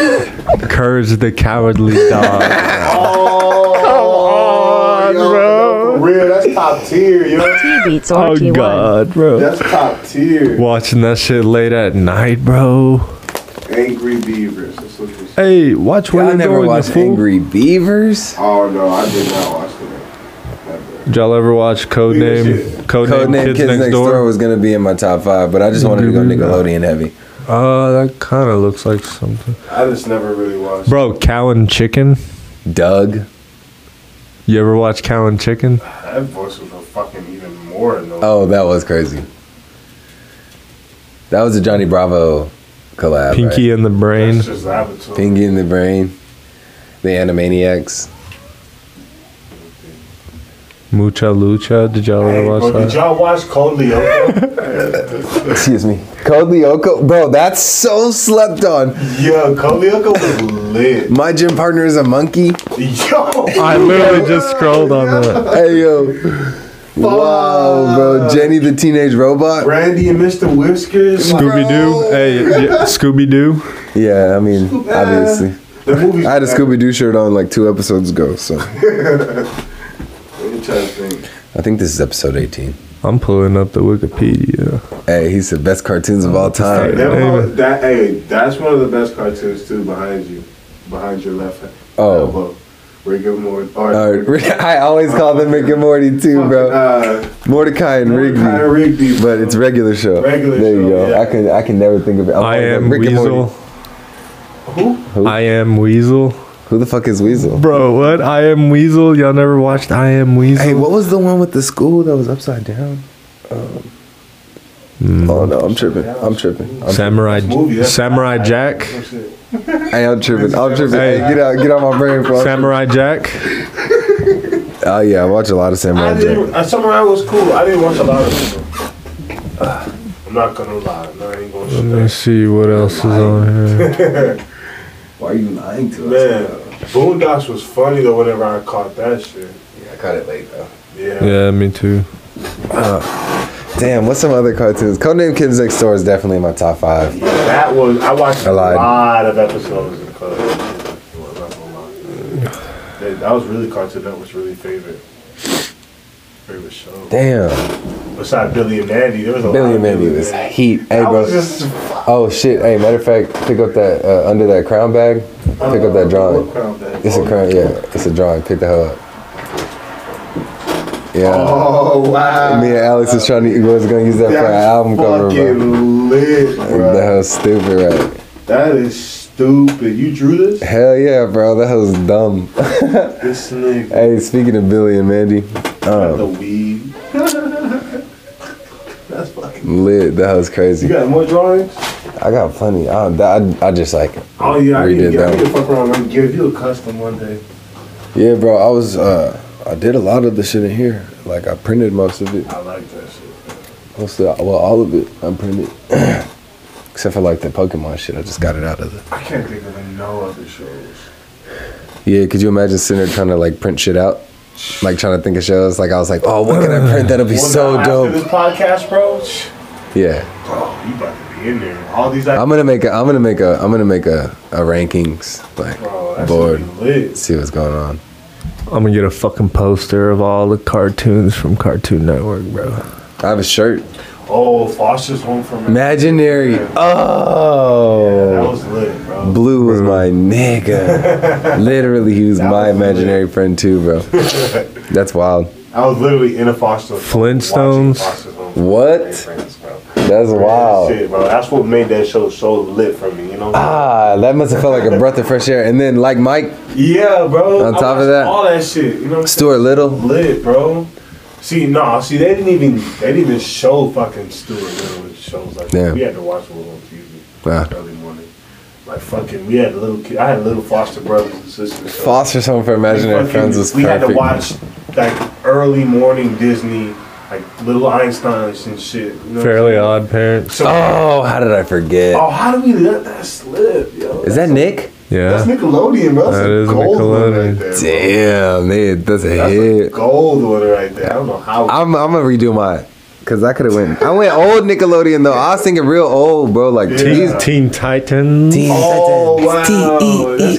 S4: Courage the cowardly dog.
S2: oh, yo, yo, for real, that's top tier, yo.
S6: Beats
S4: oh
S6: RT1.
S4: God, bro.
S2: That's top tier.
S4: Watching that shit late at night, bro.
S2: Angry Beavers. That's what you said.
S4: Hey, watch where
S1: Y'all
S4: you're
S1: never
S4: going. the
S1: watched
S4: fool.
S1: Angry Beavers?
S2: Oh no, I did not watch that. Never.
S4: Did y'all ever watch Codename?
S2: Leadership.
S4: Codename,
S1: Codename Kids, Next Door. was gonna be in my top five, but I just wanted to go Nickelodeon heavy.
S4: Uh, that kind of looks like something.
S2: I just never really watched.
S4: Bro, Cow and Chicken.
S1: Doug.
S4: You ever watch Cow and Chicken?
S2: That voice was a fucking even more annoying.
S1: Oh, that was crazy. That was a Johnny Bravo collab.
S4: Pinky and the Brain.
S2: That's just Avatar.
S1: Right? Pinky in the Brain. The Animaniacs.
S4: Mucha Lucha. Did y'all
S2: Hey,
S4: ever watch
S2: bro, did
S4: that?
S2: y'all watch Code Lyoko?
S1: Excuse me. Code Lyoko. Bro, that's so slept on.
S2: Yo, Code Lyoko was lit.
S1: My gym partner is a monkey.
S2: Yo,
S4: I literally just scrolled on that.
S1: Hey, yo. Wow, bro. Jenny the Teenage Robot.
S2: Brandy and Mr. Whiskers. like,
S4: Scooby Doo. Hey, Scooby Doo.
S1: Yeah, I mean, obviously.
S2: the movie.
S1: I had a Scooby Doo shirt on like two episodes ago, so.
S2: Let me try to think.
S1: I think this is episode 18.
S4: I'm pulling up the Wikipedia.
S1: Hey, he's the best cartoons of all time.
S2: That,
S4: Hey,
S2: one- that, hey, that's one of the best cartoons too. Behind you, behind your left hand.
S1: Oh.
S2: elbow. Rick and Morty. Or,
S1: Uh, <laughs> I always call them Rick and Morty too, bro.
S2: Uh,
S1: Mordecai and Rigby.
S2: Mordecai and Rigby,
S1: But it's regular show.
S2: Regular
S1: there you
S2: show,
S1: go.
S2: yeah.
S1: I can I can never think of it. I'm
S4: I
S1: always like,
S4: am
S1: Oh, Rick and Morty.
S4: Weasel.
S2: Who?
S4: I am Weasel.
S1: Who the fuck is Weasel?
S4: Bro, what? I am Weasel. Y'all never watched I am Weasel?
S1: Hey, what was the one with the school that was upside down?
S4: Hmm.
S1: Um, Oh no, I'm tripping. I'm tripping. I'm,
S4: Samurai
S2: Movie, that's-
S4: Samurai Jack.
S2: That's it.
S1: hey, I'm tripping. I'm tripping.
S4: Hey.
S1: Hey, get out, get out my brain, bro.
S4: Samurai Jack.
S1: Oh yeah, I watch a lot of
S2: I
S1: Samurai Jack.
S2: didn't. Uh, Samurai was cool. I didn't watch a lot of them. Uh, I'm not gonna lie. No, I ain't gonna
S4: Let me
S2: shit.
S4: see what else is on <laughs> here.
S5: Why are you lying to
S2: Man, Boondocks was funny though. Whenever I caught that shit.
S5: Yeah, I caught it late though.
S2: Yeah.
S4: Yeah, me too.
S1: Damn, what's some other cartoons? Codename Kids Next Door is definitely in my top five.
S2: That was. I watched
S1: I
S2: a
S1: lied.
S2: lot of episodes in college. I'm not gonna lie. That, that was really cartoon. That was really favorite. Favorite show.
S1: Damn,
S2: Besides Billy and Mandy, there was a lot
S1: Billy
S2: of
S1: and Mandy was
S2: Mandy.
S1: heat. Hey,
S2: That
S1: bro.
S2: was just
S1: Oh shit! Hey, matter of fact, pick up that uh, under that crown bag. Pick up that drawing. It's a crown. Yeah, it's a drawing. Pick the hell up. Yeah.
S2: Oh wow.
S1: Me and Alex is trying to was gonna use that for an
S2: That's
S1: album cover,
S2: fucking
S1: bro.
S2: lit, bro.
S1: That was stupid, right?
S2: that is stupid. You
S1: <laughs>
S2: drew this?
S1: Hell yeah, bro. That was dumb.
S2: This nigga
S1: hey, speaking of Billy and Mandy,
S2: got the
S1: um,
S2: weed. <laughs> That's fucking.
S1: lit. That was
S2: You
S1: crazy.
S2: got more drawings?
S1: I got plenty. I, I, I just like.
S2: Oh yeah, I
S1: We
S2: need, to
S1: did
S2: get- I
S1: that
S2: need to fuck around and give you a custom one day.
S1: Yeah, bro. I was. uh I did a lot of the shit in here. Like I printed most of it.
S2: I like that shit.
S1: Most of, well, all of it. I printed. <clears throat> Except for like the Pokemon shit, I just got it out of the.
S2: I can't think of no other shows.
S1: Yeah, could you imagine sitting there trying to like print shit out? Like trying to think of shows. Like I was like, oh, what can I print that'll be
S2: Well,
S1: so
S2: now, after This
S1: dope?
S2: podcast, bro. shh,
S1: Yeah,
S2: Bro, you about to be in there. All these.
S1: I'm gonna make a, I'm gonna make a, I'm gonna make a, a rankings like
S2: Bro, that's
S1: board.
S2: lit.
S1: See what's going on.
S4: I'm gonna get a fucking poster of all the cartoons from Cartoon Network, bro.
S1: I have a shirt.
S2: Oh, Foster's Home for Man.
S1: Imaginary.
S2: That
S1: Oh,
S2: was lit, bro.
S1: Blue was my <laughs> nigga. Literally, he was
S2: That
S1: my
S2: was lit.
S1: imaginary friend too, <laughs> bro. That's wild.
S2: I was literally in a foster
S4: Flintstones?
S1: What? That's
S2: Wow.
S1: wild.
S2: Shit, bro. That's what made that show so lit for me, you know?
S1: Ah, that must have felt
S2: <laughs>
S1: like a breath of fresh air. And then, like Mike,
S2: yeah, bro.
S1: On
S2: I
S1: top of
S2: watched
S1: that,
S2: All that shit, you know what I'm
S1: Stuart Little,
S2: saying? Lit, bro. See, no, see, they didn't even they didn't even show fucking Stuart Little with shows like
S1: Yeah.
S2: that. We had to watch what was on TV
S1: Yeah.
S2: early morning. Like fucking, we had little kid. I had little foster brothers and sisters. so-
S1: Foster's Home for Imaginary
S2: Fucking-
S1: Friends was
S2: we
S1: perfect.
S2: had to watch like early morning Disney, like Little Einsteins and shit. You know what I'm
S4: Fairly
S2: saying?
S4: Odd Parents.
S2: So, oh.
S1: Oh, how did I forget?
S2: how do we let that slip, yo?
S1: Is that Nick?
S2: Oh, That's
S4: Yeah.
S2: Nickelodeon, bro. That's
S4: That
S2: a
S4: is
S2: gold one
S4: Nickelodeon.
S2: right there. bro.
S1: Damn, man, that's a
S2: That's a
S1: hit.
S2: gold order right there. I don't know how.
S1: I'm I'm gonna redo mine. Cause I could have went. I went old Nickelodeon though. I was thinking real old, bro. Like
S2: Yeah.
S1: these
S4: Teen, Teen Titans.
S1: teens.
S2: oh
S1: that's a-
S2: wow, that's crazy.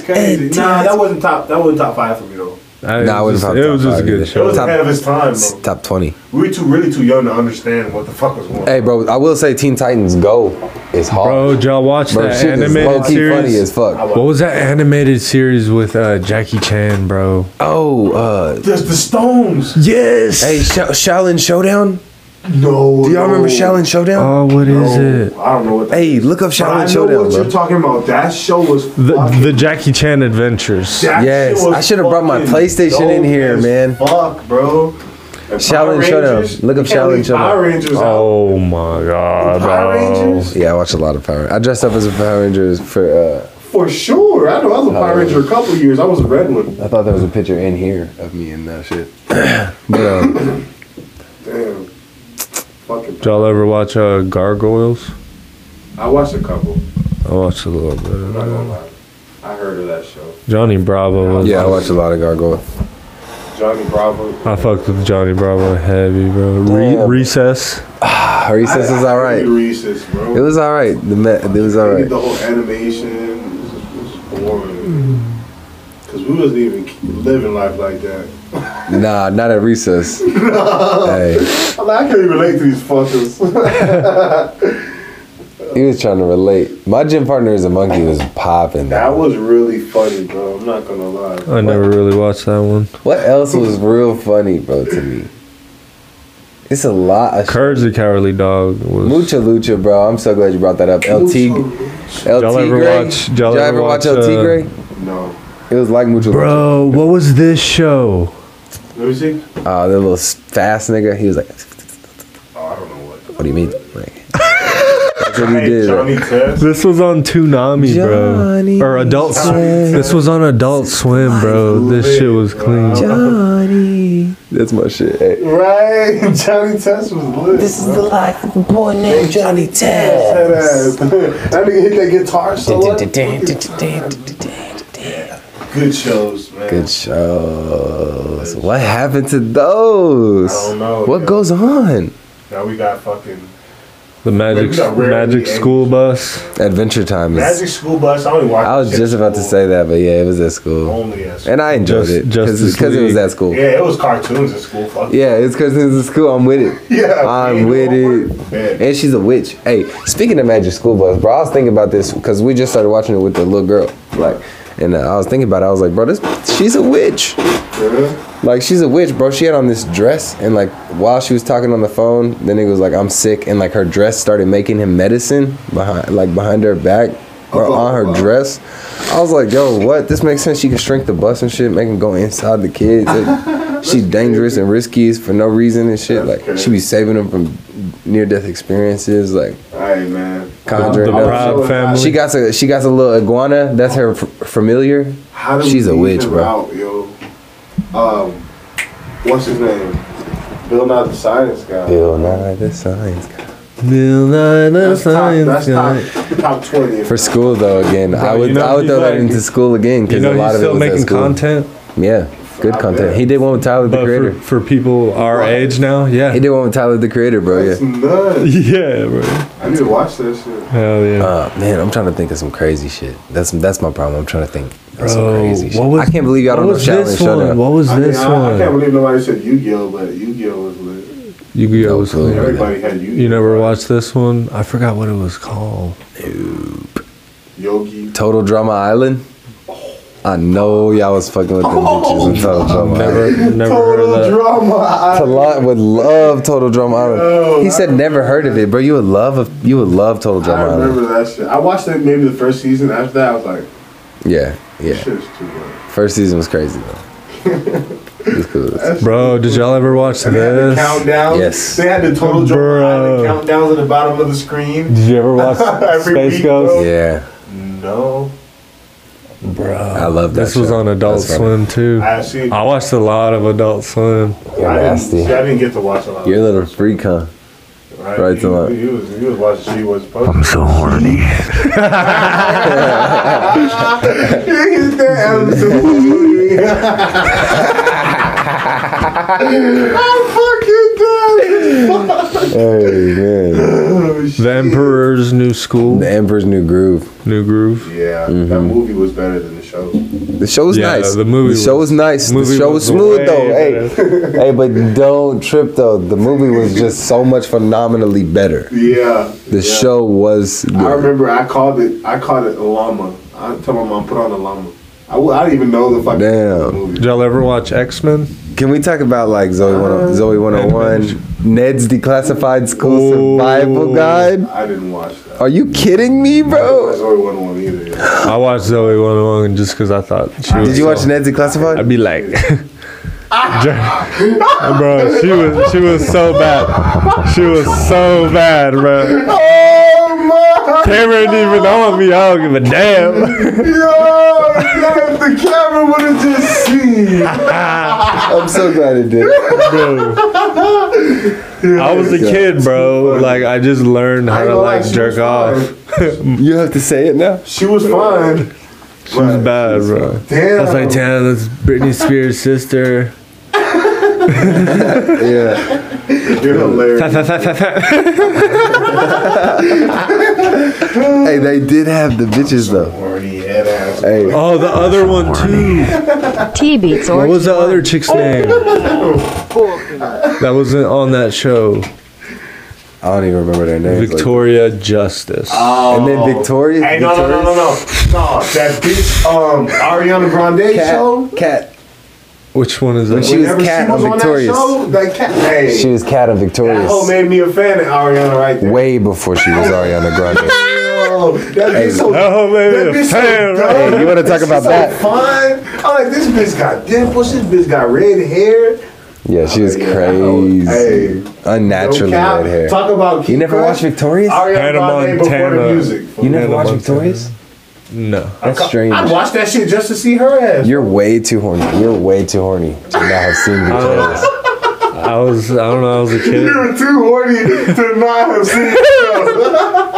S1: T-E-E-N-T.
S2: Nah, that wasn't top. That wasn't top five for me though.
S4: I,
S1: Nah, I
S4: was
S1: wasn't
S4: just,
S1: top
S4: it was
S1: five
S4: just a
S1: either.
S4: good
S2: It was
S4: show.
S1: Top-
S2: ahead of its time,
S1: It's
S2: bro.
S1: top twenty.
S2: We were too really too young to understand what the fuck was going. on.
S1: Hey, bro. I will say Teen Titans Go is
S4: Bro,
S1: hard.
S4: did y'all watch
S1: Bro,
S4: that
S1: shit is low
S4: animated
S1: key funny as
S4: series?
S1: fuck.
S4: What was that animated series with uh, Jackie Chan, bro?
S1: Oh, uh,
S2: There's the Stones.
S4: Yes.
S1: hey, Sha Shaolin Showdown.
S2: No.
S1: Do y'all remember
S2: Shell
S1: Shaolin Showdown?
S4: Oh, what
S2: No,
S4: is it?
S2: I don't know what. That
S1: Hey, look up
S2: But I
S1: Shaolin
S2: know
S1: Showdown,
S2: what
S1: bro.
S2: you're talking about. That show was
S4: The,
S2: fucking.
S4: the Jackie Chan Adventures.
S2: that
S1: Yes,
S2: shit was
S1: I should've brought my
S2: fucking
S1: PlayStation in
S2: dope
S1: here,
S2: as
S1: man.
S2: Fuck, bro. And
S1: Shaolin
S2: Power
S1: Showdown.
S2: Rangers,
S1: Look up
S2: you can't
S1: Shaolin
S2: leave
S1: Showdown.
S2: Power Rangers. out.
S4: Oh my god,
S2: Power
S4: bro.
S2: Rangers
S1: Yeah, I watch a lot of Power. I dressed up as a Power Rangers for. uh
S2: for sure. I know I was a Power Ranger a couple years. I was a red one.
S1: I thought there was a picture in here of me in that shit. but um,
S2: Damn. Fucking.
S4: Did y'all ever watch uh, Gargoyles?
S2: I watched a couple.
S4: I watched a little
S2: I'm
S4: bit.
S2: not gonna lie.
S1: Mm-hmm.
S2: I heard of that show.
S4: Johnny Bravo was.
S1: <coughs> yeah, I watch a lot of Gargoyle.
S2: Johnny Bravo.
S4: I fucked with Johnny Bravo heavy, bro. Re-
S1: Damn.
S4: recess.
S1: Recess
S2: I-
S1: is
S2: I
S1: all right.
S2: hated Recess, bro.
S1: It was all right. The me- it was all
S2: I hated
S1: right.
S2: The whole animation it was, it was boring.
S1: Mm-hmm.
S2: Cause we wasn't even ke- living life like that.
S1: Nah, not at recess. Hey,
S2: I'm like, I can't even relate to these fuckers. <laughs>
S1: he was trying to relate. My gym partner is a monkey. Was popping.
S2: that was really funny, bro. I'm not gonna lie.
S4: I never really watched that one.
S1: What else was real funny, bro? To me, it's a lot of. Shit.
S4: Courage the Cowardly Dog was.
S1: Mucha Lucha, bro. I'm so glad you brought that up. LT, LT
S4: Y'all ever
S1: Gray.
S4: watch-
S1: Y'all ever watch, LT
S4: uh,
S1: Gray?
S2: No.
S1: It was like Mucha Lucha.
S4: Bro, what was this show?
S2: Let me see.
S1: Uh, the little s- fast nigga. He was like,
S2: Oh, I don't know what.
S1: "What do you mean?"
S2: <laughs>
S1: Like, that's what he
S2: Hey,
S1: did. <laughs>
S2: Johnny Test.
S4: This was on Toonami,
S1: Johnny
S4: bro. Or Adult
S2: Test.
S4: Swim. This was on Adult Swim, bro. This shit was clean.
S1: Johnny. <laughs> That's my shit. Hey.
S2: Right, <laughs> Johnny Test was lit. This is the life of a boy named Johnny Test. That ass. <laughs> That nigga hit that guitar solo. Good shows, man.
S1: Good shows. What happened to
S2: I
S1: those?
S2: don't know,
S1: What
S2: yo.
S1: goes on?
S2: Now we got fucking
S4: The Magic
S2: We got Rare in
S4: Magic
S2: the
S4: School Bus.
S1: Adventure Time
S2: Magic
S1: is.
S2: School Bus. I only watched.
S1: I was
S2: shit
S1: just
S2: at
S1: about to
S2: school.
S1: say that, but yeah, it was at school,
S2: Only at school.
S1: and I enjoyed
S4: Just-
S1: it
S4: Justice
S1: because it was
S4: League.
S1: at school.
S2: yeah, it was cartoons at school. Fuck
S1: Yeah, it's because it was at school. I'm <laughs> with it.
S2: Yeah,
S1: I'm with it.
S2: Yeah.
S1: And she's a witch. Hey, speaking of Magic School Bus, bro, I was thinking about this because we just started watching it with the little girl. Like, and uh, I was thinking about it. I was like, bro, this she's a witch. Like, she's a witch, bro. She had on this dress, and like while she was talking on the phone, then it was like, I'm sick, and like her dress started making him medicine behind, like behind her back or
S2: Oh,
S1: on her
S2: wow.
S1: dress. I was like, yo, what? This makes sense. She can shrink the bus and shit, make him go inside the kids.
S2: <laughs>
S1: Like, she dangerous and risky for no reason and shit. Like, she be saving them from near death experiences, like
S2: All right, man.
S1: conjuring.
S4: The
S1: up.
S4: Proud
S2: She
S4: Family.
S1: She got a she got a little iguana. That's her f- familiar.
S2: How do
S1: She's
S2: we
S1: a
S2: leave
S1: witch,
S2: him
S1: bro.
S2: Out, yo. Um, what's his name? Bill Nye the Science Guy.
S1: Bill Nye the Science Guy.
S2: That's top. That's top, top twenty.
S1: For school though, again, I
S4: you
S1: would
S4: know
S1: I would
S4: he's
S1: throw that
S4: like-
S1: into school again
S4: You
S1: because
S4: know,
S1: a lot
S4: he's
S1: of it
S4: still
S1: was at
S4: making
S1: school.
S4: content, Oh,
S1: Yeah, good
S2: I
S1: content.
S2: bet.
S1: He did one with Tyler the
S4: but for,
S1: Creator.
S4: for people our age now,
S1: he
S4: yeah. <laughs>
S1: did one with Tyler the Creator, bro. Yeah.
S2: That's nuts.
S4: Yeah, bro.
S2: I need to watch that shit.
S4: Hell yeah.
S1: Uh, man, I'm trying to think of some crazy shit. That's that's my problem. I'm trying to think of some
S4: Bro,
S1: crazy shit.
S4: what was-
S1: I can't believe y'all
S4: What
S1: don't know
S4: was
S1: Shaolin
S4: this one?
S1: Showdown.
S4: What was
S2: I,
S4: this uh,
S2: can't- I, I can't
S4: one?
S2: believe nobody said Yu-Gi-Oh, but Yu-Gi-Oh was lit.
S4: Yu-Gi-Oh! was
S1: No clue.
S4: hilarious.
S2: Everybody had Yu-Gi-Oh.
S4: You never watched this one? I forgot what it was called.
S2: Yogi.
S1: Total Drama Island. I know y'all was fucking with them bitches in Total Drama
S4: Oh. Never,
S1: Island.
S4: never heard of that.
S2: drama.
S1: Talon would love Total Drama Island.
S2: Yo,
S1: he said
S2: I-
S1: never heard of it, bro. You would love a, you would love Total
S2: I
S1: Drama Island.
S2: remember that shit. I watched it maybe the first season. After that, I was like,
S1: Yeah, yeah.
S2: shit is too much. <laughs>
S1: First season was crazy though. It's cool.
S4: Bro, did y'all ever watch
S2: They had the
S4: this?
S2: countdowns.
S1: Yes.
S2: They had the total drama
S4: Bro.
S2: island countdowns at the bottom of the screen.
S4: Did you ever watch
S2: <laughs> Every
S4: Space
S2: week,
S4: Ghost?
S2: bro.
S1: Yeah,
S2: No,
S1: I love that.
S4: Uh, This was
S1: show.
S4: on Adult
S1: That's funny.
S4: Swim too.
S2: I see.
S4: I watched a lot of Adult Swim.
S1: You're
S2: I didn't,
S1: nasty.
S2: see, I didn't get to watch a lot. of
S1: You're a little freak, huh?
S2: it, right?
S1: right to left.
S2: he, he was he was watching. She was I'm so <laughs> horny. He's there, Adam, so horny. I'm fucking dead.
S1: Hey man,
S2: Oh, shit.
S4: The Emperor's New School,
S1: The Emperor's New Groove.
S4: New Groove.
S2: Yeah, that
S1: Mm-hmm.
S2: movie was better than the show.
S1: The show was
S4: Yeah,
S1: nice.
S4: the movie
S1: The show was
S4: was-
S1: nice. The
S4: movie
S1: show was,
S4: was
S1: smooth
S4: way
S1: though. Hey,
S2: <laughs>
S1: hey, but don't trip though. The movie was just so much phenomenally better.
S2: Yeah.
S1: The
S2: yeah.
S1: show was.
S2: I
S1: Good.
S2: remember I called it. I called it a llama. I told my mom put on a llama. I, w- I didn't even know the fucking
S1: Damn.
S4: Did
S2: movie.
S4: y'all ever watch X Men?
S1: Can we talk about like Zoe one oh, Zoe one hundred one? Ned's Declassified School
S4: Uh, Ooh.
S1: Survival Guide.
S2: I didn't watch that.
S1: Are you kidding me,
S2: Oh.
S1: bro?
S2: Zoe wasn't one either. yeah.
S4: I watched Zoe 101 just because I thought she was.
S1: Did you
S4: so-
S1: watch Ned's Declassified?
S4: I'd be like, <laughs> bro, she was she was so bad. She was so bad, bro.
S2: Oh my!
S4: Camera didn't even on me. I don't give a damn.
S2: Yo, yo, if the camera would have just seen.
S1: I'm so glad it did.
S4: I was a kid, bro. Like I just learned how
S2: ain't
S4: to
S2: gonna lie,
S4: like
S2: she
S4: jerk
S2: was
S4: off.
S2: fine.
S1: You have to say it now.
S2: She was fine.
S4: She was bad, bro.
S2: Damn.
S4: I was like, damn, that's Britney Spears' sister.
S1: Yeah.
S2: You're hilarious.
S1: hey, they did have the bitches though.
S2: Horny head ass.
S1: Hey,
S4: Oh, the other one too.
S9: T beats
S4: What
S9: or
S4: was the other chick's name? That wasn't on that show.
S1: I don't even remember their names. like-
S4: Victoria Justice.
S1: and
S2: Oh.
S1: then Victoria.
S2: Hey, no, no, no, no, no. No, that bitch, um, Ariana Grande show.
S1: Cat, cat.
S4: Which one is
S1: She
S4: that?
S1: was Cat on Victorious.
S2: that show, that cat, hey,
S1: She was Cat of
S2: that hoe
S1: Victorious
S2: made me a fan of Ariana right there.
S1: way before she was Ariana Grande.
S2: Yo, that bitch so,
S4: Oh,
S2: that
S4: man.
S2: bitch so
S4: Fan,
S2: dumb.
S4: right?
S1: Hey, you wanna talk
S2: She's
S1: about
S2: so
S1: that?
S2: Fun. I'm like, this bitch got dimples. This bitch got red hair.
S1: Yeah, she was
S2: Yeah, that hoe- Hey,
S1: crazy,
S2: no
S1: unnaturally
S2: cap.
S1: red hair.
S2: Talk about
S1: You never
S2: Kika,
S1: watched Victorious?
S2: Ariana
S4: Hannah
S2: Grande before the
S4: Montana.
S2: music.
S1: You never
S4: Hannah
S1: watched
S4: Montana.
S1: Victorious?
S4: No.
S1: That's
S2: I
S1: strange.
S2: watched that shit just to see her ass.
S1: You're way too horny. You're way too horny to not have seen Victorious.
S4: I was, I don't know, I was a kid.
S2: You were too horny to not have seen it.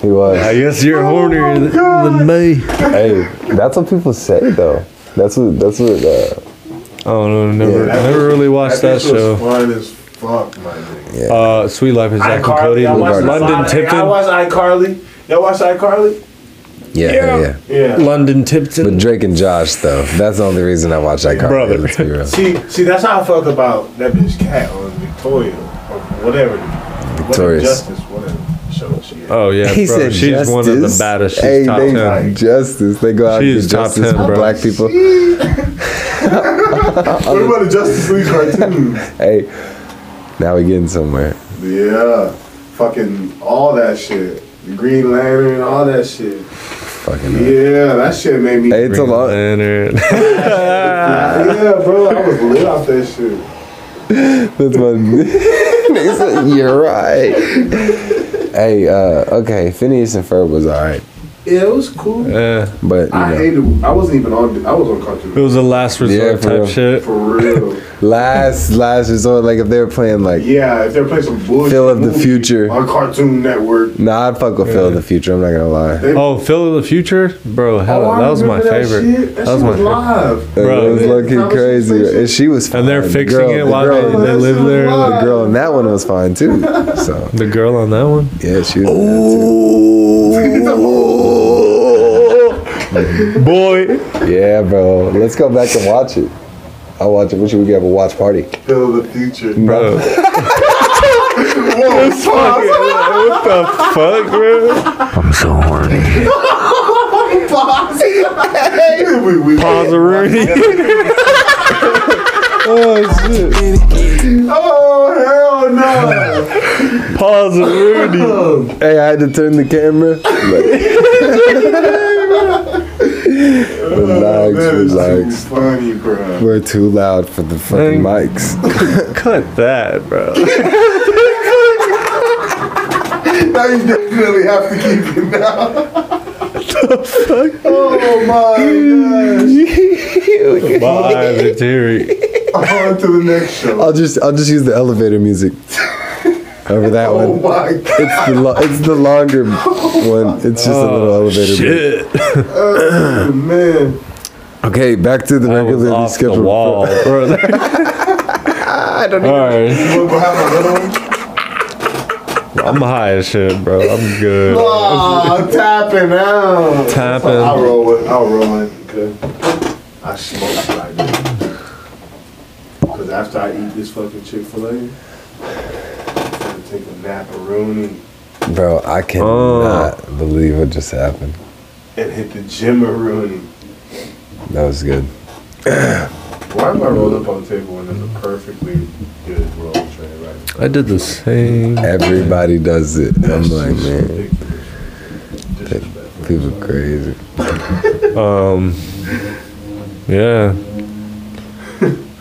S1: He was.
S4: I guess you're hornier th- than me.
S1: Hey, that's what people say though. That's what. That's what. Uh,
S4: I don't know, never,
S2: Yeah.
S4: never really watched that,
S2: That bitch was
S4: show.
S2: fun as fuck, my nigga.
S4: Uh, Sweet Life is Zach and Cody.
S2: iCarly, I watched
S4: London
S2: London I
S4: Tipton.
S2: watched iCarly. Y'all watch iCarly?
S1: yeah, yeah, yeah.
S2: Yeah.
S4: London
S1: But
S4: Tipton.
S1: Drake and Josh though. That's the only reason I watch that car.
S4: Brother.
S1: Let's be real.
S2: See, see, that's how I felt about that bitch Cat on Victoria or whatever.
S1: Victorious.
S2: Whatever Justice, whatever show she had.
S4: Oh,
S1: <laughs>
S4: yeah,
S1: He
S4: bro.
S1: said
S4: She's one of the
S1: justice.
S4: baddest. She's
S1: hey,
S4: top
S1: they
S4: 10.
S1: justice. They go out
S4: She
S1: and
S4: is
S1: get
S4: top
S1: justice
S4: 10,
S1: for
S4: bro.
S1: black people.
S2: what about the Justice <laughs> League cartoons?
S1: Hey, now we getting somewhere.
S2: yeah. Fucking all that shit. The Green Lantern, all that shit.
S1: Fucking. hell.
S2: Yeah, that shit made me.
S1: Hey, it's a lot.
S4: Leonard.
S2: Yeah, bro, I was lit off that shit.
S1: That's my. <laughs> Nigga said, You're right. Hey, uh, okay, Phineas and Ferb was alright,
S2: Yeah, it was cool.
S4: <laughs> Yeah.
S1: but you
S2: I
S1: know,
S2: hated. I wasn't even on. I was on
S4: It
S2: cartoon.
S4: was a last
S1: Yeah,
S4: resort
S1: for real.
S4: type shit.
S2: For real.
S1: last last resort, like if they were playing like,
S2: Yeah, if they're playing some bullshit.
S1: Phil of the
S2: movie
S1: future.
S2: On Cartoon Network.
S1: nah, I'd fuck with Phil in the future. I'm not gonna lie.
S4: Oh, Phil of the Future? Bro, hell,
S2: Oh, I
S4: that was my
S2: remember
S4: favorite.
S2: That, shit. that, shit was live.
S4: Bro,
S1: it was
S4: they-
S1: looking crazy, and she was. Fine.
S4: And they're
S1: The
S4: fixing
S1: girl-
S4: it
S1: the
S4: while they,
S1: girl,
S4: they live there.
S2: Wow.
S1: the girl in that one was fine too. So
S4: The girl on that one?
S1: yeah, she was. in
S4: Oh. Boy.
S2: <laughs>
S1: that too. Yeah, bro. Let's go back and watch it. I'll watch it. What should we have a watch party?
S2: Phil of the future.
S4: Bro. It's fucking- what the fuck, bro?
S2: we, we,
S4: Pazzarini.
S1: Oh shit!
S2: oh hell no! <laughs>
S4: Pazzarini.
S1: Hey, I had to turn the camera. Like- Relax,
S2: that is
S1: relax.
S2: too funny, bro.
S1: We're too loud for the fucking mics.
S4: Cut that, bro.
S2: Now you definitely have to keep it now. <laughs> Oh <laughs> my
S4: My eyes are teary.
S2: gosh. On to the next show.
S1: I'll just I'll just use the elevator music over that
S2: <laughs> Oh
S1: one.
S2: my god.
S1: It's the lo- it's the longer one. It's just a little elevator. music.
S4: Oh, Shit.
S2: Man.
S1: Okay, back to the
S4: I was
S1: regularly
S4: off the
S1: scheduled.
S4: wall, <laughs> bro. All right,
S2: You want to have another one?
S4: I'm high as shit, bro. I'm good.
S2: Oh, tapping out.
S4: Tapping.
S2: I'll roll with. I'll roll it. Good. I smoke like this. Cause after I eat this fucking Chick Fil A, I'm gonna take a naparoni
S1: Bro, I
S4: Oh.
S1: cannot believe what just happened.
S2: and hit the gym rooney.
S1: That was good.
S2: Why am I rolled up on the table when there's a perfectly good roll tray right?
S4: I did the same.
S1: Everybody does it. I'm like, man,
S2: man.
S1: people crazy.
S4: Um, <laughs> yeah.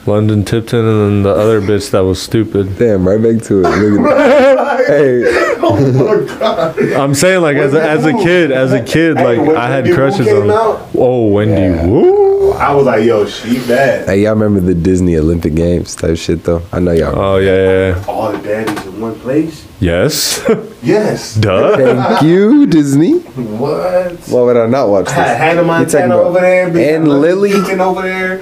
S4: London Tipton and then the other bitch that was stupid.
S1: Damn, right back to it. Look at
S2: <laughs>
S1: that.
S4: I'm saying like as a, as a kid, as a kid, like
S2: when
S4: I had
S2: Wendy Wu
S4: crushes
S2: came
S4: on.
S2: out-
S4: Oh, Wendy
S1: Yeah.
S4: Woo.
S2: I was like, yo, she bad.
S1: Hey, hey, y'all remember the Disney Olympic Games type shit though? I know
S4: <laughs>
S1: y'all.
S4: Oh yeah, yeah. yeah.
S2: All the baddies in one place.
S4: Yes. <laughs>
S2: Yes.
S4: Duh.
S1: Thank you, Disney.
S2: What?
S1: Why would I not watch
S2: I had
S1: this?
S2: Hannah Montana
S1: about-
S2: over there, bitch.
S1: and
S2: I was
S1: Lily.
S2: peeking over there.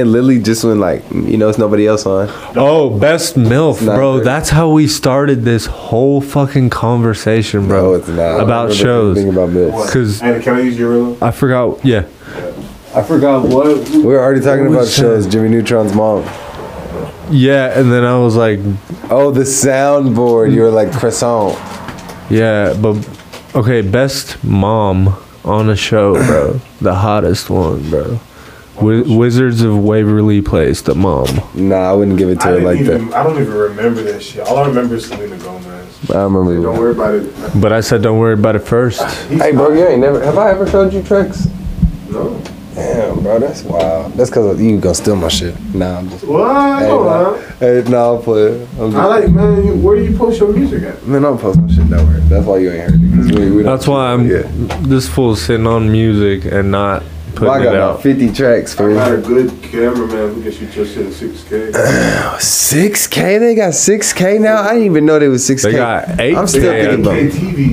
S1: And Lily just went like, you know, it's nobody else on.
S4: Oh, best milf,
S1: not
S4: bro.
S1: good.
S4: That's how we started this whole fucking conversation, bro.
S1: No, it's not.
S4: About
S1: I remember
S4: shows.
S1: thinking about milk.
S4: Cause
S2: Hey, can I use your room?
S4: I forgot. Yeah. I forgot what.
S1: We were already talking
S4: What
S1: about
S4: was
S1: shows. Jimmy Neutron's mom.
S4: Yeah, and then I was like,
S1: Oh, the soundboard. You were like croissant.
S4: yeah, but okay, best mom on a show, bro.
S1: <clears throat>
S4: the hottest one, bro. Wi- Wizards of Waverly Place, the mom.
S1: Nah, I wouldn't give it to
S2: I,
S1: her
S2: didn't
S1: like
S2: even,
S1: that.
S2: I don't even remember that shit. All I remember is Selena Gomez.
S1: I remember.
S2: Don't worry about it.
S4: But I said, don't worry about it first.
S2: He's
S1: Hey, bro, you ain't never. Have I ever showed you tricks?
S2: No.
S1: Damn, bro, that's wild. That's because you gonna steal my shit. Nah, I'm just.
S2: What?
S1: Hey,
S2: Hold
S1: nah.
S2: on.
S1: Hey, nah, I'm playing. I'm just,
S2: I like, man, you, where do you post your music at?
S1: man, I'm posting shit nowhere. That's why you ain't heard it. 'cause We, we don't-
S4: That's why I'm
S1: Yeah.
S4: this fool sitting on music and not
S1: Well, I
S4: putting
S1: got
S4: it
S1: about
S4: out.
S1: 50 tracks,
S2: I got
S1: for
S2: a good cameraman who can shoot your shit
S1: <laughs>
S2: in 6K.
S1: 6K? They got 6K now? I didn't even know they was 6K.
S4: They got eight.
S1: I'm still
S4: man.
S1: thinking about-
S2: K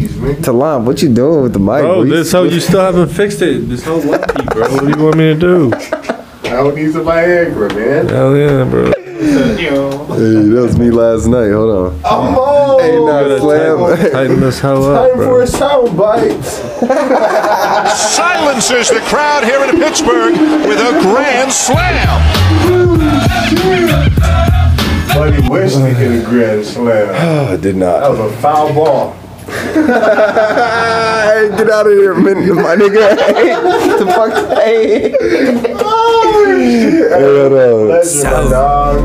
S2: TVs, man.
S1: Talam, what you doing with the mic?
S4: Bro,
S1: bro? You-
S4: this hoe, you still haven't fixed it. This whole lucky, bro. What do you want me to do?
S2: I don't need to buy Agra, man.
S4: Hell yeah, bro.
S1: Hey, that was me last night. Hold on.
S4: Oh,
S2: I'm home.
S1: Hey, nah, slam.
S4: Tighten this hoe up, bro.
S2: sound bite.
S7: Silences the crowd here in Pittsburgh with a grand slam.
S2: Buddy Wesley hit a grand slam.
S1: I did not. <laughs>
S2: That was a foul ball.
S1: Hey, get out of here, man, my nigga. <laughs> Hey, the fuck? Hey. Hold on.
S2: Pleasure, my dog.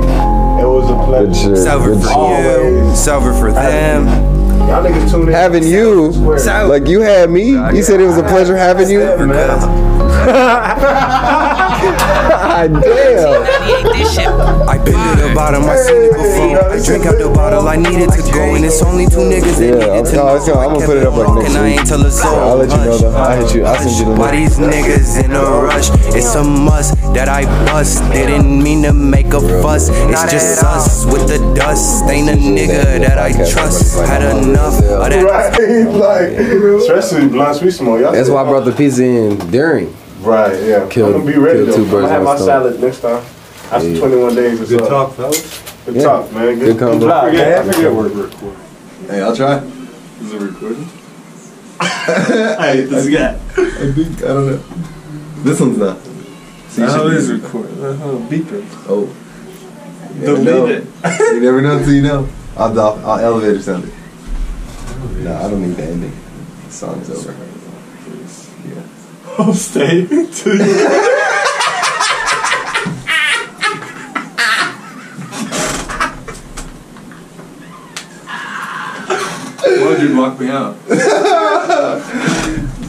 S2: It was a
S1: Good
S2: pleasure.
S1: shit,
S9: Sober
S1: good
S9: for
S1: shit.
S9: you.
S2: Always.
S9: Sober for them.
S2: Y'all niggas tune in.
S1: Having you,
S9: Sober.
S1: like you had me. You said it was a pleasure having you.
S9: Africa.
S1: <laughs> God damn.
S8: Oh.
S9: I been to the bottom, I seen it before. I drink out the bottle, I needed to go, and it's only two niggas that
S1: Yeah,
S9: needed to
S1: no,
S9: know.
S1: it's gonna- I'm gonna
S9: I
S1: put it
S9: kept
S1: up like next
S9: walking, I
S1: week.
S9: ain't tell a soul.
S1: I'll let you know though. I'll hit you. I'll send you the
S9: Why
S1: link.
S9: these niggas in a rush? It's a must that I bust. Didn't mean to make a fuss. It's just us with the dust. Ain't a nigga that I trust. Had enough of that.
S2: Right, <laughs> like, especially blunts we smoke. Y'all
S1: That's why I brought the pizza in during.
S2: Right, yeah.
S1: Kill-
S2: I'm gonna be ready
S1: kill two
S2: though. I'm gonna
S1: birds
S2: have
S1: with
S2: my
S1: one
S2: salad next time. After 21 days or so. Good talk, fellas. Good talk, man. Good,
S1: Good combo.
S2: Good
S1: I
S2: block,
S1: forget-
S2: man. I forget we're recording.
S5: Hey, I'll try.
S2: Is it recording? hey, this guy.
S5: I think I don't know. This one's not. So you should use-
S2: recording. Beep it.
S5: Oh. You never know. <laughs> you never know until you know. I'll, do- I'll elevator sound it. No, I don't need the ending. The song's over. Yeah.
S2: I'm staying to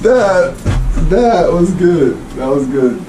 S5: That
S1: That was good. That was good.